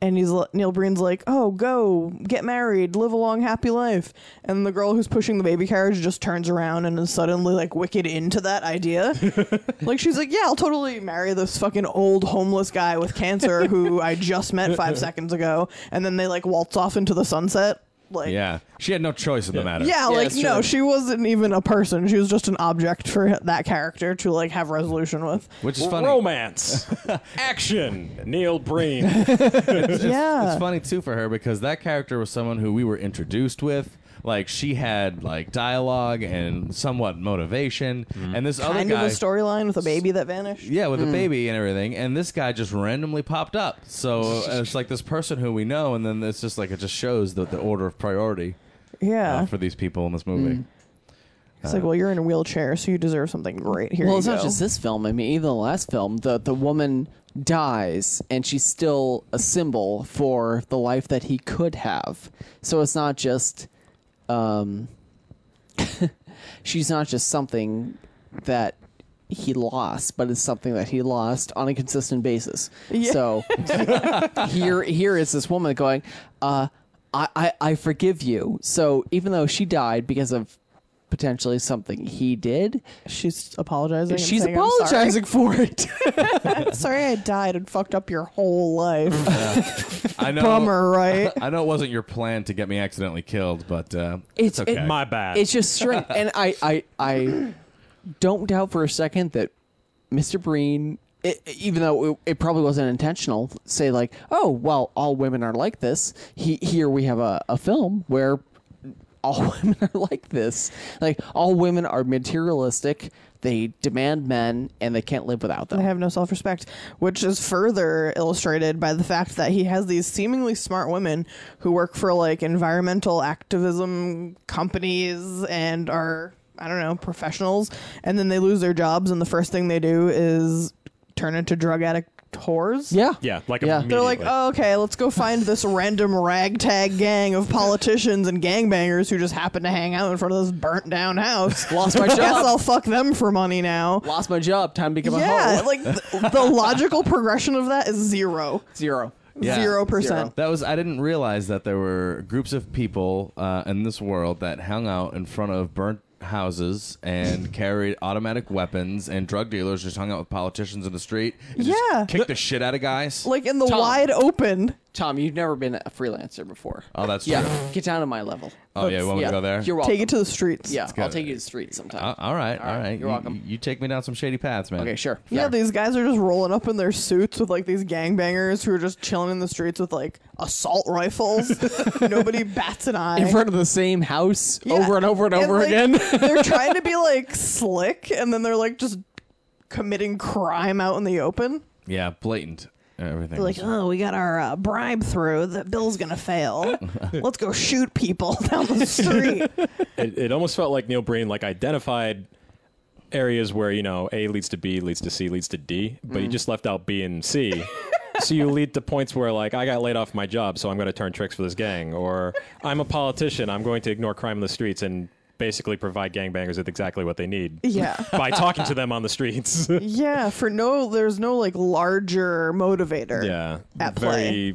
Speaker 5: And he's li- Neil Breen's like, oh, go get married, live a long, happy life. And the girl who's pushing the baby carriage just turns around and is suddenly like wicked into that idea. like she's like, yeah, I'll totally marry this fucking old homeless guy with cancer who I just met five seconds ago. And then they like waltz off into the sunset. Like,
Speaker 3: Yeah, she had no choice in the matter.
Speaker 5: Yeah, like
Speaker 4: that's
Speaker 5: no,
Speaker 4: true.
Speaker 5: she wasn't even a person. She was just an object for that character to like have resolution with.
Speaker 3: which is funny.
Speaker 6: Romance, action, Neil Breen.
Speaker 5: yeah,
Speaker 3: It's funny too for her because that character was someone who we were introduced with. Like she had like dialogue and somewhat motivation, and this other
Speaker 5: kind
Speaker 3: guy
Speaker 5: of a storyline with a baby that vanished.
Speaker 3: Yeah, with a baby and everything, and this guy just randomly popped up. So uh, it's like this person who we know, and then it's just like it just shows the, the order of priority uh,
Speaker 5: Yeah, Mm.
Speaker 3: for these people in this movie.
Speaker 5: it's like, well, you're in a wheelchair, so you deserve something great. Here,
Speaker 4: Well,
Speaker 5: you
Speaker 4: it's not
Speaker 5: go.
Speaker 4: just this film. I mean, even the last film, the the woman dies, and she's still a symbol for the life that he could have. So it's not just, um, she's not just something that he lost, but it's something that he lost on a consistent basis. So here, here is this woman going, uh, I, I, I forgive you. So even though she died because of potentially something he did,
Speaker 5: she's apologizing. and
Speaker 4: She's
Speaker 5: saying,
Speaker 4: apologizing
Speaker 5: I'm
Speaker 4: for it.
Speaker 5: sorry. sorry, I died and fucked up your whole life.
Speaker 3: I know,
Speaker 5: Bummer, right?
Speaker 3: I know it wasn't your plan to get me accidentally killed, but uh,
Speaker 4: It's-
Speaker 3: it's, okay.
Speaker 4: it-
Speaker 6: My bad.
Speaker 4: it's just straight. And I, I, I don't doubt for a second that Mr. Breen, i even though it, it probably wasn't intentional, say like, "Oh, well, all women are like this." He, here we have a, a film where all women are like this. Like all women are materialistic. They demand men, and they can't live without them.
Speaker 5: I have no self respect, which is further illustrated by the fact that he has these seemingly smart women who work for like environmental activism companies and are, I don't know, professionals. And then they lose their jobs, and the first thing they do is turn into drug addict whores.
Speaker 4: yeah.
Speaker 6: yeah, like
Speaker 4: Yeah.
Speaker 5: They're like,
Speaker 6: immediately.
Speaker 5: oh, okay, let's go find this random ragtag gang of politicians and gangbangers who just happen to hang out in front of this burnt down house.
Speaker 4: Lost my
Speaker 5: Guess
Speaker 4: job.
Speaker 5: I'll fuck them for money now
Speaker 4: Lost my job. Time to become a
Speaker 5: yeah,
Speaker 4: hoe.
Speaker 5: like th- the logical progression of that is zero.
Speaker 4: Zero.
Speaker 3: Yeah.
Speaker 5: Zero percent.
Speaker 3: That was I didn't realize that there were groups of people uh, in this world that hung out in front of burnt houses and carried automatic weapons and drug dealers just hung out with politicians in the street. And just
Speaker 5: Yeah.
Speaker 3: kicked the shit out of guys.
Speaker 5: Like in the
Speaker 4: Tom.
Speaker 5: wide open.
Speaker 4: Tom, you've never been a freelancer before.
Speaker 3: oh, that's
Speaker 4: Yeah,
Speaker 3: true.
Speaker 4: get down to my level.
Speaker 3: Oh yeah, you want me
Speaker 4: yeah,
Speaker 3: to go there?
Speaker 4: You're welcome.
Speaker 5: Take it to the streets.
Speaker 4: yeah, I'll
Speaker 3: good.
Speaker 4: take you to the street sometime.
Speaker 3: Uh, all right, all right.
Speaker 4: You're
Speaker 3: You-
Speaker 4: welcome.
Speaker 3: You, take me down some shady paths, man.
Speaker 4: okay, sure.
Speaker 5: Yeah, these guys are just rolling up in their suits with like these gangbangers who are just chilling in the streets with like assault rifles. Nobody bats an eye.
Speaker 4: in front of the same house
Speaker 5: Yeah.
Speaker 4: over and over and over
Speaker 5: like,
Speaker 4: again.
Speaker 5: they're trying to be like slick and then they're like just committing crime out in the open.
Speaker 3: Yeah, blatant. Everything.
Speaker 5: They're like, oh, we got our uh, bribe through. The bill's going to fail. Let's go shoot people down the street.
Speaker 6: it, it almost felt like Neil Breen like identified areas where you know A leads to B leads to C leads to D, but he just left out B and C. so you lead to points where like I got laid off my job, so I'm going to turn tricks for this gang, or I'm a politician, I'm going to ignore crime in the streets and basically provide gangbangers with exactly what they need
Speaker 5: yeah.
Speaker 6: by talking to them on the streets.
Speaker 5: Yeah, for no, there's no like larger motivator.
Speaker 6: yeah,
Speaker 5: At play.
Speaker 6: very.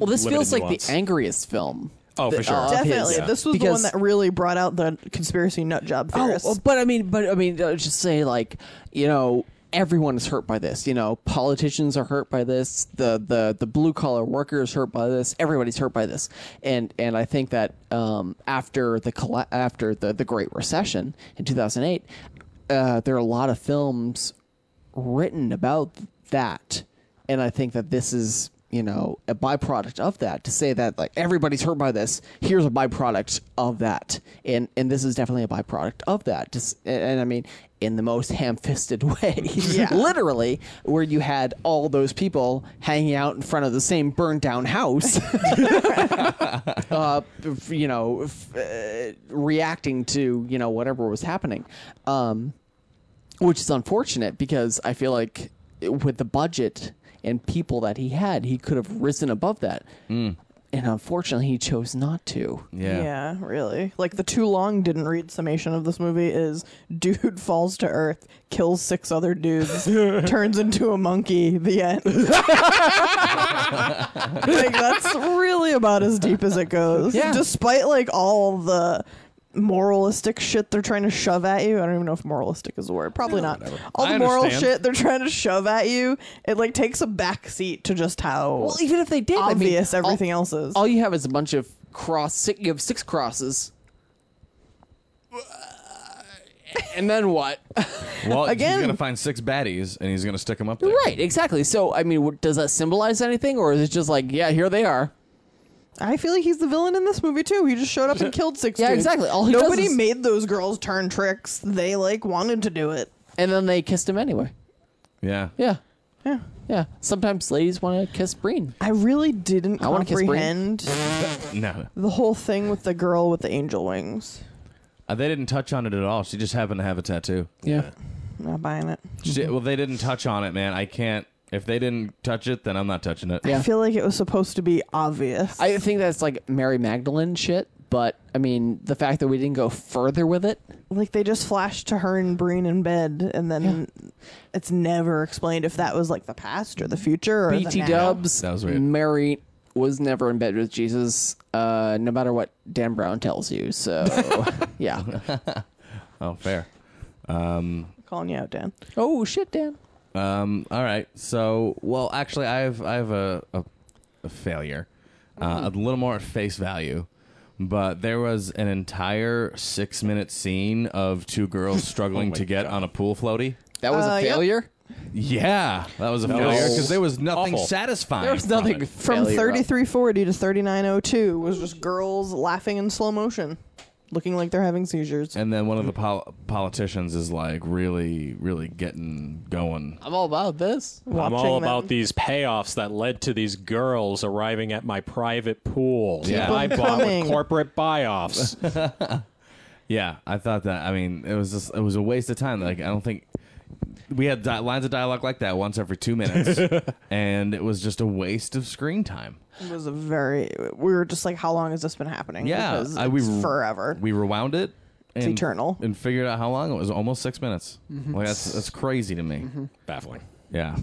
Speaker 4: well, this feels like
Speaker 6: nuance.
Speaker 4: the angriest film.
Speaker 6: Oh, for
Speaker 4: that-
Speaker 6: sure.
Speaker 4: uh, of his.
Speaker 5: Definitely,
Speaker 6: Yeah.
Speaker 5: this was the one
Speaker 4: Because-
Speaker 5: that really brought out the conspiracy nut job
Speaker 4: Oh,
Speaker 5: theorists.
Speaker 4: well, but I mean, but I mean, uh, just say like, you know, everyone is hurt by this. You know, politicians are hurt by this. The the the blue collar workers hurt by this. Everybody's hurt by this. And and I think that um, after the colla- after the the Great Recession in two thousand eight, uh, there are a lot of films written about that, and I think that this is. You know, a byproduct of that to say that like everybody's hurt by this. Here's a byproduct of that, and and this is definitely a byproduct of that. Just and, and I mean, in the most ham-fisted way,
Speaker 5: Yeah.
Speaker 4: literally, where you had all those people hanging out in front of the same burned-down house, uh, f- you know, f- uh, reacting to you know whatever was happening. Um, which is unfortunate because I feel like with the budget and people that he had, he could have risen above that. And unfortunately, he chose not to.
Speaker 3: yeah.
Speaker 5: really. Like the too long didn't read summation of this movie is dude falls to earth, kills six other dudes, turns into a monkey. The end. like that's really about as deep as it goes.
Speaker 4: Yeah.
Speaker 5: Despite like all the moralistic shit they're trying to shove at you. I don't even know if moralistic is a word. Probably not. All
Speaker 3: I
Speaker 5: the moral
Speaker 3: understand.
Speaker 5: shit they're trying to shove at you, it like takes a back seat to just how
Speaker 4: Well, even if they did, I mean,
Speaker 5: obvious
Speaker 4: all-
Speaker 5: everything else is.
Speaker 4: All you have is a bunch of cross. Six, you have six crosses. And then what?
Speaker 3: Well,
Speaker 5: Again-
Speaker 3: he's gonna find six baddies and he's gonna stick them up there.
Speaker 4: right, exactly. So, I mean, what- does that symbolize anything, or is it just like, yeah, here they are?
Speaker 5: I feel like he's the villain in this movie too. He just showed up and killed six.
Speaker 4: Yeah,
Speaker 5: dudes.
Speaker 4: exactly. All he does
Speaker 5: Nobody
Speaker 4: is-
Speaker 5: made those girls turn tricks. They like wanted to do it.
Speaker 4: And then they kissed him anyway.
Speaker 3: Yeah.
Speaker 4: Yeah,
Speaker 5: Yeah.
Speaker 4: yeah. Sometimes ladies want to kiss Breen.
Speaker 5: I really didn't
Speaker 4: I wanna kiss Bree.
Speaker 5: comprehend
Speaker 3: No,
Speaker 5: the whole thing with the girl with the angel wings.
Speaker 3: Uh, they didn't touch on it at all. She just happened to have a tattoo.
Speaker 4: Yeah.
Speaker 5: Not buying it.
Speaker 3: She, well, they didn't touch on it, man. I can't. If they didn't touch it, then I'm not touching it.
Speaker 4: Yeah.
Speaker 5: I feel like it was supposed to be obvious.
Speaker 4: I think that's like Mary Magdalene shit, but I mean, the fact that we didn't go further with it.
Speaker 5: like they just flashed to her and Breen in bed, and then it's never explained if that was like the past or the future or the
Speaker 4: BT
Speaker 5: now.
Speaker 4: Dubs,
Speaker 3: That was weird.
Speaker 4: Mary was never in bed with Jesus, uh, no matter what Dan Brown tells you. So, yeah.
Speaker 3: Oh, fair.
Speaker 5: Calling you out, Dan.
Speaker 4: Oh, shit, Dan.
Speaker 3: Um, all right. So, well, actually, I have I have a a, a failure, uh, a little more at face value, but there was an entire six minute scene of two girls struggling to get on a pool floaty.
Speaker 4: That was
Speaker 5: Uh,
Speaker 4: a
Speaker 5: yep.
Speaker 4: failure?
Speaker 3: Yeah, that was a failure 'cause failure because there was nothing
Speaker 6: awful.
Speaker 3: satisfying.
Speaker 4: There was
Speaker 3: from
Speaker 4: nothing
Speaker 3: it.
Speaker 5: From
Speaker 4: failure.
Speaker 5: thirty three forty to thirty nine oh two was just girls laughing in slow motion, looking like they're having seizures.
Speaker 3: And then one of the pol- politicians is like really, really getting going.
Speaker 4: I'm all about this.
Speaker 6: I'm
Speaker 5: watching
Speaker 6: all
Speaker 5: them.
Speaker 6: about these payoffs that led to these girls arriving at my private pool.
Speaker 3: Yeah.
Speaker 6: that I
Speaker 5: them
Speaker 6: bought
Speaker 5: coming.
Speaker 6: with corporate buy-offs.
Speaker 3: Yeah, I thought that. I mean, it was just it was a waste of time. Like I don't think we had di- lines of dialogue like that once every two minutes, and it was just a waste of screen time.
Speaker 5: It was a very. We were just like, how long has this been happening?
Speaker 3: Yeah,
Speaker 5: because
Speaker 3: I-
Speaker 5: it's
Speaker 3: we
Speaker 5: forever.
Speaker 3: We rewound it. and,
Speaker 5: eternal. Mm-hmm.
Speaker 3: And figured out how long it was. Almost six minutes. Like that's that's crazy to me.
Speaker 6: Baffling.
Speaker 3: Yeah.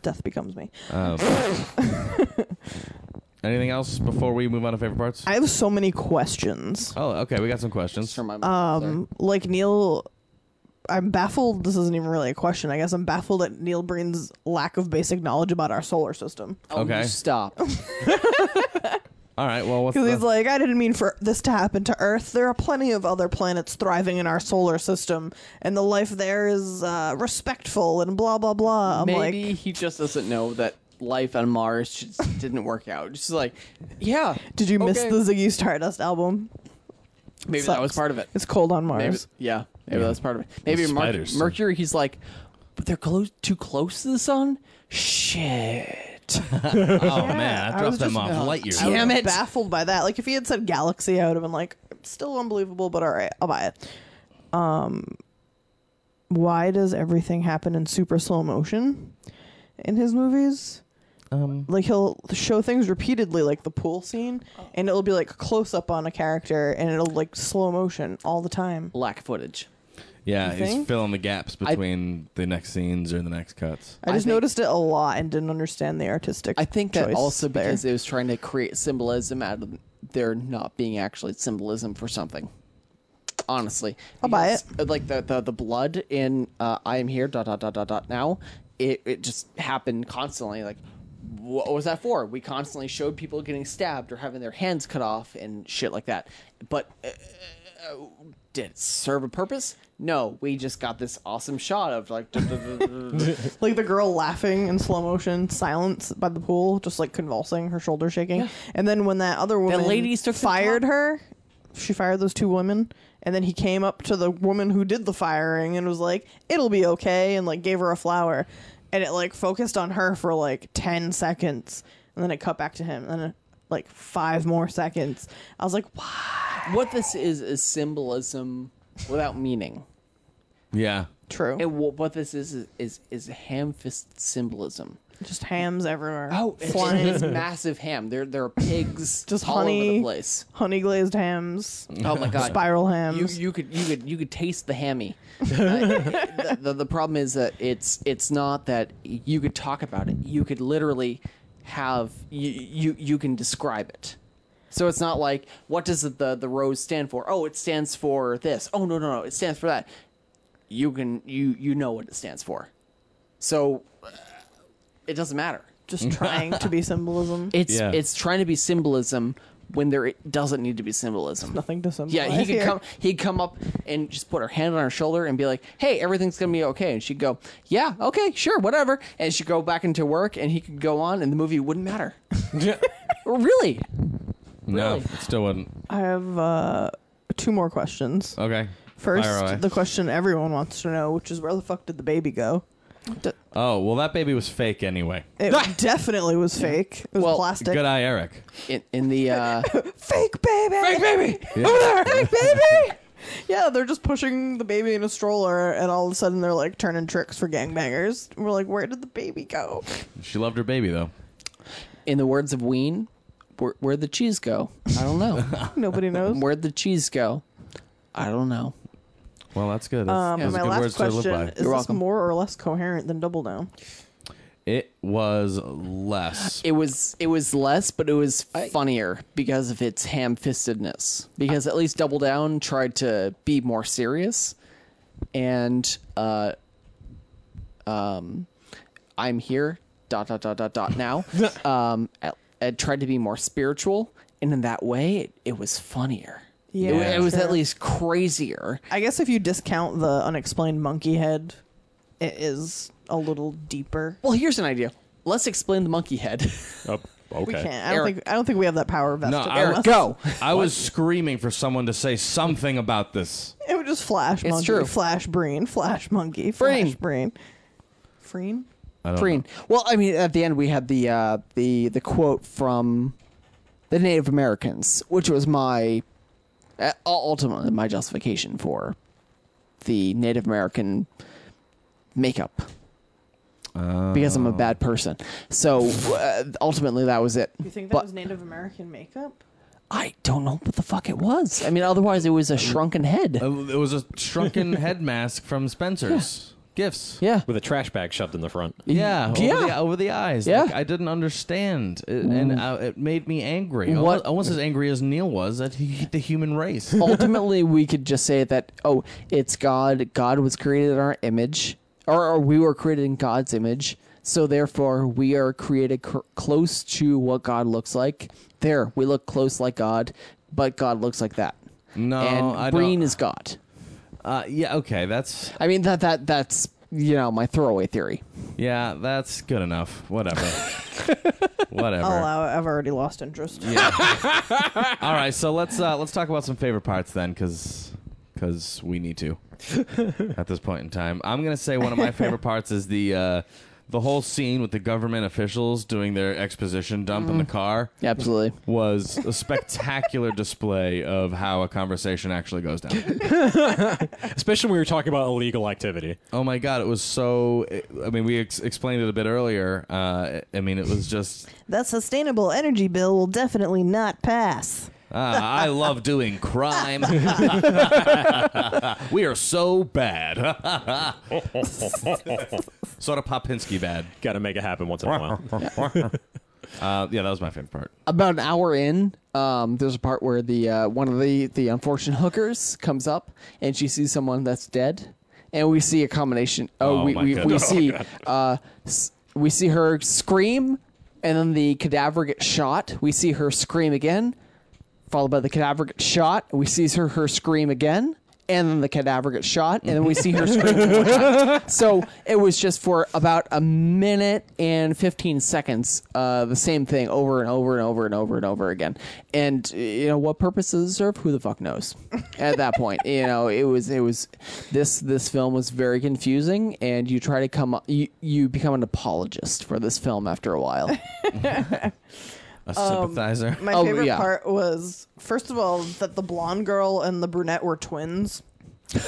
Speaker 5: Death becomes me.
Speaker 3: Anything else before we move on to favorite parts?
Speaker 5: I have so many questions.
Speaker 3: oh, okay. We got some questions.
Speaker 4: From my mom. Sorry.
Speaker 5: Like Neil, I'm baffled. This isn't even really a question. I guess I'm baffled at Neil Breen's lack of basic knowledge about our solar system.
Speaker 4: Oh,
Speaker 3: okay.
Speaker 4: you stop.
Speaker 3: All right. Well, what's
Speaker 5: Because
Speaker 3: the,
Speaker 5: he's like, I didn't mean for this to happen to Earth. There are plenty of other planets thriving in our solar system, and the life there is uh, respectful and blah blah blah. I'm
Speaker 4: Maybe
Speaker 5: like,
Speaker 4: he just doesn't know that life on Mars just didn't work out. Just like, yeah.
Speaker 5: did you miss
Speaker 4: okay.
Speaker 5: the Ziggy Stardust album?
Speaker 4: Maybe that
Speaker 5: Sucks.
Speaker 4: was part of it.
Speaker 5: It's cold on Mars.
Speaker 4: Maybe, yeah, maybe that's part of it. Maybe
Speaker 3: Those
Speaker 4: Mer-
Speaker 3: spiders.
Speaker 4: Mercury, he's like, but they're close, too close to the sun. Shit.
Speaker 3: oh man, I
Speaker 5: I was
Speaker 3: dropped them
Speaker 5: just-
Speaker 3: off light years.
Speaker 5: I was
Speaker 3: ago.
Speaker 4: Damn it.
Speaker 5: Baffled by that. Like if he had said galaxy, I would have been like, still unbelievable, but all right, I'll buy it. Um, why does everything happen in super slow motion in his movies? Um, like he'll show things repeatedly, like the pool scene,
Speaker 4: Oh.
Speaker 5: and it'll be like close up on a character, and it'll like slow motion all the time.
Speaker 4: Lack of footage.
Speaker 3: Yeah,
Speaker 5: You
Speaker 3: he's
Speaker 5: think?
Speaker 3: filling the gaps between the next scenes or the next cuts.
Speaker 5: I
Speaker 4: I
Speaker 5: just
Speaker 4: think-
Speaker 5: noticed it a lot and didn't understand the artistic.
Speaker 4: I think that
Speaker 5: choice
Speaker 4: also
Speaker 5: there.
Speaker 4: because it was trying to create symbolism out of there not being actually symbolism for something. Honestly,
Speaker 5: I'll buy
Speaker 4: Because, uh, Like the the, the blood in uh, I am here dot dot dot dot dot now. It it just happened constantly. Like what was that for? We constantly showed people getting stabbed or having their hands cut off and shit like that. But uh, did it serve a purpose? No, we just got this awesome shot of like
Speaker 5: like the girl laughing in slow motion, silence by the pool, just like convulsing, her shoulder shaking. And then when that other woman,
Speaker 4: ladies took the
Speaker 5: fired
Speaker 4: top.
Speaker 5: her, she fired those two women, and then he came up to the woman who did the firing and was like, "It'll be okay," and like gave her a flower, and it like focused on her for like ten seconds, and then it cut back to him, and then. Like five more seconds. I was like, "Why?"
Speaker 4: what this is is symbolism without meaning.
Speaker 3: Yeah.
Speaker 5: True.
Speaker 4: And wh- what this is is is, is ham fist symbolism.
Speaker 5: just hams everywhere.
Speaker 4: it's,
Speaker 5: flying,
Speaker 4: it's massive ham. There there are pigs
Speaker 5: Just
Speaker 4: all over
Speaker 5: honey.
Speaker 4: the place.
Speaker 5: honey glazed hams,
Speaker 4: Oh my god,
Speaker 5: spiral
Speaker 4: You
Speaker 5: hams.
Speaker 4: you could you could you could taste the hammy. Uh, the, the the problem is that it's it's not that you could talk about it. You could literally have you you, you can describe it. So it's not like what does the, the the rose stand for? Oh, it stands for this. Oh no no no, it stands for that. You can you you know what it stands for. So uh, it doesn't matter.
Speaker 5: just trying to be symbolism.
Speaker 4: It's
Speaker 3: Yeah.
Speaker 4: it's trying to be symbolism when there doesn't need to be symbolism.
Speaker 5: Nothing to symbolize.
Speaker 4: Yeah, he could
Speaker 5: here.
Speaker 4: come. He'd come up and just put her hand on her shoulder and be like, "Hey, everything's gonna be okay." And she'd go, "Yeah, okay, sure, whatever." And she'd go back into work, and he could go on, and the movie wouldn't matter. really?
Speaker 3: No,
Speaker 4: Really?
Speaker 3: it still wouldn't.
Speaker 5: I have uh, two more questions.
Speaker 3: Okay. Oh, Fire away.
Speaker 5: First, the question everyone wants to know, which is where the fuck did the baby go? D-
Speaker 3: oh well, that baby was fake anyway.
Speaker 5: it definitely was fake. It was
Speaker 4: Well,
Speaker 5: plastic.
Speaker 3: Good eye, Eric.
Speaker 4: In, in the uh,
Speaker 5: Fake baby. Fake baby. Over there. Fake baby. Yeah, they're just pushing the baby in a stroller, and all of a sudden they're like turning tricks for gangbangers. We're like, where did the baby go?
Speaker 3: She loved her baby though.
Speaker 4: in the words of Ween, where, where'd the cheese go? I don't know.
Speaker 5: Nobody knows.
Speaker 4: where'd the cheese go? I don't know.
Speaker 3: Well, that's good. That's,
Speaker 5: Um,
Speaker 3: those
Speaker 5: and
Speaker 3: are
Speaker 5: my
Speaker 3: good
Speaker 5: last
Speaker 3: words to
Speaker 5: question
Speaker 3: live by.
Speaker 5: is this
Speaker 4: welcome.
Speaker 5: more or less coherent than Double Down?
Speaker 3: It was less.
Speaker 4: It was it was less, but it was funnier because of its ham-fistedness. Because at least Double Down tried to be more serious, and uh, um, I'm here. Dot dot dot dot dot. Now, um, it, it tried to be more spiritual, and in that way, it, it was funnier.
Speaker 5: Yeah,
Speaker 4: It wa- it was
Speaker 5: sure.
Speaker 4: at least crazier.
Speaker 5: I guess if you discount the unexplained monkey head, it is a little deeper.
Speaker 4: Well, here's an idea. Let's explain the monkey head.
Speaker 6: Oh, okay.
Speaker 5: We can't. I don't
Speaker 4: Eric.
Speaker 5: think. I don't think we have that power vested.
Speaker 3: No,
Speaker 5: in
Speaker 3: I
Speaker 5: us.
Speaker 4: Eric, go.
Speaker 3: I was screaming for someone to say something about this.
Speaker 5: It would just flash monkey,
Speaker 4: true.
Speaker 5: flash breen, flash monkey, flash breen, freen.
Speaker 3: I don't
Speaker 4: Preen. Well, I mean, at the end we had the uh, the the quote from the Native Americans, which was my uh, ultimately my justification for the Native American makeup because I'm a
Speaker 3: Oh.
Speaker 4: bad person. So uh, ultimately, that was it.
Speaker 5: You think that
Speaker 4: But
Speaker 5: was Native American makeup?
Speaker 4: I don't know what the fuck it was. I mean, otherwise it
Speaker 3: Uh,
Speaker 4: was a shrunken head.
Speaker 3: know. Uh, It was a shrunken head mask from Spencer's gifts.
Speaker 4: yeah.
Speaker 6: With a trash bag shoved in the front.
Speaker 3: Yeah, over,
Speaker 4: Yeah.
Speaker 3: The, over the eyes.
Speaker 4: Yeah.
Speaker 3: Like, I didn't understand, it,
Speaker 5: Mm.
Speaker 3: and I, it made me angry.
Speaker 4: What-
Speaker 3: Almost, almost as angry as Neil was at he, the human race.
Speaker 4: ultimately we could just say that oh it's god god was created in our image or, or we were created in god's image so therefore we are created cr- close to what god looks like there we look close like god but god looks like that
Speaker 3: No,
Speaker 4: and
Speaker 3: I
Speaker 4: green
Speaker 3: don't-
Speaker 4: is god
Speaker 3: Uh, yeah, okay, that's
Speaker 4: i mean that that that's you know my throwaway theory
Speaker 3: yeah, that's good enough. Whatever. Whatever.
Speaker 5: I'll allow it. Oh, I've already lost interest.
Speaker 3: All right, so let's uh, let's talk about some favorite parts then, because we need to at this point in time. I'm gonna say one of my favorite parts is the uh, the whole scene with the government officials doing their exposition dump in the car
Speaker 4: absolutely
Speaker 3: was a spectacular display of how a conversation actually goes down.
Speaker 6: Especially when we were talking about illegal activity.
Speaker 3: Oh my god, it was so. I mean, we ex- explained it a bit earlier. Uh, I mean, it was just.
Speaker 5: That sustainable energy bill will definitely not pass.
Speaker 3: Ah, I love doing crime. we are so bad. sort of Popinski bad.
Speaker 6: Got to make it happen once in a while.
Speaker 3: Uh, yeah, that was my favorite part.
Speaker 4: about an hour in, um, there's a part where the uh, one of the the unfortunate hookers comes up and she sees someone that's dead, and we see a combination. Oh,
Speaker 3: Oh,
Speaker 4: we
Speaker 3: my Oh,
Speaker 4: we, we
Speaker 3: goodness.
Speaker 4: see uh, s- we see her scream, and then the cadaver gets shot. We see her scream again, followed by the cadaver gets shot. We see her her scream again. And then the cadaver gets shot, and then we see her scream. one more time. so it was just for about a minute and fifteen seconds, uh, the same thing over and over and over and over and over again. And you know what purpose does it serve? Who the fuck knows? At that point, you know it was it was this this film was very confusing, and you try to come up, you you become an apologist for this film after a while.
Speaker 3: A
Speaker 5: Um,
Speaker 3: sympathizer.
Speaker 5: My
Speaker 4: Oh,
Speaker 5: favorite
Speaker 4: yeah.
Speaker 5: part was first of all that the blonde girl and the brunette were twins.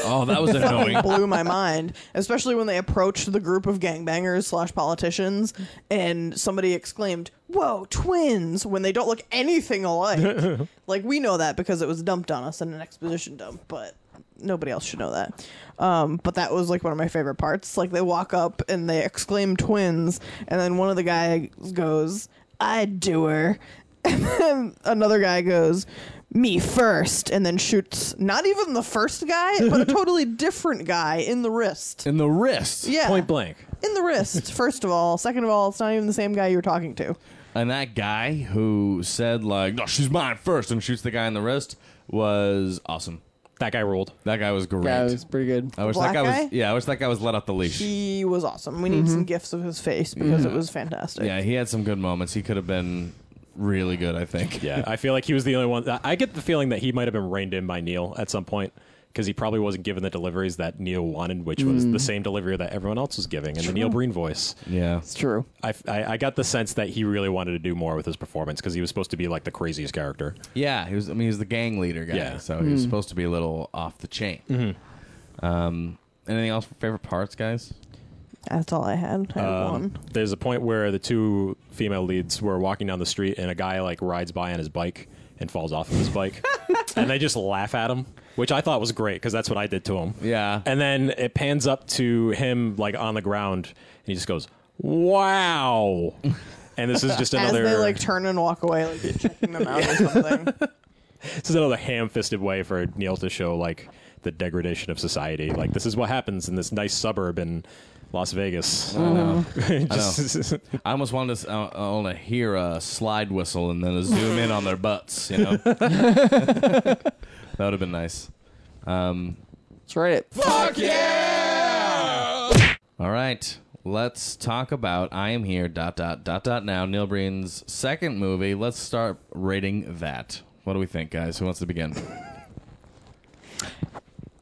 Speaker 3: oh, that was annoying.
Speaker 5: blew my mind, especially when they approached the group of gangbangers slash politicians, and somebody exclaimed, "Whoa, twins!" When they don't look anything alike. like we know that because it was dumped on us in an exposition dump, but nobody else should know that. Um, but that was like one of my favorite parts. Like they walk up and they exclaim, "Twins!" and then one of the guys goes, "I do her." And then another guy goes, me first, and then shoots not even the first guy, but a totally different guy in the wrist.
Speaker 3: In the wrist.
Speaker 5: Yeah.
Speaker 6: Point blank.
Speaker 5: In the wrist, first of all. Second of all, it's not even the same guy you were talking to.
Speaker 3: And that guy who said like, "No, she's mine first and shoots the guy in the wrist was awesome.
Speaker 6: That guy ruled.
Speaker 3: That guy was great.
Speaker 4: Yeah, it was pretty good.
Speaker 3: I wish
Speaker 5: Black
Speaker 3: that guy,
Speaker 5: guy?
Speaker 3: was. Yeah, I wish that guy was let off the leash.
Speaker 5: He was awesome. We need
Speaker 6: Mm-hmm.
Speaker 5: some gifts of his face because it was fantastic.
Speaker 3: yeah, he had some good moments. He could have been really good. I think.
Speaker 6: Yeah, I feel like he was the only one. I- I get the feeling that he might have been reined in by Neil at some point because he probably wasn't given the deliveries that Neil wanted, which was
Speaker 5: Mm.
Speaker 6: the same delivery that everyone else was giving in the Neil Breen voice.
Speaker 3: Yeah.
Speaker 4: It's true.
Speaker 6: I, I, I got the sense that he really wanted to do more with his performance because he was supposed to be like the craziest character.
Speaker 3: Yeah, he was. I mean, he was the gang leader guy,
Speaker 6: Yeah.
Speaker 3: so
Speaker 4: Hmm.
Speaker 3: he was supposed to be a little off the chain. Um, anything else for favorite parts, guys?
Speaker 5: That's all I had. I had
Speaker 6: Um,
Speaker 5: one.
Speaker 6: There's a point where the two female leads were walking down the street and a guy like rides by on his bike and falls off of his bike, and they just laugh at him, which I thought was great because that's what I did to him.
Speaker 3: Yeah.
Speaker 6: And then it pans up to him like on the ground, and he just goes, "Wow!" and this is just
Speaker 5: As
Speaker 6: another
Speaker 5: they like turn and walk away, like you're checking them out or something.
Speaker 6: this is another ham-fisted way for Neil to show like the degradation of society. Like this is what happens in this nice suburb in Las Vegas. Just-
Speaker 3: I almost wanted to s- I- I want to hear a slide whistle and then a zoom in on their butts. You know, that would have been nice. Um,
Speaker 4: That's right.
Speaker 3: all right, let's talk about I am here. Dot dot dot dot. Now Neil Breen's second movie. Let's start rating that. What do we think, guys? Who wants to begin?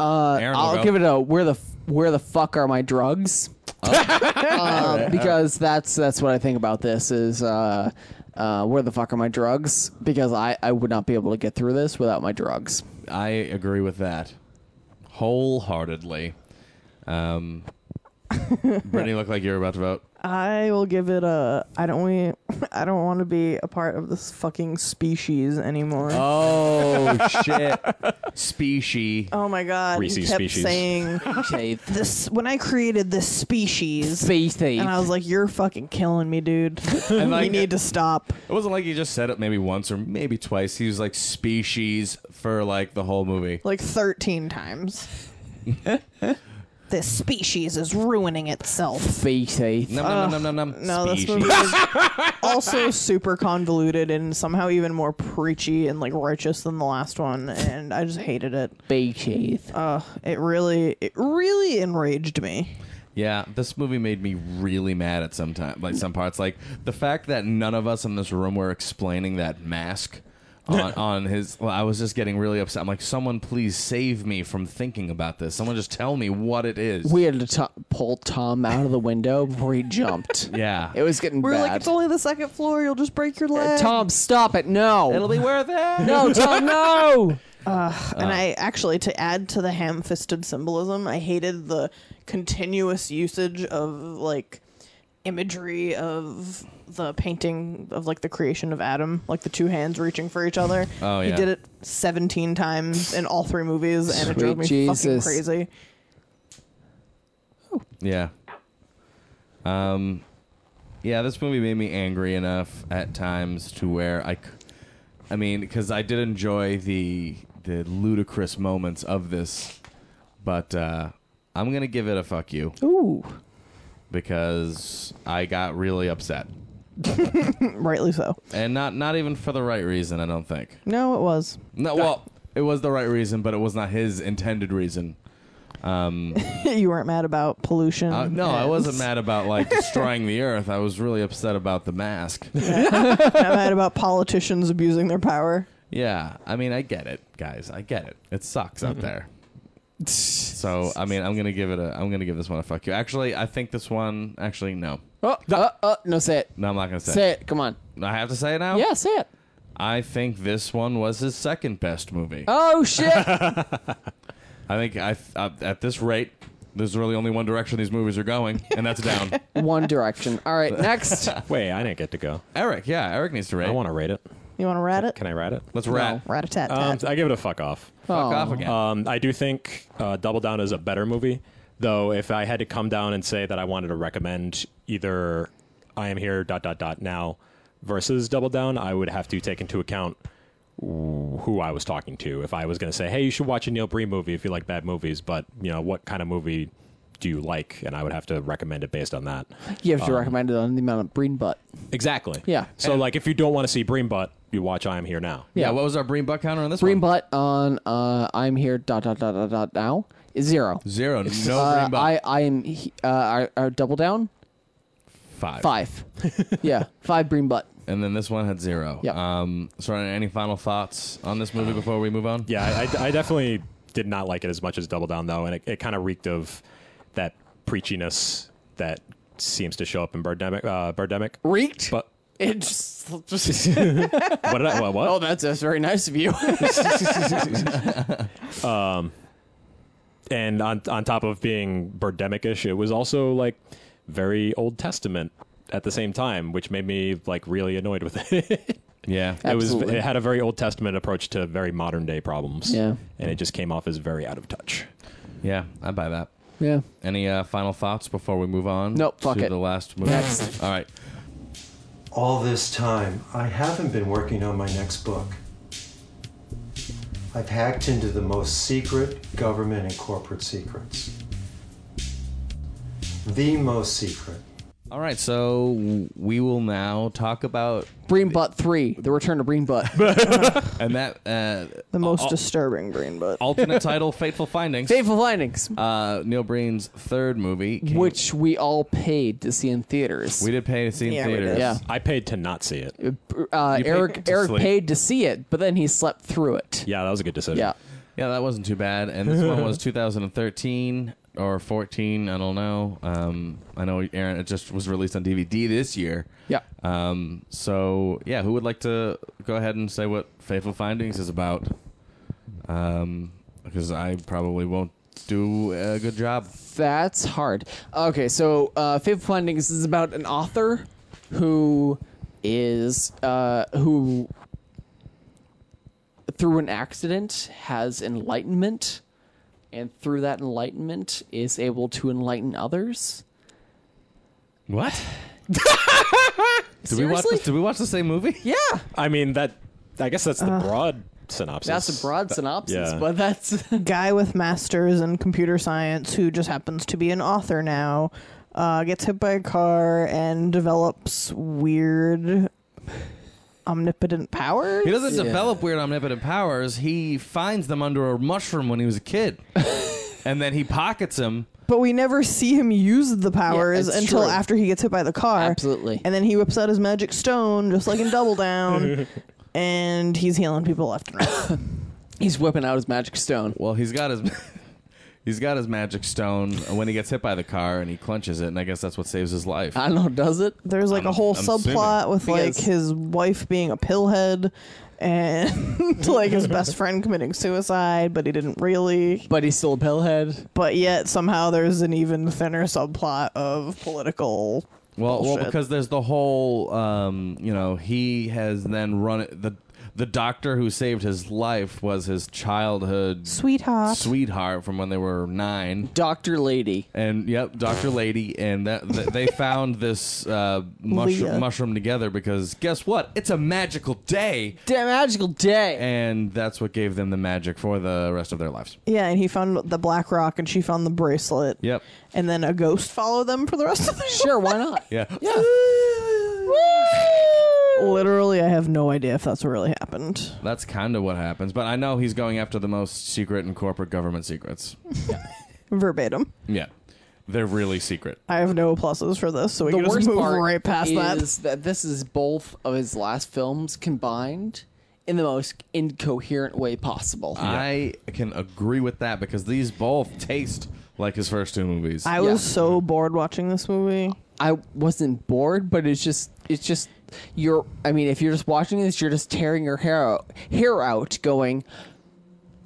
Speaker 4: Uh,
Speaker 3: Aaron will
Speaker 4: I'll
Speaker 3: go.
Speaker 4: give it a where the f- where the fuck are my drugs? um, because that's that's what I think about this is uh, uh, where the fuck are my drugs? Because I, I would not be able to get through this without my drugs.
Speaker 3: I agree with that wholeheartedly. Um, Brittany looked like you were about to vote.
Speaker 5: I will give it a. I don't. We. I don't want to be a part of this fucking species anymore. Oh,
Speaker 3: Oh shit! Species.
Speaker 5: Oh my god!
Speaker 6: Reese's
Speaker 5: he kept
Speaker 6: species.
Speaker 5: saying
Speaker 4: Okay,
Speaker 5: this when I created this species,
Speaker 4: species.
Speaker 5: and I was like, "You're fucking killing me, dude.
Speaker 3: And
Speaker 5: we
Speaker 3: like-
Speaker 5: need to stop."
Speaker 3: It wasn't like he just said it maybe once or maybe twice. He was like species for like the whole movie.
Speaker 5: Like thirteen times. this species is ruining itself.
Speaker 4: species.
Speaker 3: Num, num, num, num, num, num.
Speaker 5: Oh, No, this
Speaker 3: Species.
Speaker 5: movie is also super convoluted and somehow even more preachy and like righteous than the last one, and I just hated it.
Speaker 4: Species.
Speaker 5: Uh, it really, it really enraged me.
Speaker 3: Yeah, this movie made me really mad at some time, like some parts, like the fact that none of us in this room were explaining that mask. on, on his, well, I was just getting really upset. I'm like, someone please save me from thinking about this. Someone just tell me what it is.
Speaker 4: We had to to pull Tom out of the window before he jumped.
Speaker 3: yeah,
Speaker 4: It was getting
Speaker 5: We were
Speaker 4: bad.
Speaker 5: like, it's only the second floor. You'll just break your
Speaker 3: Uh,
Speaker 5: leg.
Speaker 4: Tom, stop it! No,
Speaker 3: it'll be worth it.
Speaker 4: no, Tom, no.
Speaker 3: Uh.
Speaker 5: and I actually, to add to the ham-fisted symbolism, I hated the continuous usage of like imagery of the painting of like the creation of Adam, like the two hands reaching for each other.
Speaker 3: Oh,
Speaker 5: He
Speaker 3: yeah.
Speaker 5: did it 17 times in all three movies, and it drove me
Speaker 4: Sweet
Speaker 5: fucking
Speaker 4: Jesus.
Speaker 5: crazy.
Speaker 3: Yeah. Um, yeah, this movie made me angry enough at times to where I, c- I mean, because I did enjoy the the ludicrous moments of this, but uh, I'm gonna give it a fuck you
Speaker 5: Ooh,
Speaker 3: because I got really upset,
Speaker 5: rightly so.
Speaker 3: and not not even for the right reason. I don't think.
Speaker 5: No, it was.
Speaker 3: No, well, it was the right reason, but it was not his intended reason.
Speaker 5: you weren't mad about pollution.
Speaker 3: Uh, no, I
Speaker 5: and-
Speaker 3: wasn't mad about like destroying the earth. I was really upset about the mask.
Speaker 5: not mad about politicians abusing their power.
Speaker 3: Yeah, I mean, I get it, guys. I get it. It sucks out there. So, I mean, I'm gonna give it a. I'm gonna give this one a fuck you. Actually, I think this one. Actually, no,
Speaker 4: Oh, uh, uh, no, say it.
Speaker 3: no, I'm not gonna say.
Speaker 4: Say it. Come on.
Speaker 3: it. Oh. I have to say it now.
Speaker 4: Yeah, say it.
Speaker 3: I think this one was his second best movie.
Speaker 4: Oh shit.
Speaker 3: I think I, I at this rate, there's really only one direction these movies are going, and that's down.
Speaker 4: One Direction. All right, next.
Speaker 6: Wait, I didn't get to go.
Speaker 3: Eric, yeah, Eric needs to rate.
Speaker 6: I want to rate it.
Speaker 5: You want to rat it?
Speaker 6: Can I rate it?
Speaker 3: Let's rat.
Speaker 5: Rat a tat
Speaker 6: Um,
Speaker 5: tat.
Speaker 6: I give it a fuck off.
Speaker 3: Fuck off again.
Speaker 6: Um, I do think uh, Double Down is a better movie, though. If I had to come down and say that I wanted to recommend either I Am Here dot dot dot now versus Double Down, I would have to take into account who I was talking to. If I was going to say, "Hey, you should watch a Neil Breen movie if you like bad movies," but you know what kind of movie do you like? And I would have to recommend it based on that.
Speaker 4: You have to recommend it on the amount of breen butt.
Speaker 6: Exactly.
Speaker 4: Yeah.
Speaker 6: So like, if you don't want to see Bream Butt, you watch I Am Here Now.
Speaker 3: Yeah, what was our Breen Buck counter on this
Speaker 4: Breen
Speaker 3: one?
Speaker 4: butt on uh, I'm here dot dot dot dot dot now is zero.
Speaker 3: Zero. No
Speaker 4: Uh,
Speaker 3: Breen Buck.
Speaker 4: I I am he- uh, our, our double down
Speaker 3: five.
Speaker 4: five. yeah, five breen butt.
Speaker 3: And then this one had zero.
Speaker 4: Yep.
Speaker 3: Um, so any final thoughts on this movie before we move on?
Speaker 6: Yeah, I, I definitely did not like it as much as Double Down though, and it, it kind of reeked of that preachiness that seems to show up in Birdemic. Uh, Birdemic.
Speaker 4: Reeked.
Speaker 6: But
Speaker 4: it just,
Speaker 6: what did I? What? what?
Speaker 4: oh, that's that's very nice of you.
Speaker 6: and on on top of being Birdemic-ish, it was also like very Old Testament at the same time, which made me like really annoyed with it.
Speaker 3: Yeah.
Speaker 6: it was
Speaker 4: Absolutely.
Speaker 6: it had a very Old Testament approach to very modern day problems.
Speaker 4: Yeah.
Speaker 6: and it just came off as very out of touch.
Speaker 3: Yeah, I buy that.
Speaker 4: yeah.
Speaker 3: Any uh, final thoughts before we move on?
Speaker 4: Nope, fuck
Speaker 3: to
Speaker 4: it.
Speaker 3: the last movie.
Speaker 4: Next.
Speaker 3: All right.
Speaker 1: All this time, I haven't been working on my next book. I've hacked into the most secret government and corporate secrets. The most secret.
Speaker 3: All right. So we will now talk about
Speaker 4: Breen butt three. The return to breen butt.
Speaker 3: and that uh,
Speaker 5: The most disturbing brain butt.
Speaker 3: alternate title, Fateful Findings.
Speaker 4: Fateful findings,
Speaker 3: Uh, Neil Breen's third movie, came-
Speaker 4: which we all paid to see in theaters.
Speaker 3: we did pay to see in
Speaker 5: Yeah, we did.
Speaker 3: theaters.
Speaker 4: yeah.
Speaker 6: I paid to not see it.
Speaker 4: Uh,
Speaker 3: You paid
Speaker 4: Eric
Speaker 3: to
Speaker 4: Eric
Speaker 3: sleep.
Speaker 4: paid to see it, but then he slept through it.
Speaker 6: Yeah, that was a good decision.
Speaker 4: Yeah.
Speaker 3: Yeah, that wasn't too bad. And this one was 2013 or 14. I don't know. Um, I know Aaron. It just was released on DVD this year.
Speaker 4: Yeah.
Speaker 3: Um, so yeah, who would like to go ahead and say what Faithful Findings is about? Um, because I probably won't do a good job.
Speaker 4: That's hard. Okay, so uh, Fifth Findings is about an author who is uh, who through an accident has enlightenment, and through that enlightenment is able to enlighten others.
Speaker 3: What? did we watch?
Speaker 4: Seriously?
Speaker 3: Did we watch the same movie?
Speaker 4: Yeah,
Speaker 6: I mean that. I guess that's the broad synopsis.
Speaker 4: that's a broad synopsis,
Speaker 6: yeah.
Speaker 4: but that's
Speaker 5: guy with masters in computer science who just happens to be an author now uh, gets hit by a car and develops weird omnipotent powers
Speaker 3: He doesn't develop weird omnipotent powers. He finds them under a mushroom when he was a kid, and then he pockets them.
Speaker 5: but we never see him use the powers
Speaker 4: it's
Speaker 5: until
Speaker 4: true.
Speaker 5: after he gets hit by the car
Speaker 4: Absolutely.
Speaker 5: and then he whips out his magic stone just like in double down and he's healing people left and right
Speaker 4: he's whipping out his magic stone.
Speaker 3: Well, he's got his he's got his magic stone when he gets hit by the car and he clenches it, and I guess that's what saves his life.
Speaker 4: I don't know, does it?
Speaker 5: there's like a whole
Speaker 3: I'm assuming.
Speaker 5: subplot with like
Speaker 4: Because-
Speaker 5: his wife being a pillhead and like his best friend committing suicide but he didn't really
Speaker 4: But he's still a pillhead.
Speaker 5: but yet somehow there's an even thinner subplot of political.
Speaker 3: well, well,
Speaker 5: bullshit.
Speaker 3: because there's the whole um, you know he has then run it, the the doctor who saved his life was his childhood
Speaker 5: Sweetheart.
Speaker 3: sweetheart from when they were nine.
Speaker 4: Doctor Lady.
Speaker 3: And yep, Doctor Lady, and that, th- they found this uh, mushroom,
Speaker 5: Leah.
Speaker 3: mushroom together because guess what? It's a magical day,
Speaker 4: Damn magical day.
Speaker 3: and that's what gave them the magic for the rest of their lives.
Speaker 5: Yeah, and he found the black rock, and she found the bracelet.
Speaker 3: Yep.
Speaker 5: And then a ghost followed them for the rest of the show.
Speaker 4: Sure, why not?
Speaker 3: Yeah.
Speaker 5: Literally, I have no idea if that's what really happened.
Speaker 3: That's kind of what happens, but I know he's going after the most secret and corporate government secrets.
Speaker 5: Verbatim.
Speaker 3: Yeah, they're really secret.
Speaker 5: I have no pluses for this, so we
Speaker 4: the
Speaker 5: can
Speaker 4: worst
Speaker 5: just move
Speaker 4: part
Speaker 5: right past that.
Speaker 4: is that. this is both of his last films combined in the most incoherent way possible.
Speaker 3: I can agree with that because these both taste like his first two movies.
Speaker 5: I
Speaker 4: yeah.
Speaker 5: was so bored watching this movie.
Speaker 4: I wasn't bored, but it's just it's just you're. I mean, if you're just watching this, you're just tearing your hair out, hair out, going,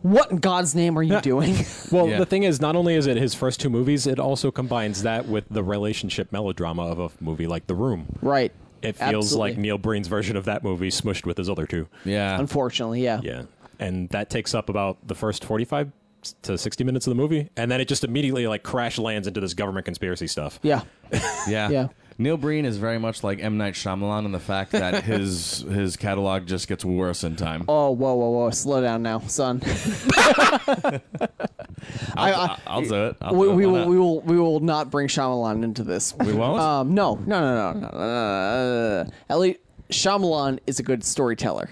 Speaker 4: "What in God's name are you doing?"
Speaker 6: Well,
Speaker 3: Yeah.
Speaker 6: the thing is, not only is it his first two movies, it also combines that with the relationship melodrama of a movie like The Room.
Speaker 4: right.
Speaker 6: It feels like
Speaker 4: Absolutely.
Speaker 6: Neil Breen's version of that movie smushed with his other two.
Speaker 3: yeah,
Speaker 4: Unfortunately, yeah.
Speaker 6: Yeah. And that takes up about the first 45 to 60 minutes of the movie. And then it just immediately like crash lands into this government conspiracy stuff.
Speaker 4: Yeah.
Speaker 3: yeah,
Speaker 4: Yeah.
Speaker 3: Neil Breen is very much like M Night Shyamalan in the fact that his his catalog just gets worse in time.
Speaker 4: Oh, whoa, whoa, whoa! Slow down now, son. I-
Speaker 3: I'll, I'll do it. I'll
Speaker 4: we,
Speaker 3: do it.
Speaker 4: we
Speaker 3: Why
Speaker 4: will,
Speaker 3: not?
Speaker 4: we will, we will not bring Shyamalan into this.
Speaker 3: We won't?
Speaker 4: Um, no, no, no, no, no, no, no, no, no. At least Shyamalan is a good storyteller.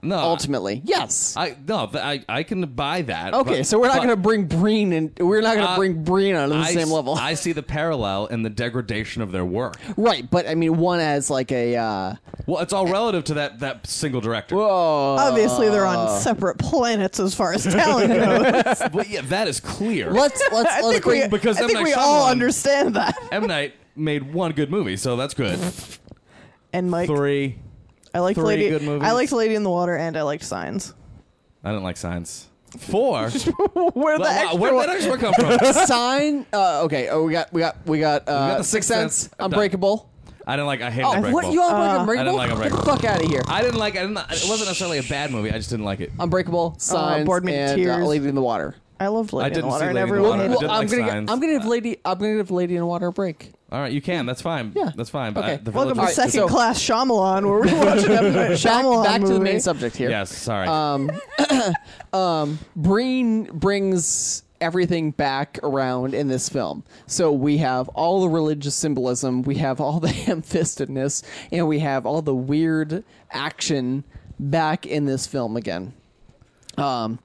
Speaker 3: no,
Speaker 4: Ultimately, yes.
Speaker 3: Ah. I no, th- I I can buy that.
Speaker 4: okay,
Speaker 3: but-
Speaker 4: so we're not
Speaker 3: but
Speaker 4: going to bring Breen and we're not going to
Speaker 3: Uh,
Speaker 4: bring Breen onto the
Speaker 3: I
Speaker 4: same
Speaker 3: s-
Speaker 4: level,
Speaker 3: I see the parallel in the degradation of their work.
Speaker 4: right? But I mean, one as like a uh,
Speaker 3: Well, it's all relative to that that single director.
Speaker 5: Obviously, they're on separate planets as far as talent goes.
Speaker 3: but yeah, that is clear.
Speaker 4: let's let's
Speaker 5: I
Speaker 4: let's
Speaker 5: think we,
Speaker 4: bring.
Speaker 3: because
Speaker 5: I
Speaker 3: M.
Speaker 5: think
Speaker 3: Night
Speaker 5: we all
Speaker 3: Shyamalan-
Speaker 5: understand that.
Speaker 3: M Night made one good movie, so that's good.
Speaker 5: And Mike,
Speaker 3: Three.
Speaker 5: I liked
Speaker 3: three
Speaker 5: Lady.
Speaker 3: good movies.
Speaker 5: I liked Lady in the Water, and I liked Signs.
Speaker 3: I didn't like Signs. Four.
Speaker 5: Where
Speaker 3: Wow,
Speaker 5: the
Speaker 4: uh,
Speaker 5: extra
Speaker 3: where did
Speaker 5: one-
Speaker 3: that extra come from?
Speaker 4: Sign. Uh, okay. Oh, we got we got we got, uh,
Speaker 3: The
Speaker 4: Sixth
Speaker 3: Sixth
Speaker 4: Sense,
Speaker 3: Sense. I'm done.
Speaker 4: Unbreakable.
Speaker 3: I didn't like. I hate.
Speaker 4: Oh, what you all
Speaker 5: Uh,
Speaker 4: like Unbreakable?
Speaker 3: I didn't like
Speaker 4: Get
Speaker 3: Unbreakable.
Speaker 4: the fuck out of here.
Speaker 3: I didn't like. I didn't. It wasn't necessarily a bad movie. I just didn't like it.
Speaker 4: Oh. Unbreakable, Signs,
Speaker 5: Bored Me to
Speaker 4: and uh,
Speaker 5: Tears.
Speaker 4: Lady in the Water.
Speaker 5: I loved Lady in
Speaker 3: didn't
Speaker 5: the Water,
Speaker 3: see
Speaker 5: and
Speaker 3: Lady in the
Speaker 5: everyone
Speaker 3: Water.
Speaker 5: hated
Speaker 3: Well,
Speaker 5: it.
Speaker 3: didn't
Speaker 4: I'm
Speaker 3: like
Speaker 4: gonna
Speaker 3: Signs.
Speaker 4: Get, I'm gonna give Lady. I'm gonna give Lady in Water a break.
Speaker 3: All right, you can. That's fine.
Speaker 4: Yeah.
Speaker 3: that's fine. But
Speaker 4: Okay.
Speaker 3: I, the
Speaker 5: Welcome
Speaker 3: Village
Speaker 5: to
Speaker 3: was
Speaker 5: Second
Speaker 4: so-
Speaker 5: Class Shyamalan, where we're watching M. Night
Speaker 4: Back,
Speaker 5: Shyamalan
Speaker 4: back to the
Speaker 5: movie.
Speaker 4: main subject here. Um,
Speaker 3: Yes, sorry.
Speaker 4: Breen brings everything back around in this film. So we have all the religious symbolism, we have all the ham-fistedness, and we have all the weird action back in this film again. Um,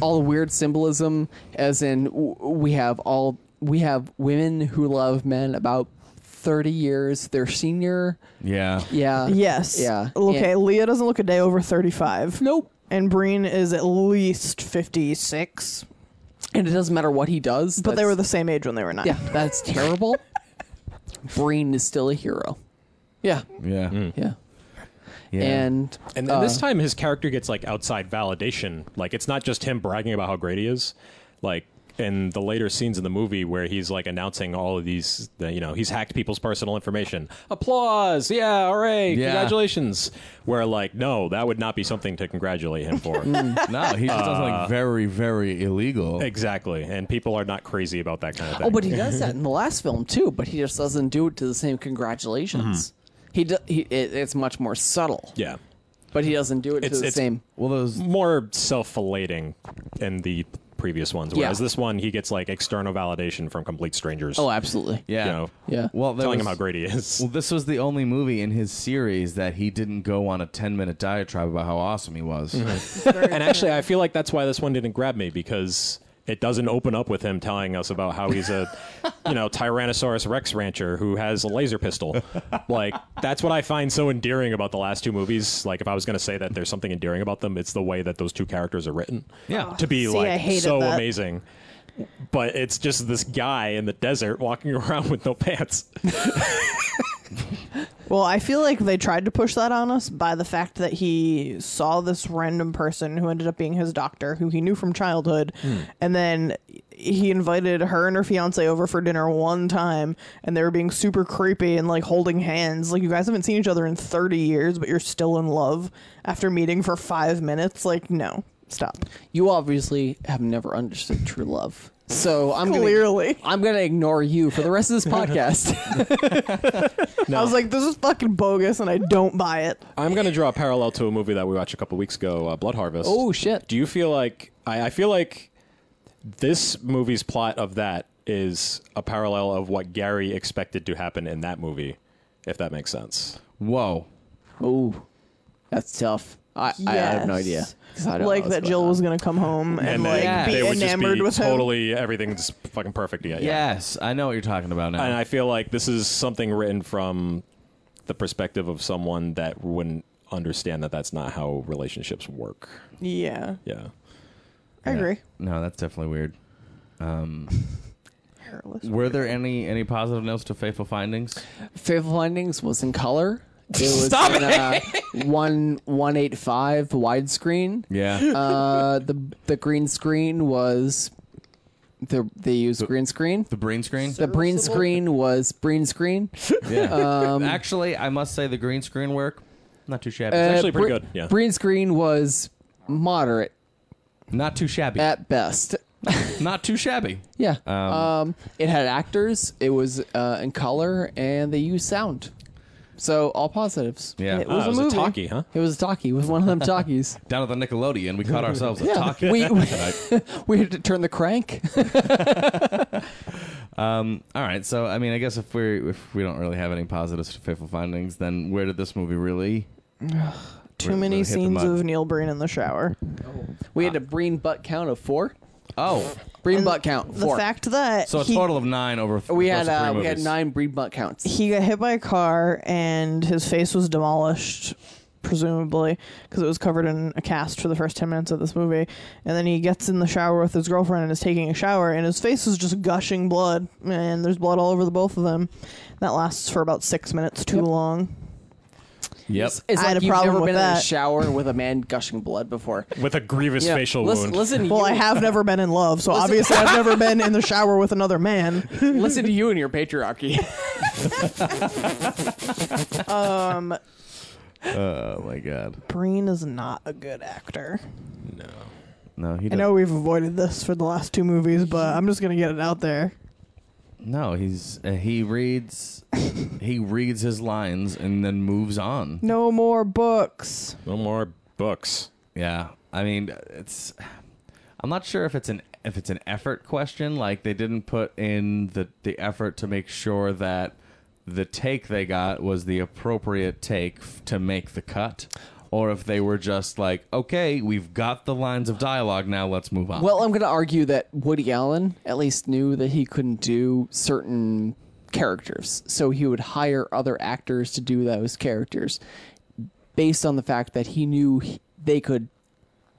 Speaker 4: all the weird symbolism, as in w- we have all we have women who love men about thirty years their senior.
Speaker 3: yeah.
Speaker 4: Yeah.
Speaker 5: Yes.
Speaker 4: Yeah.
Speaker 5: Okay.
Speaker 4: And-
Speaker 5: Leah doesn't look a day over thirty-five.
Speaker 4: nope.
Speaker 5: And Breen is at least fifty-six.
Speaker 4: And it doesn't matter what he does.
Speaker 5: But they
Speaker 4: that's-
Speaker 5: were the same age when they were nine.
Speaker 4: Yeah, that's terrible. Breen is still a hero. Yeah,
Speaker 3: Yeah.
Speaker 6: Mm, Mm-hmm.
Speaker 4: yeah.
Speaker 3: yeah.
Speaker 4: And
Speaker 6: And, and this time, his character gets like outside validation. Like it's not just him bragging about how great he is. Like in the later scenes in the movie where he's like announcing all of these, the- you know, he's hacked people's personal information. Applause! Yeah, hooray!
Speaker 3: Yeah.
Speaker 6: Congratulations! Where like, no, that would not be something to congratulate him for.
Speaker 3: no, he just does
Speaker 6: Uh,
Speaker 3: like very, very illegal.
Speaker 6: exactly. And people are not crazy about that kind of thing.
Speaker 4: oh, but he does that in the last film too. But he just doesn't do it to the same congratulations.
Speaker 6: Mm-hmm.
Speaker 4: He, do, he it, it's much more subtle.
Speaker 6: yeah,
Speaker 4: But he doesn't do it
Speaker 6: It's-
Speaker 4: to the
Speaker 6: it's-
Speaker 4: same.
Speaker 3: well, those
Speaker 6: more self-filleting in the previous ones. Whereas
Speaker 4: Yeah.
Speaker 6: this one, he gets like external validation from complete strangers.
Speaker 4: Oh, absolutely.
Speaker 3: Yeah.
Speaker 6: You know,
Speaker 4: Yeah.
Speaker 3: Well, there
Speaker 6: telling
Speaker 3: was-
Speaker 6: him how great he is.
Speaker 3: Well, this was the only movie in his series that he didn't go on a 10 minute diatribe about how awesome he was.
Speaker 6: and actually, I feel like that's why this one didn't grab me because it doesn't open up with him telling us about how he's a, you know, Tyrannosaurus Rex rancher who has a laser pistol. Like that's what I find so endearing about the last two movies. Like if I was going to say that there's something endearing about them, it's the way that those two characters are written.
Speaker 3: Yeah.
Speaker 6: to be
Speaker 5: Oh, See, I
Speaker 6: like
Speaker 5: hated
Speaker 6: so
Speaker 5: that.
Speaker 6: amazing. But it's just this guy in the desert walking around with no pants.
Speaker 5: Well, I feel like they tried to push that on us by the fact that he saw this random person who ended up being his doctor, who he knew from childhood,
Speaker 4: Hmm.
Speaker 5: and then he invited her and her fiance over for dinner one time, and they were being super creepy and like holding hands. Like you guys haven't seen each other in thirty years, but you're still in love after meeting for five minutes. Like no, stop.
Speaker 4: You obviously have never understood true love. So I'm
Speaker 5: Clearly.
Speaker 4: Gonna, I'm gonna ignore you for the rest of this podcast.
Speaker 5: I was like, this is fucking bogus, and I don't buy it.
Speaker 6: I'm going to draw a parallel to a movie that we watched a couple weeks ago, uh, Blood Harvest.
Speaker 4: oh shit.
Speaker 6: Do you feel like I, I feel like this movie's plot of that is a parallel of what Gary expected to happen in that movie, if that makes sense.
Speaker 3: Whoa.
Speaker 4: Oh, that's tough. I, I have no
Speaker 5: Yes.
Speaker 4: idea. 'Cause I don't
Speaker 5: Like
Speaker 4: know what's
Speaker 5: that
Speaker 4: going
Speaker 5: Jill
Speaker 4: on.
Speaker 5: was gonna come home and,
Speaker 6: they-
Speaker 5: like
Speaker 3: Yeah.
Speaker 5: be
Speaker 6: they would just
Speaker 5: enamored
Speaker 6: be
Speaker 5: with him.
Speaker 6: totally everything's fucking perfect. Yeah, yeah.
Speaker 3: Yes, I know what you're talking about now.
Speaker 6: And I feel like this is something written from the perspective of someone that wouldn't understand that that's not how relationships work.
Speaker 5: Yeah,
Speaker 6: Yeah.
Speaker 5: I agree.
Speaker 3: no, that's definitely weird.
Speaker 5: Hairless.
Speaker 3: Were there any any positive notes to Faithful Findings?
Speaker 4: Faithful Findings was in color. It was in, Uh, one one eight five widescreen.
Speaker 3: Yeah.
Speaker 4: Uh, the the green screen was the they used green screen.
Speaker 3: the Breen screen?
Speaker 4: The green screen was green screen.
Speaker 3: Yeah. Actually, I must say the green screen work, not too shabby.
Speaker 6: actually pretty
Speaker 4: Bre-
Speaker 6: good, yeah.
Speaker 4: Green screen was moderate uh,
Speaker 3: not too shabby.
Speaker 4: at best.
Speaker 3: Not too shabby.
Speaker 4: Yeah. Um, it had actors. It was uh, in color, and they used sound. So all positives.
Speaker 3: Yeah.
Speaker 5: It was a
Speaker 6: Ah, it was a
Speaker 5: movie.
Speaker 6: talkie, huh?
Speaker 4: It was a talkie. It was one of them talkies.
Speaker 3: Down at the Nickelodeon, we caught ourselves a
Speaker 4: yeah.
Speaker 3: talkie.
Speaker 4: We, we, we had to turn the crank.
Speaker 3: All right, so I mean, I guess if we if we don't really have any positive faithful findings, then where did this movie really?
Speaker 5: Too
Speaker 3: We're- we're
Speaker 5: many
Speaker 3: gonna hit the
Speaker 5: scenes
Speaker 3: mud.
Speaker 5: of Neil Breen in the shower.
Speaker 4: We had a breen butt count of four.
Speaker 3: Uh, Oh,
Speaker 4: Breen
Speaker 5: And
Speaker 4: butt count
Speaker 5: The
Speaker 4: four.
Speaker 5: fact that
Speaker 3: so a
Speaker 5: he,
Speaker 3: total of nine over. th-
Speaker 4: we
Speaker 3: across
Speaker 4: had
Speaker 3: the
Speaker 4: uh,
Speaker 3: three
Speaker 4: we had
Speaker 3: movies.
Speaker 4: nine breen butt counts.
Speaker 5: he got hit by a car and his face was demolished, presumably because it was covered in a cast for the first ten minutes of this movie. And then he gets in the shower with his girlfriend and is taking a shower, and his face is just gushing blood, and there's blood all over the both of them. That lasts for about six minutes, too long.
Speaker 3: Yep.
Speaker 4: It's
Speaker 5: I had
Speaker 4: like
Speaker 5: a
Speaker 4: you've
Speaker 5: problem
Speaker 4: never
Speaker 5: with
Speaker 4: been in a
Speaker 5: that.
Speaker 4: shower with a man gushing blood before.
Speaker 10: with a grievous
Speaker 4: Yeah.
Speaker 10: facial
Speaker 4: listen,
Speaker 10: wound.
Speaker 4: Listen to
Speaker 5: Well, I
Speaker 4: you.
Speaker 5: have never been in love, so obviously I've never been in the shower with another man.
Speaker 4: listen to you and your patriarchy.
Speaker 3: Oh my god.
Speaker 5: Breen is not a good actor.
Speaker 3: No, he.
Speaker 5: I
Speaker 3: Doesn't.
Speaker 5: know we've avoided this for the last two movies, but I'm just gonna get it out there.
Speaker 3: No, he's uh, he reads he reads his lines and then moves on.
Speaker 5: No more books.
Speaker 6: No more books.
Speaker 3: Yeah, I mean, it's. I'm not sure if it's an if it's an effort question. Like they didn't put in the the effort to make sure that the take they got was the appropriate take f- to make the cut, or if they were just like, okay, we've got the lines of dialogue now, let's move on.
Speaker 4: Well, I'm going to argue that Woody Allen at least knew that he couldn't do certain characters, so he would hire other actors to do those characters based on the fact that he knew he- they could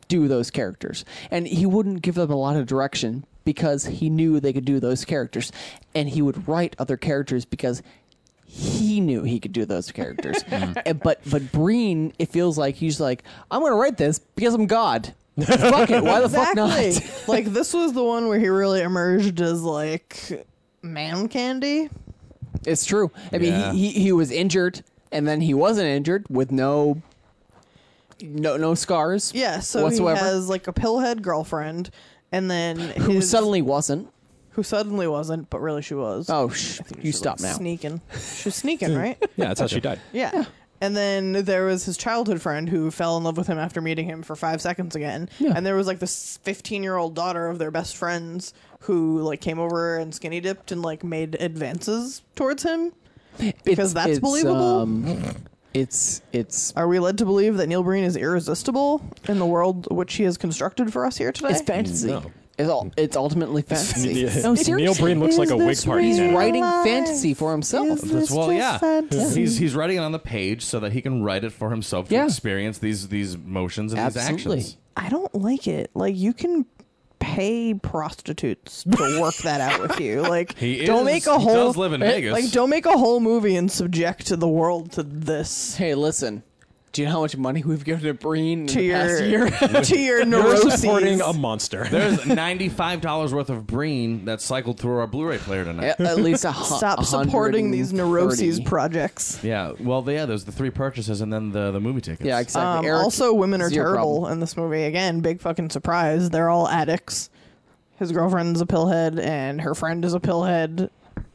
Speaker 4: do those characters. And he wouldn't give them a lot of direction because he knew they could do those characters. And he would write other characters because he knew he could do those characters. And- but but Breen, it feels like he's like, I'm gonna write this because I'm God. fuck it, why the fuck not?
Speaker 5: like this was the one where he really emerged as like man candy.
Speaker 4: It's true. I mean,
Speaker 3: Yeah.
Speaker 4: he, he he was injured, and then he wasn't injured with no no no scars.
Speaker 5: Yeah, so
Speaker 4: whatsoever.
Speaker 5: he has like a pillhead girlfriend, and then
Speaker 4: who
Speaker 5: his-
Speaker 4: suddenly wasn't.
Speaker 5: who suddenly wasn't, but really she was.
Speaker 4: Oh, sh- you
Speaker 5: She was,
Speaker 4: stop
Speaker 5: like,
Speaker 4: now.
Speaker 5: Sneaking, she was sneaking, right?
Speaker 6: Yeah, that's how she died.
Speaker 5: Yeah. And then there was his childhood friend who fell in love with him after meeting him for five seconds again.
Speaker 4: Yeah.
Speaker 5: And there was like this 15 year old daughter of their best friends who like came over and skinny dipped and like made advances towards him. Because that's believable?
Speaker 4: um, it's it's
Speaker 5: Are we led to believe that Neil Breen is irresistible in the world which he has constructed for us here today?
Speaker 4: it's fantasy. It's all it's ultimately fantasy. No, seriously,
Speaker 10: Neil Breen looks like a wig party.
Speaker 4: He's
Speaker 10: now.
Speaker 4: writing fantasy for himself.
Speaker 3: That's well, yeah. He's he's writing it on the page so that he can write it for himself to
Speaker 4: Yeah.
Speaker 3: experience these these motions and
Speaker 4: Absolutely.
Speaker 3: these actions.
Speaker 5: I don't like it. Like you can pay prostitutes to work that out with you. Like
Speaker 3: He
Speaker 5: don't
Speaker 3: is-
Speaker 5: make
Speaker 3: he
Speaker 5: a whole
Speaker 3: does live in
Speaker 5: like,
Speaker 3: Vegas.
Speaker 5: Like don't make a whole movie and subject the world to this.
Speaker 4: Hey, listen. Do you know how much money we've given to Breen in
Speaker 5: To
Speaker 4: the
Speaker 5: your
Speaker 4: past year?
Speaker 5: to your
Speaker 6: We're
Speaker 5: neuroses.
Speaker 6: supporting a monster.
Speaker 3: There's ninety five dollars worth of Breen that cycled through our Blu-ray player tonight.
Speaker 4: At- At least a hu-
Speaker 5: Stop supporting these
Speaker 4: 130.
Speaker 5: neuroses projects.
Speaker 3: Yeah, well, yeah. There's the three purchases and then the the movie tickets.
Speaker 4: Yeah, exactly.
Speaker 5: Um,
Speaker 4: Eric,
Speaker 5: also, women are
Speaker 4: it's your
Speaker 5: terrible
Speaker 4: problem.
Speaker 5: in this movie. Again, big fucking surprise. They're all addicts. His girlfriend's a pillhead, and her friend is a pillhead.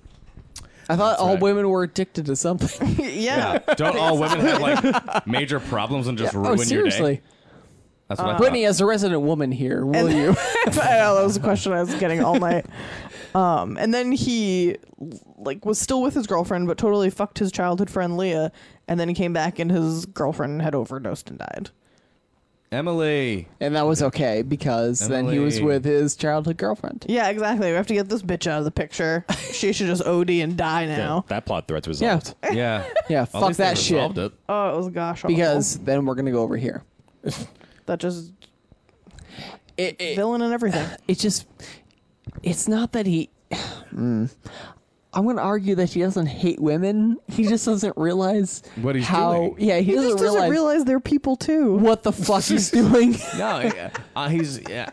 Speaker 4: I thought all
Speaker 3: right.
Speaker 4: women were addicted to something.
Speaker 5: yeah.
Speaker 3: Yeah. Don't all women have like major problems and just
Speaker 4: oh,
Speaker 3: ruin your
Speaker 4: seriously.
Speaker 3: day?
Speaker 10: Uh.
Speaker 3: That's what I thought.
Speaker 4: Brittany, as a resident woman here, will
Speaker 5: And-
Speaker 4: you?
Speaker 5: I know that was a question I was getting all night. Um, and then he like was still with his girlfriend, but totally fucked his childhood friend Leah. And then he came back, and his girlfriend had overdosed and died.
Speaker 3: Emily.
Speaker 4: and that was okay because then he was
Speaker 3: Emily.
Speaker 4: with his childhood girlfriend.
Speaker 5: Yeah, exactly. We have to get this bitch out of the picture. she should just OD and die now.
Speaker 6: That plot threat's resolved.
Speaker 3: Yeah.
Speaker 4: Yeah,
Speaker 3: At
Speaker 4: fuck
Speaker 3: least they
Speaker 4: that shit.
Speaker 3: resolved it.
Speaker 5: Oh, it was gosh awful.
Speaker 4: Because then we're gonna go over here.
Speaker 5: that just
Speaker 4: It, it,
Speaker 5: villain and everything.
Speaker 4: it just, it's not that he. Mm. I'm gonna argue that he doesn't hate women. He just doesn't realize
Speaker 3: What he's
Speaker 4: how.
Speaker 3: doing.
Speaker 4: Yeah, he,
Speaker 5: He
Speaker 4: doesn't,
Speaker 5: just doesn't
Speaker 4: realize
Speaker 5: realize, they're people too.
Speaker 4: what the fuck he's doing.
Speaker 3: No, yeah. uh, he's yeah,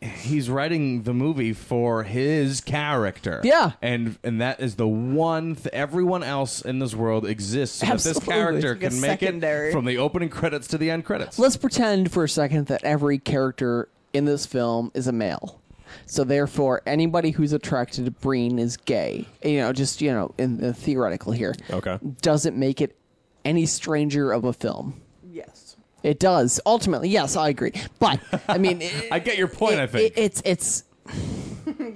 Speaker 3: he's writing the movie for his character.
Speaker 4: Yeah.
Speaker 3: and and that is the one. Th- everyone else in this world exists so that this
Speaker 4: Absolutely.
Speaker 3: character
Speaker 5: Like a
Speaker 3: can make
Speaker 5: secondary.
Speaker 3: it from the opening credits to the end credits.
Speaker 4: Let's pretend for a second that every character in this film is a male. So therefore, anybody who's attracted to Breen is gay. You know, just you know, in the theoretical here,
Speaker 6: Okay.
Speaker 4: doesn't make it any stranger of a film.
Speaker 5: Yes.
Speaker 4: It does ultimately. Yes, I agree. But I mean, it-
Speaker 3: I get your point. I
Speaker 4: it-
Speaker 3: think
Speaker 4: it- it's it's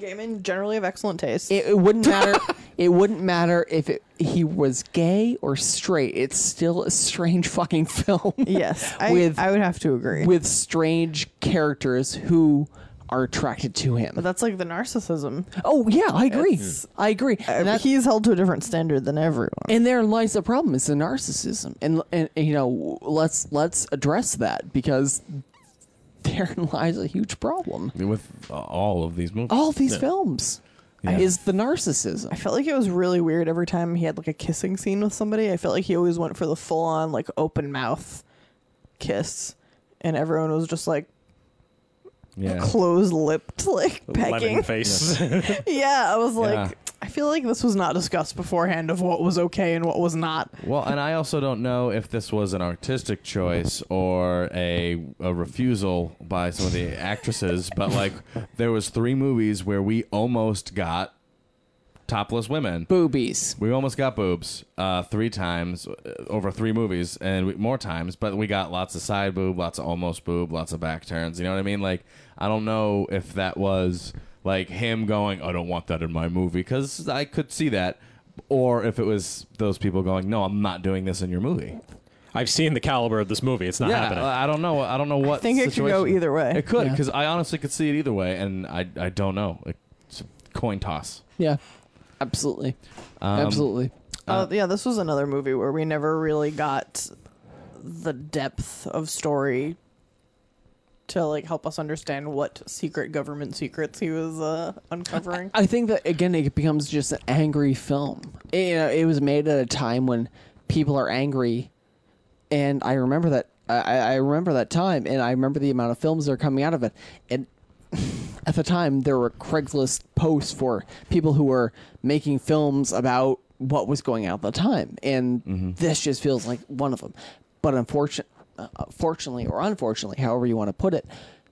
Speaker 5: Gay men generally have excellent taste.
Speaker 4: it, it wouldn't matter. it wouldn't matter if it, he was gay or straight. It's still a strange fucking film.
Speaker 5: yes. I,
Speaker 4: with
Speaker 5: I would have to agree.
Speaker 4: with strange characters who are attracted to him.
Speaker 5: but that's like the narcissism.
Speaker 4: Oh yeah, I agree. I agree. And, that,
Speaker 5: He's held to a different standard than everyone.
Speaker 4: and there lies the problem: is the narcissism, and, and you know, let's let's address that because therein lies a huge problem.
Speaker 3: with uh, all of these movies.
Speaker 4: All these films is the narcissism.
Speaker 5: I felt like it was really weird every time he had like a kissing scene with somebody. I felt like he always went for the full on like open mouth kiss, and everyone was just like
Speaker 3: yeah.
Speaker 5: closed lipped like
Speaker 6: Lemon
Speaker 5: pecking.
Speaker 6: face.
Speaker 5: Yeah, I was
Speaker 3: Yeah.
Speaker 5: like, I feel like this was not discussed beforehand of what was okay and what was not.
Speaker 3: Well, and I also don't know if this was an artistic choice or a, a refusal by some of the actresses, but like there was three movies where we almost got topless women.
Speaker 4: Boobies.
Speaker 3: We almost got boobs uh, three times uh, over three movies and we, more times, but we got lots of side boob, lots of almost boob, lots of back turns. You know what I mean? Like, I don't know if that was like him going, I don't want that in my movie, because I could see that. Or if it was those people going, no, I'm not doing this in your movie.
Speaker 6: I've seen the caliber of this movie. It's not
Speaker 3: yeah, uh,
Speaker 6: happening.
Speaker 3: I I don't know. I don't know what.
Speaker 5: think it could
Speaker 3: situation.
Speaker 5: go either way.
Speaker 3: It could,
Speaker 4: Yeah.
Speaker 3: because I honestly could see it either way, and I, I don't know. It's a coin toss.
Speaker 4: Yeah, absolutely,
Speaker 3: Um,
Speaker 4: absolutely.
Speaker 5: Uh, yeah, this was another movie where we never really got the depth of story to like help us understand what secret government secrets he was uh, uncovering.
Speaker 4: I think that again, it becomes just an angry film. It, you know, it was made at a time when people are angry, and I remember that. I- I, I remember that time, and I remember the amount of films that are coming out of it. And at the time, there were Craigslist posts for people who were making films about what was going on at the time, and this just feels like one of them. But unfortunately, fortunately or unfortunately, however you want to put it,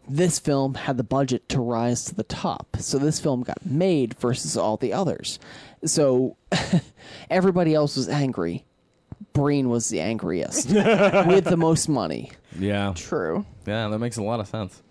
Speaker 4: this film had the budget to rise to the top. So this film got made versus all the others. So everybody else was angry. Breen was the angriest with the most money.
Speaker 3: Yeah.
Speaker 5: True.
Speaker 3: Yeah, that makes a lot of sense.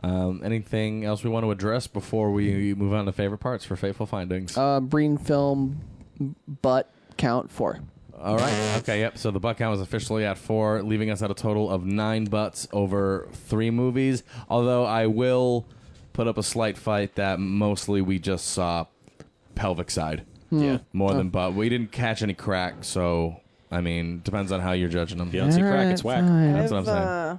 Speaker 3: Um, anything else we want to address before we move on to favorite parts for Faithful Findings?
Speaker 4: Uh, Breen film, mm, butt count four.
Speaker 3: All right. Okay, yep. So the butt count was officially at four, leaving us at a total of nine butts over three movies. Although I will put up a slight fight that mostly we just saw pelvic side. Yeah. More than butt. We didn't catch any crack, so, I mean, depends on how you're judging them.
Speaker 6: If you don't see crack, it's whack.
Speaker 3: That's what I'm saying. Uh,
Speaker 5: Uh,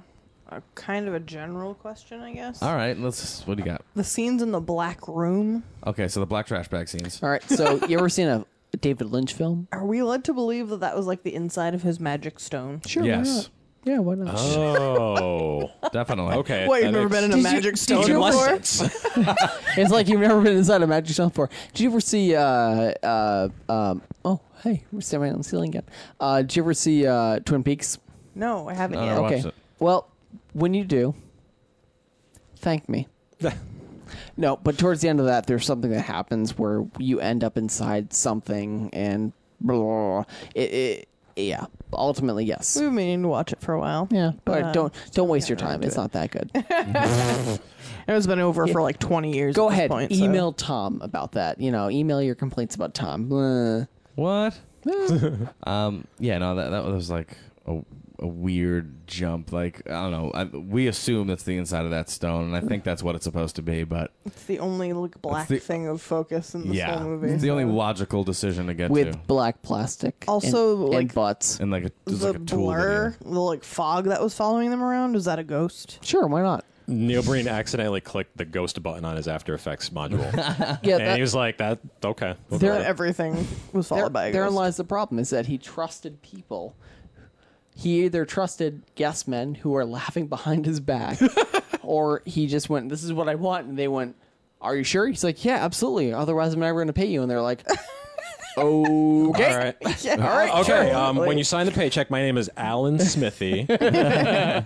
Speaker 5: a kind of a general question, I guess.
Speaker 3: All right, let's. What do you got?
Speaker 5: The scenes in the black room.
Speaker 3: Okay, so the black trash bag scenes.
Speaker 4: All right. So you ever seen a David Lynch film?
Speaker 5: Are we led to believe that that was like the inside of his magic stone?
Speaker 4: Sure.
Speaker 3: Yes,
Speaker 4: Why not? Yeah. Why not?
Speaker 6: Oh.
Speaker 3: definitely.
Speaker 6: Okay.
Speaker 5: Wait,
Speaker 6: that
Speaker 5: you've never
Speaker 6: makes
Speaker 5: been in a
Speaker 4: Did you-
Speaker 5: magic
Speaker 4: did
Speaker 5: stone
Speaker 6: even
Speaker 4: you
Speaker 6: less
Speaker 5: before?
Speaker 6: sense.
Speaker 4: It's like you've never been inside a magic shop before. Did you ever see? Uh, uh, um, oh, hey, we're standing on the ceiling again. Uh, did you ever see uh, Twin Peaks?
Speaker 5: No, I haven't
Speaker 3: No,
Speaker 5: yet.
Speaker 3: no, I watched it.
Speaker 4: Well, when you do, thank me. no, but towards the end of that, there's something that happens where you end up inside something and blah. It, it, yeah. Ultimately, yes.
Speaker 5: We've been meaning to watch it for a while.
Speaker 4: Yeah, but
Speaker 5: uh,
Speaker 4: don't don't waste your
Speaker 5: around
Speaker 4: time.
Speaker 5: to
Speaker 4: It's
Speaker 5: it.
Speaker 4: not that good.
Speaker 5: And It's been over for like 20 years.
Speaker 4: Go
Speaker 5: at
Speaker 4: ahead,
Speaker 5: This point, so-
Speaker 4: email Tom about that. You know, email your complaints about Tom. uh, Blah.
Speaker 3: What? um, yeah, no, that that was like a, a weird jump. Like I don't know. I, we assume that's the inside of that stone, and I think that's what it's supposed to be. But
Speaker 5: It's the only like black
Speaker 3: the-
Speaker 5: thing of focus in this
Speaker 3: yeah,
Speaker 5: whole movie.
Speaker 3: it's the
Speaker 5: so.
Speaker 3: only logical decision to get
Speaker 4: with
Speaker 3: to.
Speaker 4: black plastic. and-
Speaker 5: Also,
Speaker 4: and,
Speaker 5: like,
Speaker 4: butts.
Speaker 3: And like a, there's
Speaker 5: the
Speaker 3: like a tool
Speaker 5: blur,
Speaker 3: video.
Speaker 5: the like fog that was following them around. Is that a ghost?
Speaker 4: Sure, why not?
Speaker 6: Neil Breen accidentally clicked the ghost button on his After Effects module.
Speaker 4: Yeah,
Speaker 6: and he
Speaker 4: that,
Speaker 6: was like, that, okay. we'll do
Speaker 4: There-
Speaker 5: But
Speaker 6: it."
Speaker 5: everything was followed
Speaker 4: there,
Speaker 5: by a
Speaker 4: therein
Speaker 5: ghost.
Speaker 4: lies the problem: is that he trusted people. He either trusted yes men who are laughing behind his back, or he just went, "This is what I want," and they went, "Are you sure?" He's like, "Yeah, absolutely. Otherwise, I'm never going to pay you." And they're like, Okay.
Speaker 6: All right.
Speaker 5: Yeah.
Speaker 6: All right. Okay. Um,
Speaker 5: Totally.
Speaker 6: when you sign the paycheck, my name is Alan Smithy.
Speaker 3: Well,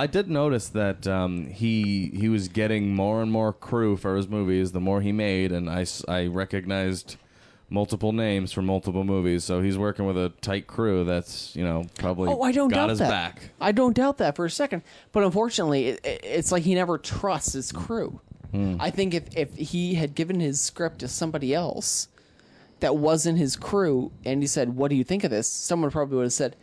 Speaker 3: I did notice that um, he he was getting more and more crew for his movies. The more he made, and I, s- I recognized multiple names from multiple movies. So he's working with a tight crew. That's you know probably
Speaker 4: Oh, I don't
Speaker 3: got
Speaker 4: doubt
Speaker 3: his
Speaker 4: that.
Speaker 3: back.
Speaker 4: I don't doubt that for a second. But unfortunately, it, it- it's like he never trusts his crew.
Speaker 3: Hmm.
Speaker 4: I think if, if he had given his script to somebody else that wasn't his crew and he said, What do you think of this? Someone probably would have said,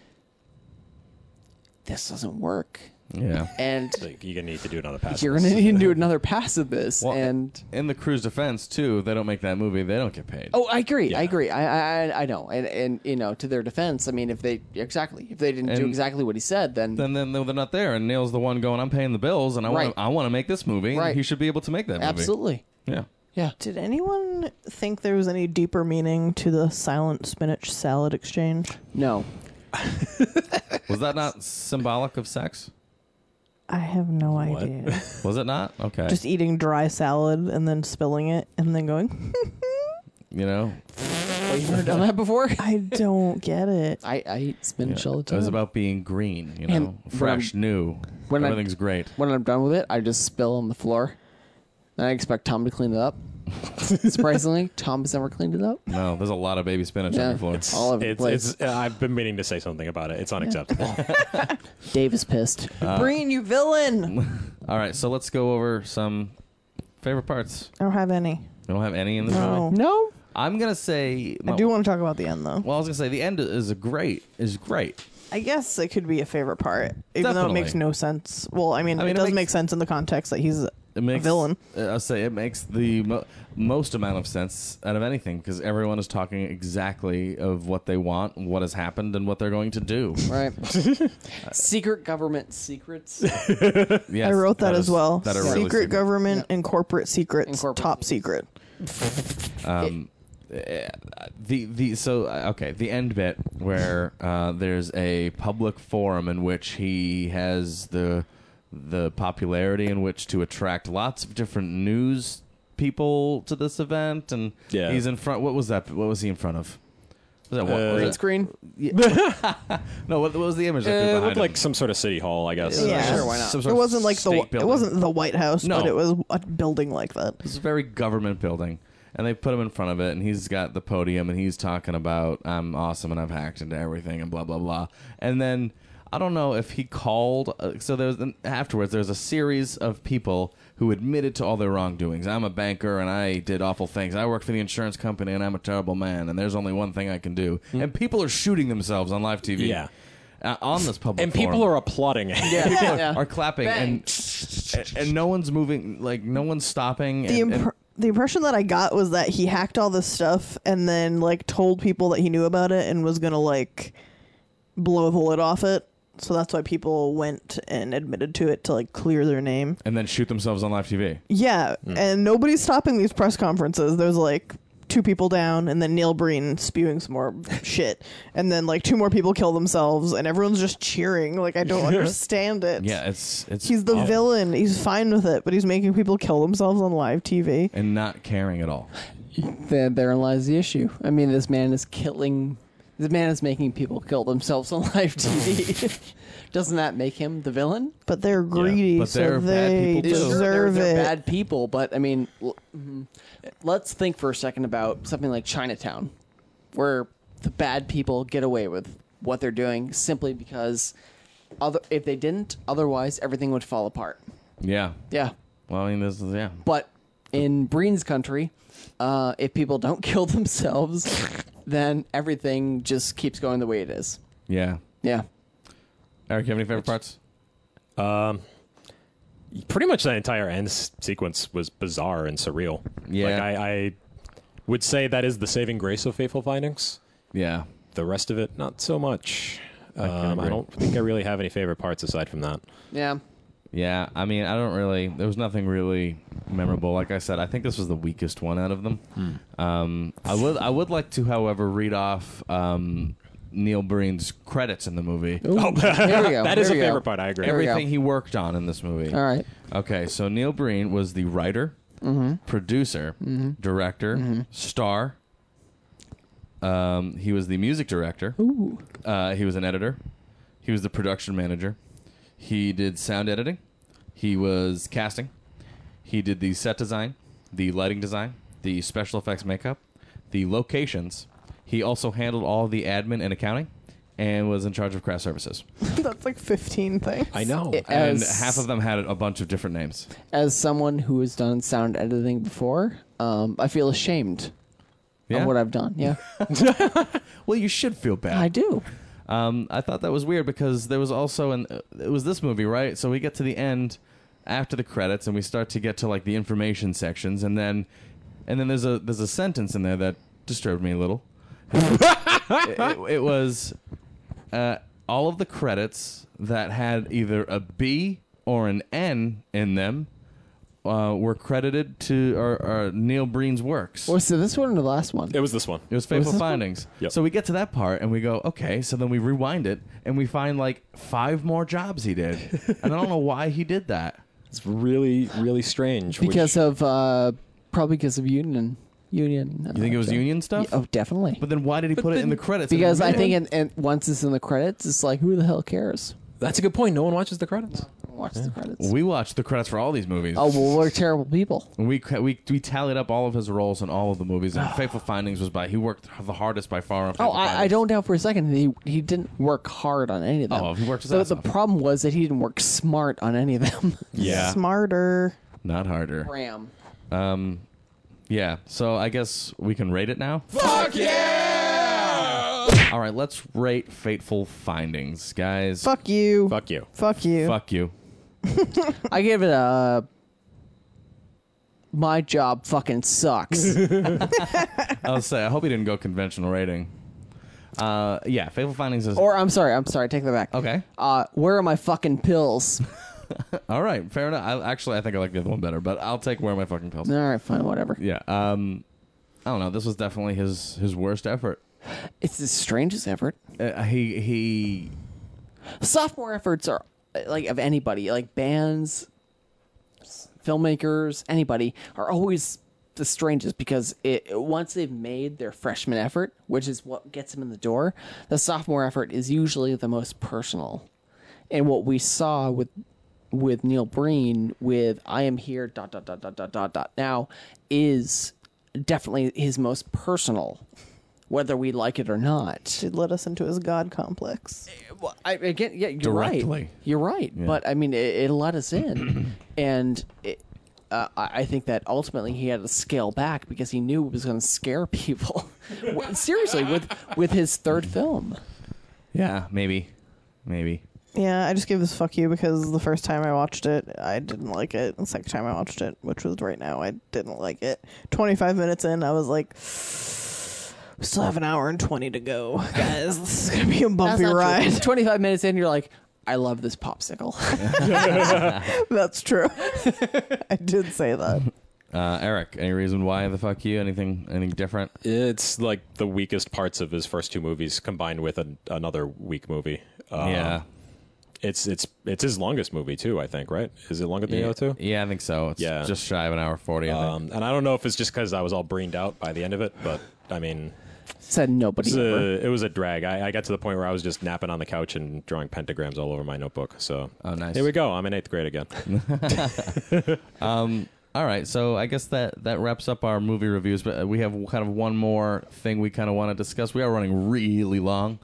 Speaker 4: This doesn't work.
Speaker 3: Yeah.
Speaker 4: And
Speaker 6: Like, You're gonna need to do another pass.
Speaker 4: you're going to need to do another pass of this.
Speaker 3: Well,
Speaker 4: and.
Speaker 3: in the crew's defense too, if they don't make that movie, they don't get paid.
Speaker 4: Oh, I agree.
Speaker 6: Yeah.
Speaker 4: I agree. I, I I know. And and you know, to their defense, I mean, if they exactly if they didn't do
Speaker 3: And-
Speaker 4: exactly what he said, then
Speaker 3: Then, then they're not there, and Neil's the one going. I'm paying the bills, and I
Speaker 4: Right.
Speaker 3: want I want to make this movie. and
Speaker 4: Right.
Speaker 3: He should be able to make that movie.
Speaker 4: absolutely,
Speaker 3: Yeah.
Speaker 4: yeah.
Speaker 5: Did anyone think there was any deeper meaning to the silent spinach salad exchange?
Speaker 4: No,
Speaker 3: Was that not symbolic of sex?
Speaker 5: I have no
Speaker 6: What?
Speaker 5: idea.
Speaker 3: Was it not? Okay.
Speaker 5: Just eating dry salad and then spilling it and then going,
Speaker 3: you know,
Speaker 4: Oh, you've never done that before.
Speaker 5: I don't get it.
Speaker 4: I, I eat spinach all the
Speaker 3: It
Speaker 4: time.
Speaker 3: was about being green, you
Speaker 4: And
Speaker 3: know,
Speaker 4: when
Speaker 3: fresh, new.
Speaker 4: when I'm-
Speaker 3: Everything's great.
Speaker 4: when I'm done with it, I just spill on the floor. Then I expect Tom to clean it up. Surprisingly, Tom has never cleaned it up.
Speaker 3: No, there's a lot of baby spinach on
Speaker 4: Yeah,
Speaker 3: your floor.
Speaker 4: it's all over the
Speaker 6: It's,
Speaker 4: place.
Speaker 6: it's, uh, I've been meaning to say something about it. It's unacceptable.
Speaker 4: Dave is pissed.
Speaker 3: Uh.
Speaker 5: Breen, you villain!
Speaker 3: All right, so let's go over some favorite parts.
Speaker 5: I don't have any.
Speaker 3: We don't have any in this movie.
Speaker 5: No.
Speaker 4: no,
Speaker 3: I'm gonna say.
Speaker 5: I do want to talk about the end though.
Speaker 3: Well, I was gonna say the end is a great is great.
Speaker 5: I guess it could be a favorite part, even though
Speaker 3: Definitely.
Speaker 5: it makes no sense. Well, I mean,
Speaker 3: I mean,
Speaker 5: it
Speaker 3: it
Speaker 5: does
Speaker 3: makes-
Speaker 5: make sense in the context that he's
Speaker 3: It makes
Speaker 5: a villain.
Speaker 3: uh, I'll say it makes the mo- most amount of sense out of anything because everyone is talking exactly of what they want, what has happened, and what they're going to do.
Speaker 4: right? Secret government secrets
Speaker 3: Yes,
Speaker 5: I wrote that,
Speaker 3: is-
Speaker 5: as well.
Speaker 3: That are
Speaker 5: secret,
Speaker 3: really secret.
Speaker 5: government and corporate secrets,
Speaker 4: And corporate
Speaker 5: top secret.
Speaker 3: Uh, the the so uh, okay the end bit where uh, there's a public forum in which he has the the popularity in which to attract lots of different news people to this event and
Speaker 6: Yeah.
Speaker 3: he's in front what was that what was he in front of was that what
Speaker 6: Uh,
Speaker 3: was
Speaker 4: green
Speaker 3: it-
Speaker 4: screen.
Speaker 3: no what, what was the image that
Speaker 6: Uh, it
Speaker 3: was behind
Speaker 6: looked
Speaker 3: him?
Speaker 6: like some sort of city hall, I guess.
Speaker 5: Yeah.
Speaker 4: Sure, why not?
Speaker 3: Some sort
Speaker 5: It
Speaker 3: of
Speaker 5: wasn't like the
Speaker 3: state
Speaker 5: it
Speaker 3: building.
Speaker 5: wasn't the White House,
Speaker 3: No.
Speaker 5: but it was a building like that.
Speaker 3: It's a very government building. And they put him in front of it, and he's got the podium, and he's talking about I'm awesome and I've hacked into everything, and blah blah blah. And then I don't know if he called. Uh, so there's an, afterwards there's a series of people who admitted to all their wrongdoings. I'm a banker, and I did awful things. I work for the insurance company, and I'm a terrible man. And there's only one thing I can do. And people are shooting themselves on live TV.
Speaker 6: Hmm. Yeah.
Speaker 3: Uh, on this public
Speaker 6: And people
Speaker 3: forum
Speaker 6: are applauding it.
Speaker 4: Yeah,
Speaker 3: people
Speaker 4: yeah.
Speaker 3: are, are clapping and and no one's moving like no one's stopping
Speaker 5: The
Speaker 3: and,
Speaker 5: impr- the impression that I got was that he hacked all this stuff and then like told people that he knew about it and was gonna like blow the lid off it. So that's why people went and admitted to it to like clear their name.
Speaker 3: and then shoot themselves on live TV.
Speaker 5: Yeah,
Speaker 3: Hmm.
Speaker 5: and nobody's stopping these press conferences. There's like two people down, and then Neil Breen spewing some more shit, and then like two more people kill themselves, and everyone's just cheering. Like I don't understand it.
Speaker 3: Yeah, it's it's
Speaker 5: he's the
Speaker 3: awful.
Speaker 5: villain. He's fine with it, but he's making people kill themselves on live TV.
Speaker 3: and not caring at all.
Speaker 4: Then therein lies the issue. I mean, this man is killing. This man is making people kill themselves on live TV. Doesn't that make him the villain?
Speaker 5: But they're greedy,
Speaker 3: but they're
Speaker 5: so
Speaker 3: bad
Speaker 5: they
Speaker 3: people, too.
Speaker 5: deserve
Speaker 4: Sure, they're, they're
Speaker 5: it.
Speaker 4: bad people, but I mean, l- mhm. let's think for a second about something like Chinatown, where the bad people get away with what they're doing simply because other if they didn't, otherwise everything would fall apart.
Speaker 3: Yeah.
Speaker 4: Yeah,
Speaker 3: Well, I mean this is yeah.
Speaker 4: but in Breen's country, uh, if people don't kill themselves, then everything just keeps going the way it is.
Speaker 3: Yeah.
Speaker 4: Yeah,
Speaker 3: Eric, you have any favorite parts?
Speaker 6: Pretty much that entire end s- sequence was bizarre and surreal.
Speaker 3: Yeah.
Speaker 6: Like, I, I would say that is the saving grace of Faithful Findings.
Speaker 3: Yeah.
Speaker 6: The rest of it, not so much.
Speaker 3: can
Speaker 6: Um, I
Speaker 3: agree.
Speaker 6: don't think I really have any favorite parts aside from that.
Speaker 4: yeah.
Speaker 3: Yeah, I mean, I don't really. There was nothing really memorable. Like I said, I think this was the weakest one out of them. Um, I would, I would like to, however, read off um, Neil Breen's credits in the movie.
Speaker 4: there we go.
Speaker 6: That is a
Speaker 4: Oh, there we go.
Speaker 6: favorite part. I agree.
Speaker 4: There we
Speaker 3: Everything
Speaker 4: go.
Speaker 3: he worked on in this movie.
Speaker 4: All right.
Speaker 3: Okay, so Neil Breen was the
Speaker 4: Mm-hmm.
Speaker 3: writer, producer, director, star, Um, he was the music director. Ooh. Uh, he was an editor. He was the production manager. He did sound editing. He was casting. He did the set design, the lighting design, the special effects makeup, the locations. He also handled all the admin and accounting and was in charge of craft services.
Speaker 5: That's like 15 things.
Speaker 6: I know.
Speaker 3: and
Speaker 4: As-
Speaker 3: half of them had a bunch of different names.
Speaker 4: As someone who has done sound editing before, um, I feel ashamed
Speaker 3: Yeah.
Speaker 4: of what I've done. Yeah,
Speaker 3: well, you should feel bad.
Speaker 4: I do.
Speaker 3: Um, I thought that was weird because there was also an uh, it was this movie right. So we get to the end after the credits and we start to get to like the information sections and then and then there's a there's a sentence in there that disturbed me a little. it, it- it was uh, all of the credits that had either a B or an N in them uh, were credited to or, or Neil Breen's works.
Speaker 4: Was it this one or the last one?
Speaker 6: It was this one.
Speaker 3: It was Faithful Findings.
Speaker 6: Yep.
Speaker 3: So we get to that part and we go, okay. So then we rewind it and we find like five more jobs he did, and I don't know why he did that.
Speaker 6: It's really, really strange. which-
Speaker 4: because of uh, probably because of union. Union.
Speaker 3: You think it was union stuff?
Speaker 4: Oh, definitely.
Speaker 3: But then why did he put it in the credits? and
Speaker 4: because I
Speaker 3: admit
Speaker 4: think
Speaker 3: it?
Speaker 4: in, in, once it's in the credits, it's like who the hell cares?
Speaker 6: that's a good point. No one watches the credits.
Speaker 4: Watch the credits.
Speaker 3: we watched the credits for all these movies.
Speaker 4: oh well, we're terrible people.
Speaker 3: And we, ca- we we tallied up all of his roles in all of the movies, and Faithful Findings was by he worked the hardest by far. On
Speaker 4: Ah. Oh,
Speaker 3: Faithful
Speaker 4: I, I
Speaker 3: Findings.
Speaker 4: don't doubt for a second that he he didn't work hard on any of them.
Speaker 3: Oh, he worked his
Speaker 4: the,
Speaker 3: ass
Speaker 4: the
Speaker 3: off.
Speaker 4: problem was that he didn't work smart on any of them.
Speaker 6: Yeah.
Speaker 5: Smarter.
Speaker 3: Not harder.
Speaker 4: Ram.
Speaker 3: Yeah. So I guess we can rate it now.
Speaker 6: Fuck yeah!
Speaker 3: All right, let's rate Fateful Findings, guys.
Speaker 5: Fuck you.
Speaker 6: Fuck you.
Speaker 5: Fuck you.
Speaker 3: Fuck you.
Speaker 4: I gave it a. uh, My job fucking sucks.
Speaker 3: I'll say. I hope he didn't go conventional rating. Uh, yeah, Faithful Findings is
Speaker 4: or I'm sorry, I'm sorry, take that back.
Speaker 3: okay.
Speaker 4: Uh, where are my fucking pills?
Speaker 3: All right, fair enough. I, actually, I think I like the other one better, but I'll take where are my fucking pills.
Speaker 4: All right, fine, whatever.
Speaker 3: Yeah. Um, I don't know. This was definitely his his worst effort.
Speaker 4: It's the strangest effort.
Speaker 3: Uh, he he.
Speaker 4: Sophomore efforts are uh, like of anybody, like bands, s- filmmakers, anybody are always the strangest because it once they've made their freshman effort, which is what gets them in the door, the sophomore effort is usually the most personal. And what we saw with with Neil Breen with I am here dot dot dot dot dot dot dot now is definitely his most personal whether we like it or not.
Speaker 5: It led us into his god complex.
Speaker 4: Well, I, again, yeah, you're right.
Speaker 3: Directly.
Speaker 4: You're right. But I mean, it, it let us in, and it, uh, I I think that ultimately he had to scale back because he knew it was going to scare people. Well, Seriously, with with his third film,
Speaker 3: Yeah, maybe, maybe.
Speaker 5: Yeah, I just gave this fuck you because the first time I watched it, I didn't like it. The second time I watched it, which was right now, I didn't like it. 25 minutes in, I was like, we still have an hour and 20 to go. Guys, this is going to be a bumpy ride.
Speaker 4: Twenty five minutes in, you're like, I love this popsicle.
Speaker 5: That's true. I did say that.
Speaker 3: Uh, Eric, any reason why the fuck you? Anything anything different?
Speaker 6: It's like the weakest parts of his first two movies combined with an, another weak movie. Uh,
Speaker 3: yeah.
Speaker 6: It's it's it's his longest movie too. I think right? Is it longer than the
Speaker 3: yeah.
Speaker 6: other two?
Speaker 3: Yeah, I think so. It's
Speaker 6: Yeah.
Speaker 3: just shy of an hour forty. I think.
Speaker 6: Um, and I don't know if it's just because I was all breened out by the end of it, but I mean,
Speaker 4: Said
Speaker 3: uh,
Speaker 4: nobody.
Speaker 6: it's
Speaker 4: ever.
Speaker 6: a, it was a drag. I, I got to the point where I was just napping on the couch and drawing pentagrams all over my notebook. So
Speaker 3: Oh, nice.
Speaker 6: Here we go. I'm in eighth grade again.
Speaker 3: All right, so I guess that that wraps up our movie reviews, but uh, we have kind of one more thing we kind of want to discuss. We are running really long,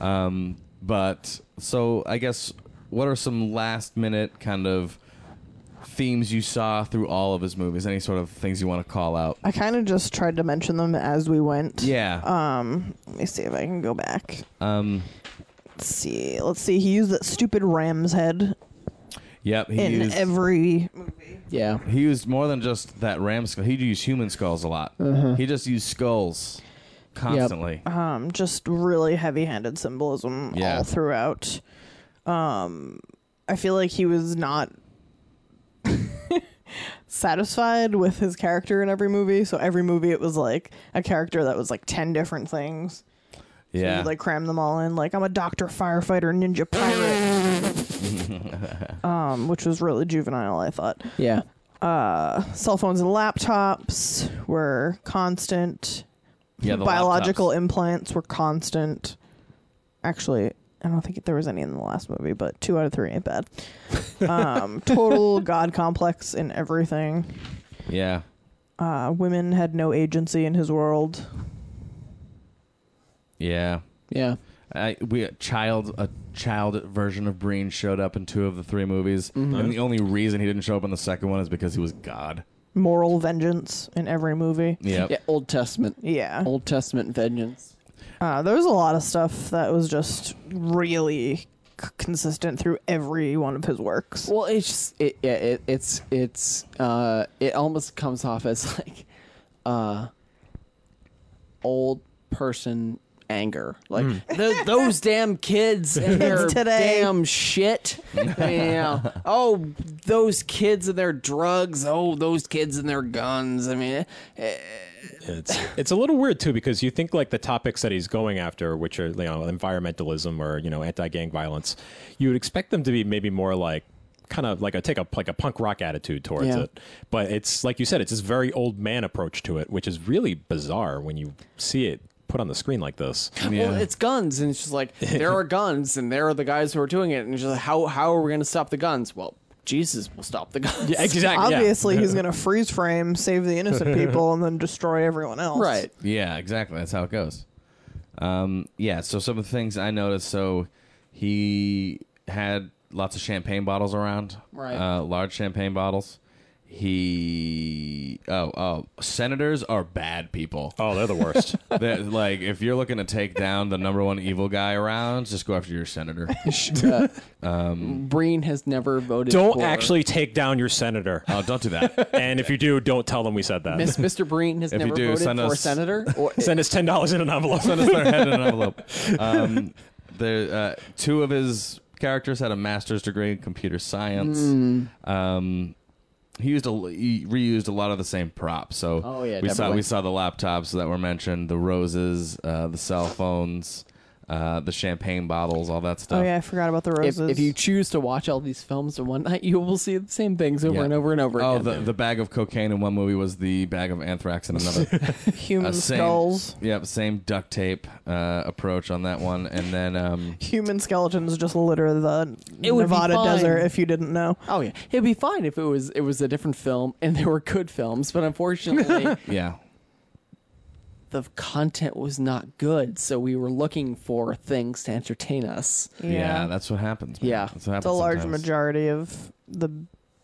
Speaker 3: um, but so I guess what are some last minute kind of themes you saw through all of his movies? Any sort of things you want to call out?
Speaker 5: I kind of just tried to mention them as we went.
Speaker 3: Yeah,
Speaker 5: Let me see if I can go back.
Speaker 3: um,
Speaker 5: Let's see. Let's see. He used that stupid ram's head
Speaker 3: yep. He
Speaker 5: in
Speaker 3: used
Speaker 5: every
Speaker 4: yeah.
Speaker 3: he used more than just that ram skull. He used human skulls a lot.
Speaker 5: Mm-hmm.
Speaker 3: He just used skulls constantly.
Speaker 5: um just really heavy-handed symbolism
Speaker 3: Yeah.
Speaker 5: all throughout. Um I feel like he was not satisfied with his character in every movie, so every movie it was like a character that was like 10 different things. So
Speaker 3: Yeah,
Speaker 5: you like cram them all in. Like I'm a doctor, firefighter, ninja, pirate. um, which was really juvenile, I thought.
Speaker 4: Yeah.
Speaker 5: Cell phones and laptops were constant.
Speaker 3: Yeah, the
Speaker 5: biological
Speaker 3: laptops.
Speaker 5: implants were constant. Actually, I don't think there was any in the last movie, but two out of three ain't bad. Um, total god complex in everything.
Speaker 3: Yeah.
Speaker 5: Uh, women had no agency in his world.
Speaker 3: Yeah.
Speaker 4: Yeah.
Speaker 3: I, we a child a child version of Breen showed up in two of the three movies,
Speaker 4: Mm-hmm.
Speaker 3: and the only reason he didn't show up in the second one is because he was God.
Speaker 5: Moral vengeance in every movie.
Speaker 3: Yep.
Speaker 4: Yeah. Old Testament.
Speaker 5: Yeah.
Speaker 4: Old Testament vengeance.
Speaker 5: Uh, there was a lot of stuff that was just really c- consistent through every one of his works.
Speaker 4: Well, it's just it, yeah, it, it's it's uh, it almost comes off as like uh, old person anger. Like "Tho- those damn kids and their
Speaker 5: today."
Speaker 4: damn shit. yeah. Oh, those kids and their drugs. Oh, those kids and their guns. I mean,
Speaker 6: It's it's a little weird too because you think like the topics that he's going after, which are you know environmentalism or you know anti gang violence, you would expect them to be maybe more like kind of like a take a like a punk rock attitude towards
Speaker 4: Yeah.
Speaker 6: it. But it's like you said, it's this very old man approach to it, which is really bizarre when you see it put on the screen like this.
Speaker 4: Well, it's guns, and it's just like there are guns, and there are the guys who are doing it, and it's just like, how how are we going to stop the guns? Well, Jesus will stop the guns.
Speaker 6: Yeah, exactly. yeah.
Speaker 5: Obviously, he's going to freeze frame, save the innocent people, and then destroy everyone else.
Speaker 4: Right.
Speaker 3: Yeah, exactly. That's how it goes. Um, yeah, so some of the things I noticed so he had lots of champagne bottles around,
Speaker 4: Right.
Speaker 3: Uh, large champagne bottles. He oh oh senators are bad people.
Speaker 6: Oh, they're the worst.
Speaker 3: They're- like if you're looking to take down the number one evil guy around, just go after your senator. Um,
Speaker 4: Breen has never voted.
Speaker 6: don't
Speaker 4: for-
Speaker 6: actually take down your senator.
Speaker 3: Oh, don't do that.
Speaker 6: and if you do, don't tell them we said that.
Speaker 4: Miss, Mr. Breen has
Speaker 3: If you
Speaker 4: never
Speaker 3: do,
Speaker 4: voted
Speaker 3: send
Speaker 4: for
Speaker 3: us-
Speaker 4: senator. Or,
Speaker 6: Send us ten dollars in an envelope.
Speaker 3: Send us their head in an envelope. Um, the uh, two of his characters had a master's degree in computer science.
Speaker 4: Hmm.
Speaker 3: Um, he used a he reused a lot of the same props. So
Speaker 4: Oh, yeah,
Speaker 3: we saw
Speaker 4: definitely.
Speaker 3: we saw the laptops that were mentioned, the roses, uh, the cell phones, uh, the champagne bottles, all that stuff.
Speaker 5: Oh yeah, I forgot about the
Speaker 4: if,
Speaker 5: roses.
Speaker 4: if you choose to watch all these films in one night, you will see the same things over
Speaker 3: Yeah.
Speaker 4: and over and over
Speaker 3: Oh,
Speaker 4: again.
Speaker 3: the, the bag of cocaine in one movie was the bag of anthrax in another.
Speaker 5: human
Speaker 3: Uh, same-
Speaker 5: skulls,
Speaker 3: Yep, same duct tape uh, approach on that one, and then um,
Speaker 5: human skeletons just litter the
Speaker 4: It would be
Speaker 5: Nevada
Speaker 4: fine.
Speaker 5: desert. If you didn't know,
Speaker 4: oh yeah, it'd be fine if it was it was a different film and they were good films, but unfortunately,
Speaker 3: yeah,
Speaker 4: the content was not good, so we were looking for things to entertain us.
Speaker 3: yeah, that's what happens. man.
Speaker 4: Yeah.
Speaker 3: that's what happens.
Speaker 5: it's a large
Speaker 3: sometimes.
Speaker 5: majority of the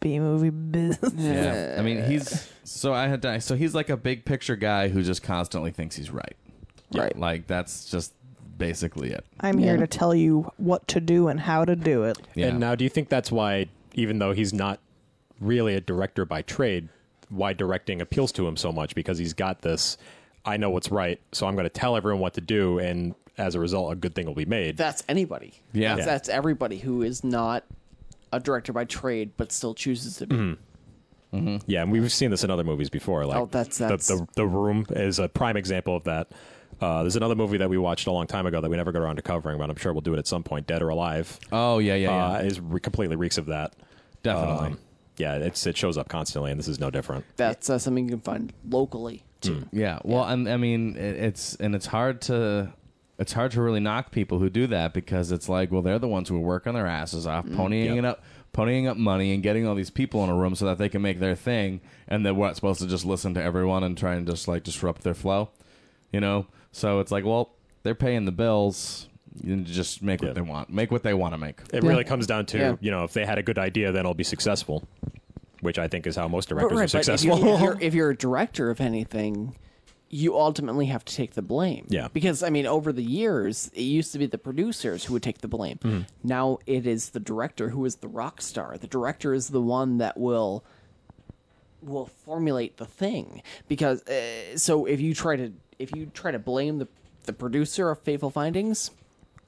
Speaker 5: B movie business.
Speaker 3: Yeah, I mean he's so I had to, so he's like a big picture guy who just constantly thinks he's right.
Speaker 4: Right.
Speaker 3: Like that's just basically it.
Speaker 5: I'm here to tell you what to do and how to do it.
Speaker 3: Yeah.
Speaker 6: And now, do you think that's why, even though he's not really a director by trade, why directing appeals to him so much? Because he's got this, I know what's right, so I'm going to tell everyone what to do, and as a result, a good thing will be made.
Speaker 4: That's anybody.
Speaker 3: Yeah.
Speaker 4: that's,
Speaker 3: Yeah.
Speaker 4: that's everybody who is not a director by trade, but still chooses to be.
Speaker 3: Mm.
Speaker 6: yeah, and we've seen this in other movies before. Like
Speaker 4: Oh, that's- that's-
Speaker 6: The, the, the Room is a prime example of that. Uh, there's another movie that we watched a long time ago that we never got around to covering, but I'm sure we'll do it at some point, Dead or Alive.
Speaker 3: oh yeah, yeah, yeah.
Speaker 6: Uh, is re- completely reeks of that.
Speaker 3: Definitely.
Speaker 6: Um, yeah, it's it shows up constantly, and this is no different.
Speaker 4: That's uh, something you can find locally too.
Speaker 3: yeah. Well, I'm- I mean it, it's and it's hard to it's hard to really knock people who do that because it's like, well, they're the ones who are working their asses off, ponying
Speaker 6: Yep.
Speaker 3: it up, ponying up money, and getting all these people in a room so that they can make their thing, and then we're not supposed to just listen to everyone and try and just like disrupt their flow, you know? So it's like, well, they're paying the bills. You just make
Speaker 6: Yeah.
Speaker 3: what they want. Make what they want to make.
Speaker 6: It really comes down to
Speaker 4: Yeah.
Speaker 6: you know if they had a good idea, then it'll be successful, which I think is how most directors are
Speaker 4: if, you,
Speaker 6: successful.
Speaker 4: are if you're a director of anything, you ultimately have to take the blame.
Speaker 6: Yeah.
Speaker 4: Because I mean, over the years, it used to be the producers who would take the blame.
Speaker 6: Mm-hmm.
Speaker 4: Now it is the director who is the rock star. The director is the one that will will formulate the thing because uh, so if you try to if you try to blame the the producer of Faithful Findings,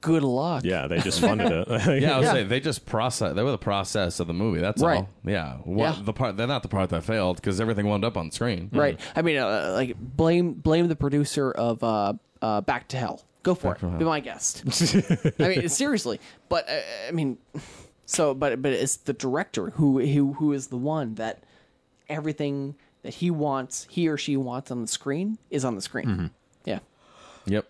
Speaker 4: good luck.
Speaker 6: yeah, they just funded it.
Speaker 3: Yeah, I was
Speaker 4: Yeah.
Speaker 3: saying they just process. They were the process of the movie. That's
Speaker 4: Right.
Speaker 3: all. Yeah. What,
Speaker 4: Yeah.
Speaker 3: The part they're not the part that failed because everything wound up on screen.
Speaker 4: Right. I mean, uh, like blame blame the producer of uh, uh, Back to Hell. Go for it. Be my guest. I mean, seriously. But uh, I mean, so but but it's the director who who who is the one that Mm-hmm. everything that he wants, he or she wants on the screen is on the screen. Yeah.
Speaker 3: Yep.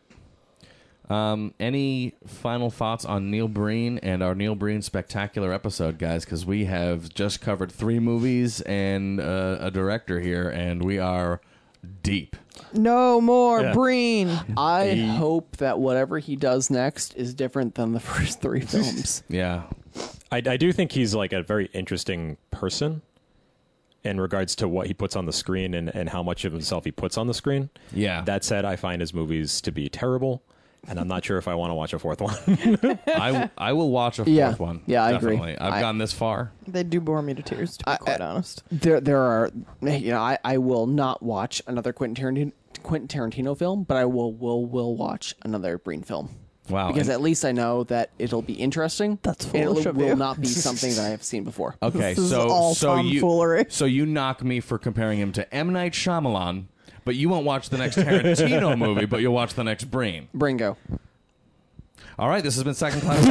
Speaker 3: Um, any final thoughts on Neil Breen and our Neil Breen spectacular episode, guys? Because we have just covered three movies and uh, a director here, and we are deep.
Speaker 5: No more Breen.
Speaker 4: I hope that whatever he does next is different than the first three films.
Speaker 3: Yeah,
Speaker 6: I, I do think he's like a very interesting person in regards to what he puts on the screen and, and how much of himself he puts on the screen.
Speaker 3: yeah.
Speaker 6: That said, I find his movies to be terrible, and I'm not sure if I want to watch a fourth one.
Speaker 3: I I will watch a fourth
Speaker 4: Yeah.
Speaker 3: one.
Speaker 4: Yeah, I agree.
Speaker 3: definitely. I've
Speaker 4: I-
Speaker 3: gone this far.
Speaker 5: They do bore me to tears, to be
Speaker 4: I-
Speaker 5: quite
Speaker 4: I-
Speaker 5: honest.
Speaker 4: there there are you know I, I will not watch another Quentin Tarantino, Quentin Tarantino film, but I will will will watch another Breen film
Speaker 3: Wow.
Speaker 4: because
Speaker 3: and-
Speaker 4: at least I know that it'll be interesting.
Speaker 5: That's
Speaker 4: and
Speaker 5: foolish
Speaker 4: it
Speaker 5: of
Speaker 4: will
Speaker 5: you.
Speaker 4: not be something that I have seen before.
Speaker 3: okay,
Speaker 5: This is
Speaker 3: so
Speaker 5: all
Speaker 3: so
Speaker 5: tomfoolery.
Speaker 3: you so you knock me for comparing him to M Night Shyamalan, but you won't watch the next Tarantino movie, but you'll watch the next Breen.
Speaker 4: Bringo.
Speaker 3: All right, this has been second class.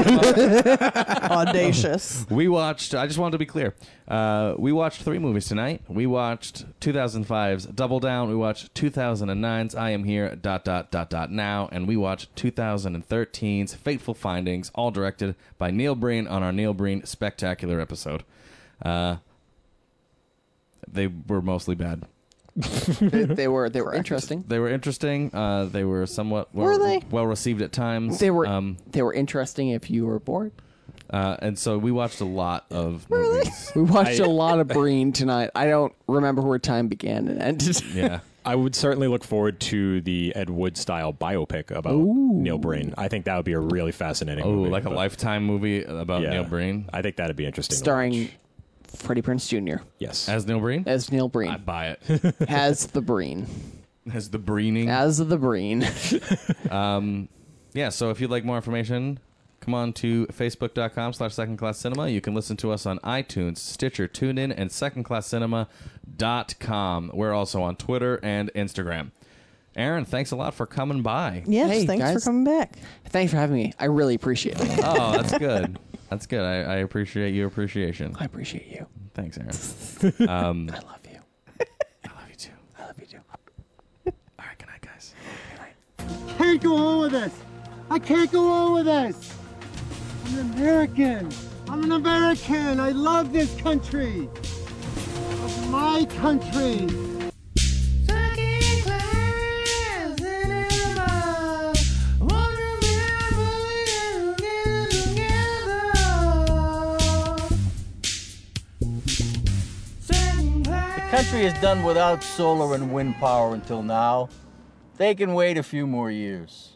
Speaker 5: Audacious.
Speaker 3: we watched. I just wanted to be clear. Uh, we watched three movies tonight. We watched 2005's Double Down. We watched 2009's I Am Here. Dot dot dot dot now, and we watched 2013's Fateful Findings, all directed by Neil Breen on our Neil Breen spectacular episode. Uh, they were mostly bad.
Speaker 4: they, they were they were interesting.
Speaker 3: They were interesting. Uh, they were somewhat well,
Speaker 5: Were they?
Speaker 3: well received at times.
Speaker 4: They were
Speaker 3: Um,
Speaker 4: they were interesting if you were bored.
Speaker 3: uh, and so we watched a lot of movies.
Speaker 4: We watched
Speaker 6: I-
Speaker 4: a lot of Breen tonight. I don't remember where time began and ended.
Speaker 3: Yeah.
Speaker 6: I would certainly look forward to the Ed Wood style biopic about Neil Breen. I think that would be a really fascinating.
Speaker 3: Oh,
Speaker 6: movie,
Speaker 3: like a
Speaker 6: but-
Speaker 3: lifetime movie about
Speaker 6: yeah.
Speaker 3: Neil Breen
Speaker 6: I think that'd be interesting. to
Speaker 4: Starring
Speaker 6: watch.
Speaker 4: Freddie Prince Jr.
Speaker 6: yes,
Speaker 3: as Neil Breen.
Speaker 4: as Neil
Speaker 3: I
Speaker 4: Breen.
Speaker 3: buy it
Speaker 4: Has the Breen.
Speaker 3: as the Breening.
Speaker 4: As the Breen.
Speaker 3: yeah. So if you'd like more information, come on to facebook.com/slash Second Class Cinema. You can listen to us on iTunes, Stitcher, TuneIn, and SecondClassCinema.com. We're also on Twitter and Instagram. Aaron, thanks a lot for coming by.
Speaker 5: Yes,
Speaker 4: Hey,
Speaker 5: thanks for
Speaker 4: guys.
Speaker 5: coming back.
Speaker 4: Thanks for having me. I really appreciate it.
Speaker 3: Oh, that's good. That's good. I, I appreciate your appreciation.
Speaker 4: I appreciate you.
Speaker 3: Thanks, Aaron. Um,
Speaker 4: I love you.
Speaker 3: I love you too.
Speaker 4: I love you too.
Speaker 3: All right, good night, guys.
Speaker 2: can't go on with this. I can't go on with this. I'm an American. I'm an American. I love this country. It's my country.
Speaker 10: Second class cinema. Won't you be able to get it together? Second class.
Speaker 8: The country is done without solar and wind power until now. They can wait a few more years.